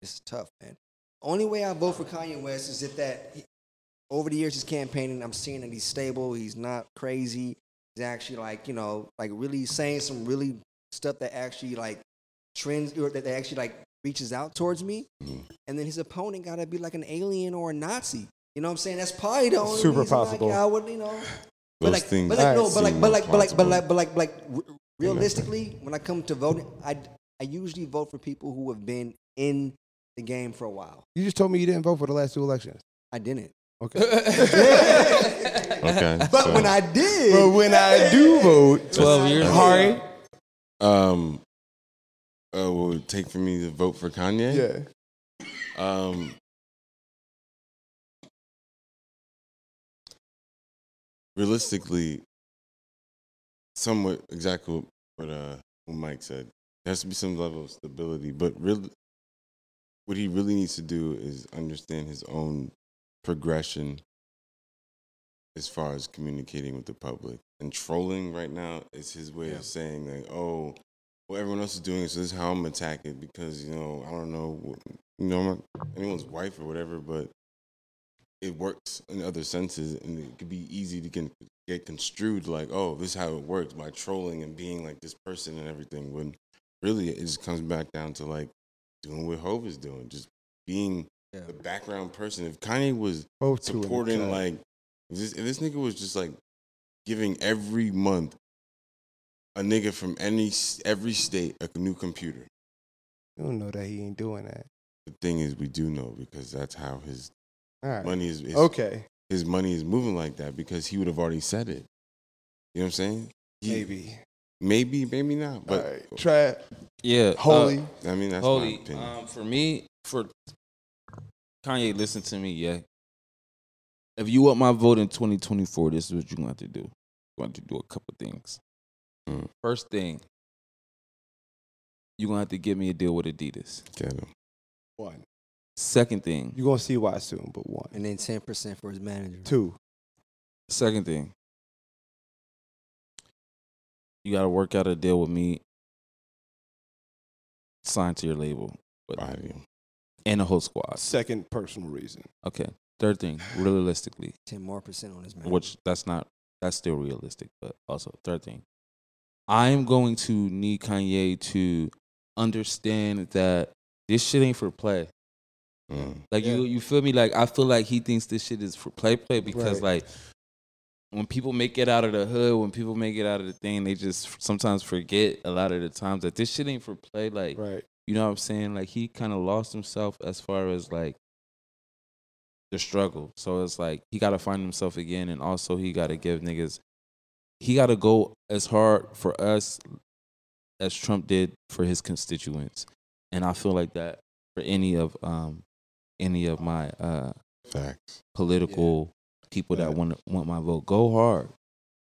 Speaker 2: This is tough, man. The only way I vote for Kanye West is if that over the years he's campaigning, I'm seeing that he's stable, he's not crazy, he's actually like you know like really saying some really stuff that actually like trends or that that actually like reaches out towards me
Speaker 1: Mm-hmm.
Speaker 2: and then his opponent got to be like an alien or a Nazi. You know what I'm saying? That's probably the only
Speaker 1: Super
Speaker 2: reason, like,
Speaker 1: possible.
Speaker 2: I would, you know.
Speaker 4: Those
Speaker 2: but like,
Speaker 4: things
Speaker 2: but like, no,
Speaker 1: Alright.
Speaker 2: but like,
Speaker 4: seem
Speaker 2: but like, but like, but
Speaker 4: impossible.
Speaker 2: like, but like, but like, re- realistically, when I come to voting, I I usually vote for people who have been in the game for a while.
Speaker 1: You just told me you didn't vote for the last two elections.
Speaker 2: I didn't,
Speaker 1: Okay.
Speaker 4: okay.
Speaker 2: but
Speaker 4: so,
Speaker 2: when I did,
Speaker 1: but when I do vote,
Speaker 3: 12 years
Speaker 1: Hari,
Speaker 4: um, uh, what would it take for me to vote for Kanye?
Speaker 1: yeah,
Speaker 4: Um, realistically, somewhat exactly what, what, uh, what Mike said. There has to be some level of stability, but really, what he really needs to do is understand his own progression as far as communicating with the public. And trolling right now is his way of saying like, oh, well, everyone else is doing it, so this is how I'm gonna attack it because you know I don't know, wh- you know, I'm not anyone's wife or whatever, but it works in other senses, and it could be easy to get, get construed like, oh, this is how it works by trolling and being like this person and everything. When really, it just comes back down to like doing what Hov is doing, just being
Speaker 2: Yeah.
Speaker 4: the background person. If Kanye was
Speaker 1: Both two in the
Speaker 4: supporting
Speaker 1: chat.
Speaker 4: like if this, if this nigga was just like giving every month a nigga from any s- every state a new computer.
Speaker 1: you don't know that he ain't doing that.
Speaker 4: The thing is, we do know because that's how his
Speaker 1: All right.
Speaker 4: money is. His,
Speaker 1: okay.
Speaker 4: his money is moving like that because he would have already said it. You know what I'm saying? He-
Speaker 1: Maybe.
Speaker 4: maybe, maybe not. But
Speaker 1: All right. Try
Speaker 3: Yeah. uh,
Speaker 1: holy.
Speaker 4: I mean, that's my
Speaker 3: Holy,
Speaker 4: opinion.
Speaker 3: um, for me, for Kanye, listen to me, yeah. If you want my vote in 2024, this is what you're gonna have to do. You're gonna have to do a couple things.
Speaker 4: Mm.
Speaker 3: First thing, you're gonna have to give me a deal with Adidas.
Speaker 4: Get him.
Speaker 1: one.
Speaker 3: Second thing,
Speaker 1: You're gonna see why soon, but one.
Speaker 2: And then ten percent for his manager.
Speaker 1: Two.
Speaker 3: second thing, you gotta work out a deal with me, signed to your label
Speaker 4: Body him.
Speaker 3: and the whole squad.
Speaker 1: Second personal reason.
Speaker 3: Okay. Third thing, realistically,
Speaker 2: Ten more percent on his manager.
Speaker 3: which that's not that's still realistic but also third thing i'm going to need kanye to understand that this shit ain't for play
Speaker 4: Mm.
Speaker 3: like you
Speaker 1: Yeah.
Speaker 3: you feel me like i feel like he thinks this shit is for play play because
Speaker 1: Right.
Speaker 3: like when people make it out of the hood when people make it out of the thing they just sometimes forget a lot of the times that this shit ain't for play like
Speaker 1: Right.
Speaker 3: you know what I'm saying? Like he kind of lost himself as far as like the struggle. So it's like he got to find himself again, and also he got to give niggas. He got to go as hard for us as Trump did for his constituents, and I feel like that for any of um any of my uh
Speaker 4: Facts.
Speaker 3: political people that
Speaker 1: Yeah.
Speaker 3: want want my vote. Go hard,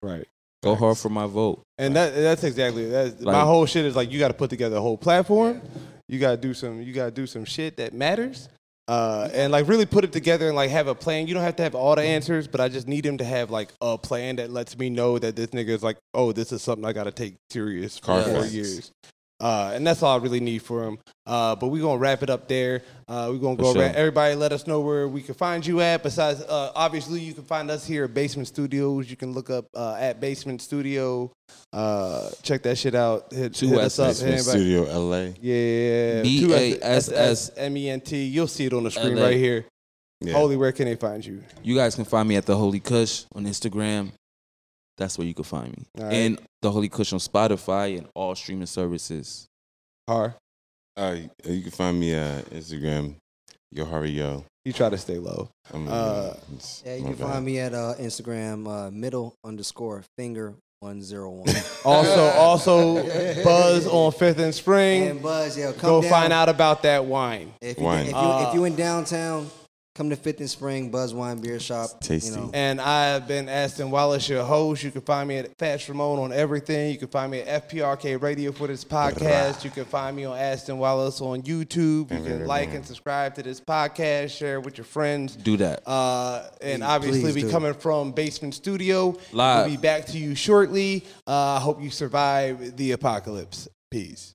Speaker 1: Right.
Speaker 3: go hard
Speaker 4: Facts.
Speaker 3: for my vote.
Speaker 1: And that that's exactly that's my
Speaker 3: Like-
Speaker 1: whole shit is like you got to put together a whole platform. You got to do some you got to do some shit that matters. Uh, and like really put it together and like have a plan. You don't have to have all the answers, but I just need him to have like a plan that lets me know that this nigga is like, oh, this is something I got to take serious for
Speaker 4: Car
Speaker 1: four
Speaker 4: facts.
Speaker 1: years. Uh, and that's all I really need for him. Uh, but we're gonna wrap it up there. Uh, we're gonna
Speaker 3: For
Speaker 1: go
Speaker 3: sure.
Speaker 1: around. Everybody, let us know where we can find you at. Besides, uh, obviously, you can find us here at Basement Studios. You can look up uh, at Basement Studio. Uh, check that shit out. Hit,
Speaker 3: Two
Speaker 1: hit us
Speaker 3: S's.
Speaker 1: up.
Speaker 4: Basement
Speaker 1: Hit anybody-
Speaker 4: Studio LA.
Speaker 1: Yeah,
Speaker 3: B
Speaker 1: two
Speaker 3: A S S
Speaker 1: M E N T. You'll see it on the screen
Speaker 3: LA.
Speaker 1: right here.
Speaker 4: Yeah.
Speaker 1: Holy, where can they find you?
Speaker 3: You guys can find me at the Holy Kush on Instagram. That's where you can find me.
Speaker 1: All right.
Speaker 3: And the Holy Kush on Spotify and all streaming services.
Speaker 1: Har,
Speaker 4: Uh, you can find me uh Instagram, Yohari Yo.
Speaker 1: you try to stay low.
Speaker 4: I'm a-
Speaker 1: Uh,
Speaker 4: it's
Speaker 2: Yeah, you
Speaker 4: my
Speaker 2: can
Speaker 4: bad.
Speaker 2: find me at uh, Instagram uh, middle underscore finger one zero one.
Speaker 1: Also, also Buzz on Fifth and Spring.
Speaker 2: And Buzz, yeah, come
Speaker 1: go
Speaker 2: down.
Speaker 1: find out about that wine.
Speaker 2: If you,
Speaker 4: Wine.
Speaker 2: if you if you in downtown, come to Fifth and Spring Buzz Wine Beer Shop.
Speaker 4: tasty.
Speaker 2: You know,
Speaker 1: And I have been Aston Wallace, your host. You can find me at Fats Ramon on everything. You can find me at FPRK Radio for this podcast. You can find me on Aston Wallace on YouTube. You can like and subscribe to this podcast, share with your friends.
Speaker 3: Do that.
Speaker 1: Uh, and obviously,
Speaker 2: please
Speaker 1: we
Speaker 2: do.
Speaker 1: coming from Basement Studio.
Speaker 3: Live.
Speaker 1: We'll be back to you shortly. Uh, I hope you survive the apocalypse. Peace.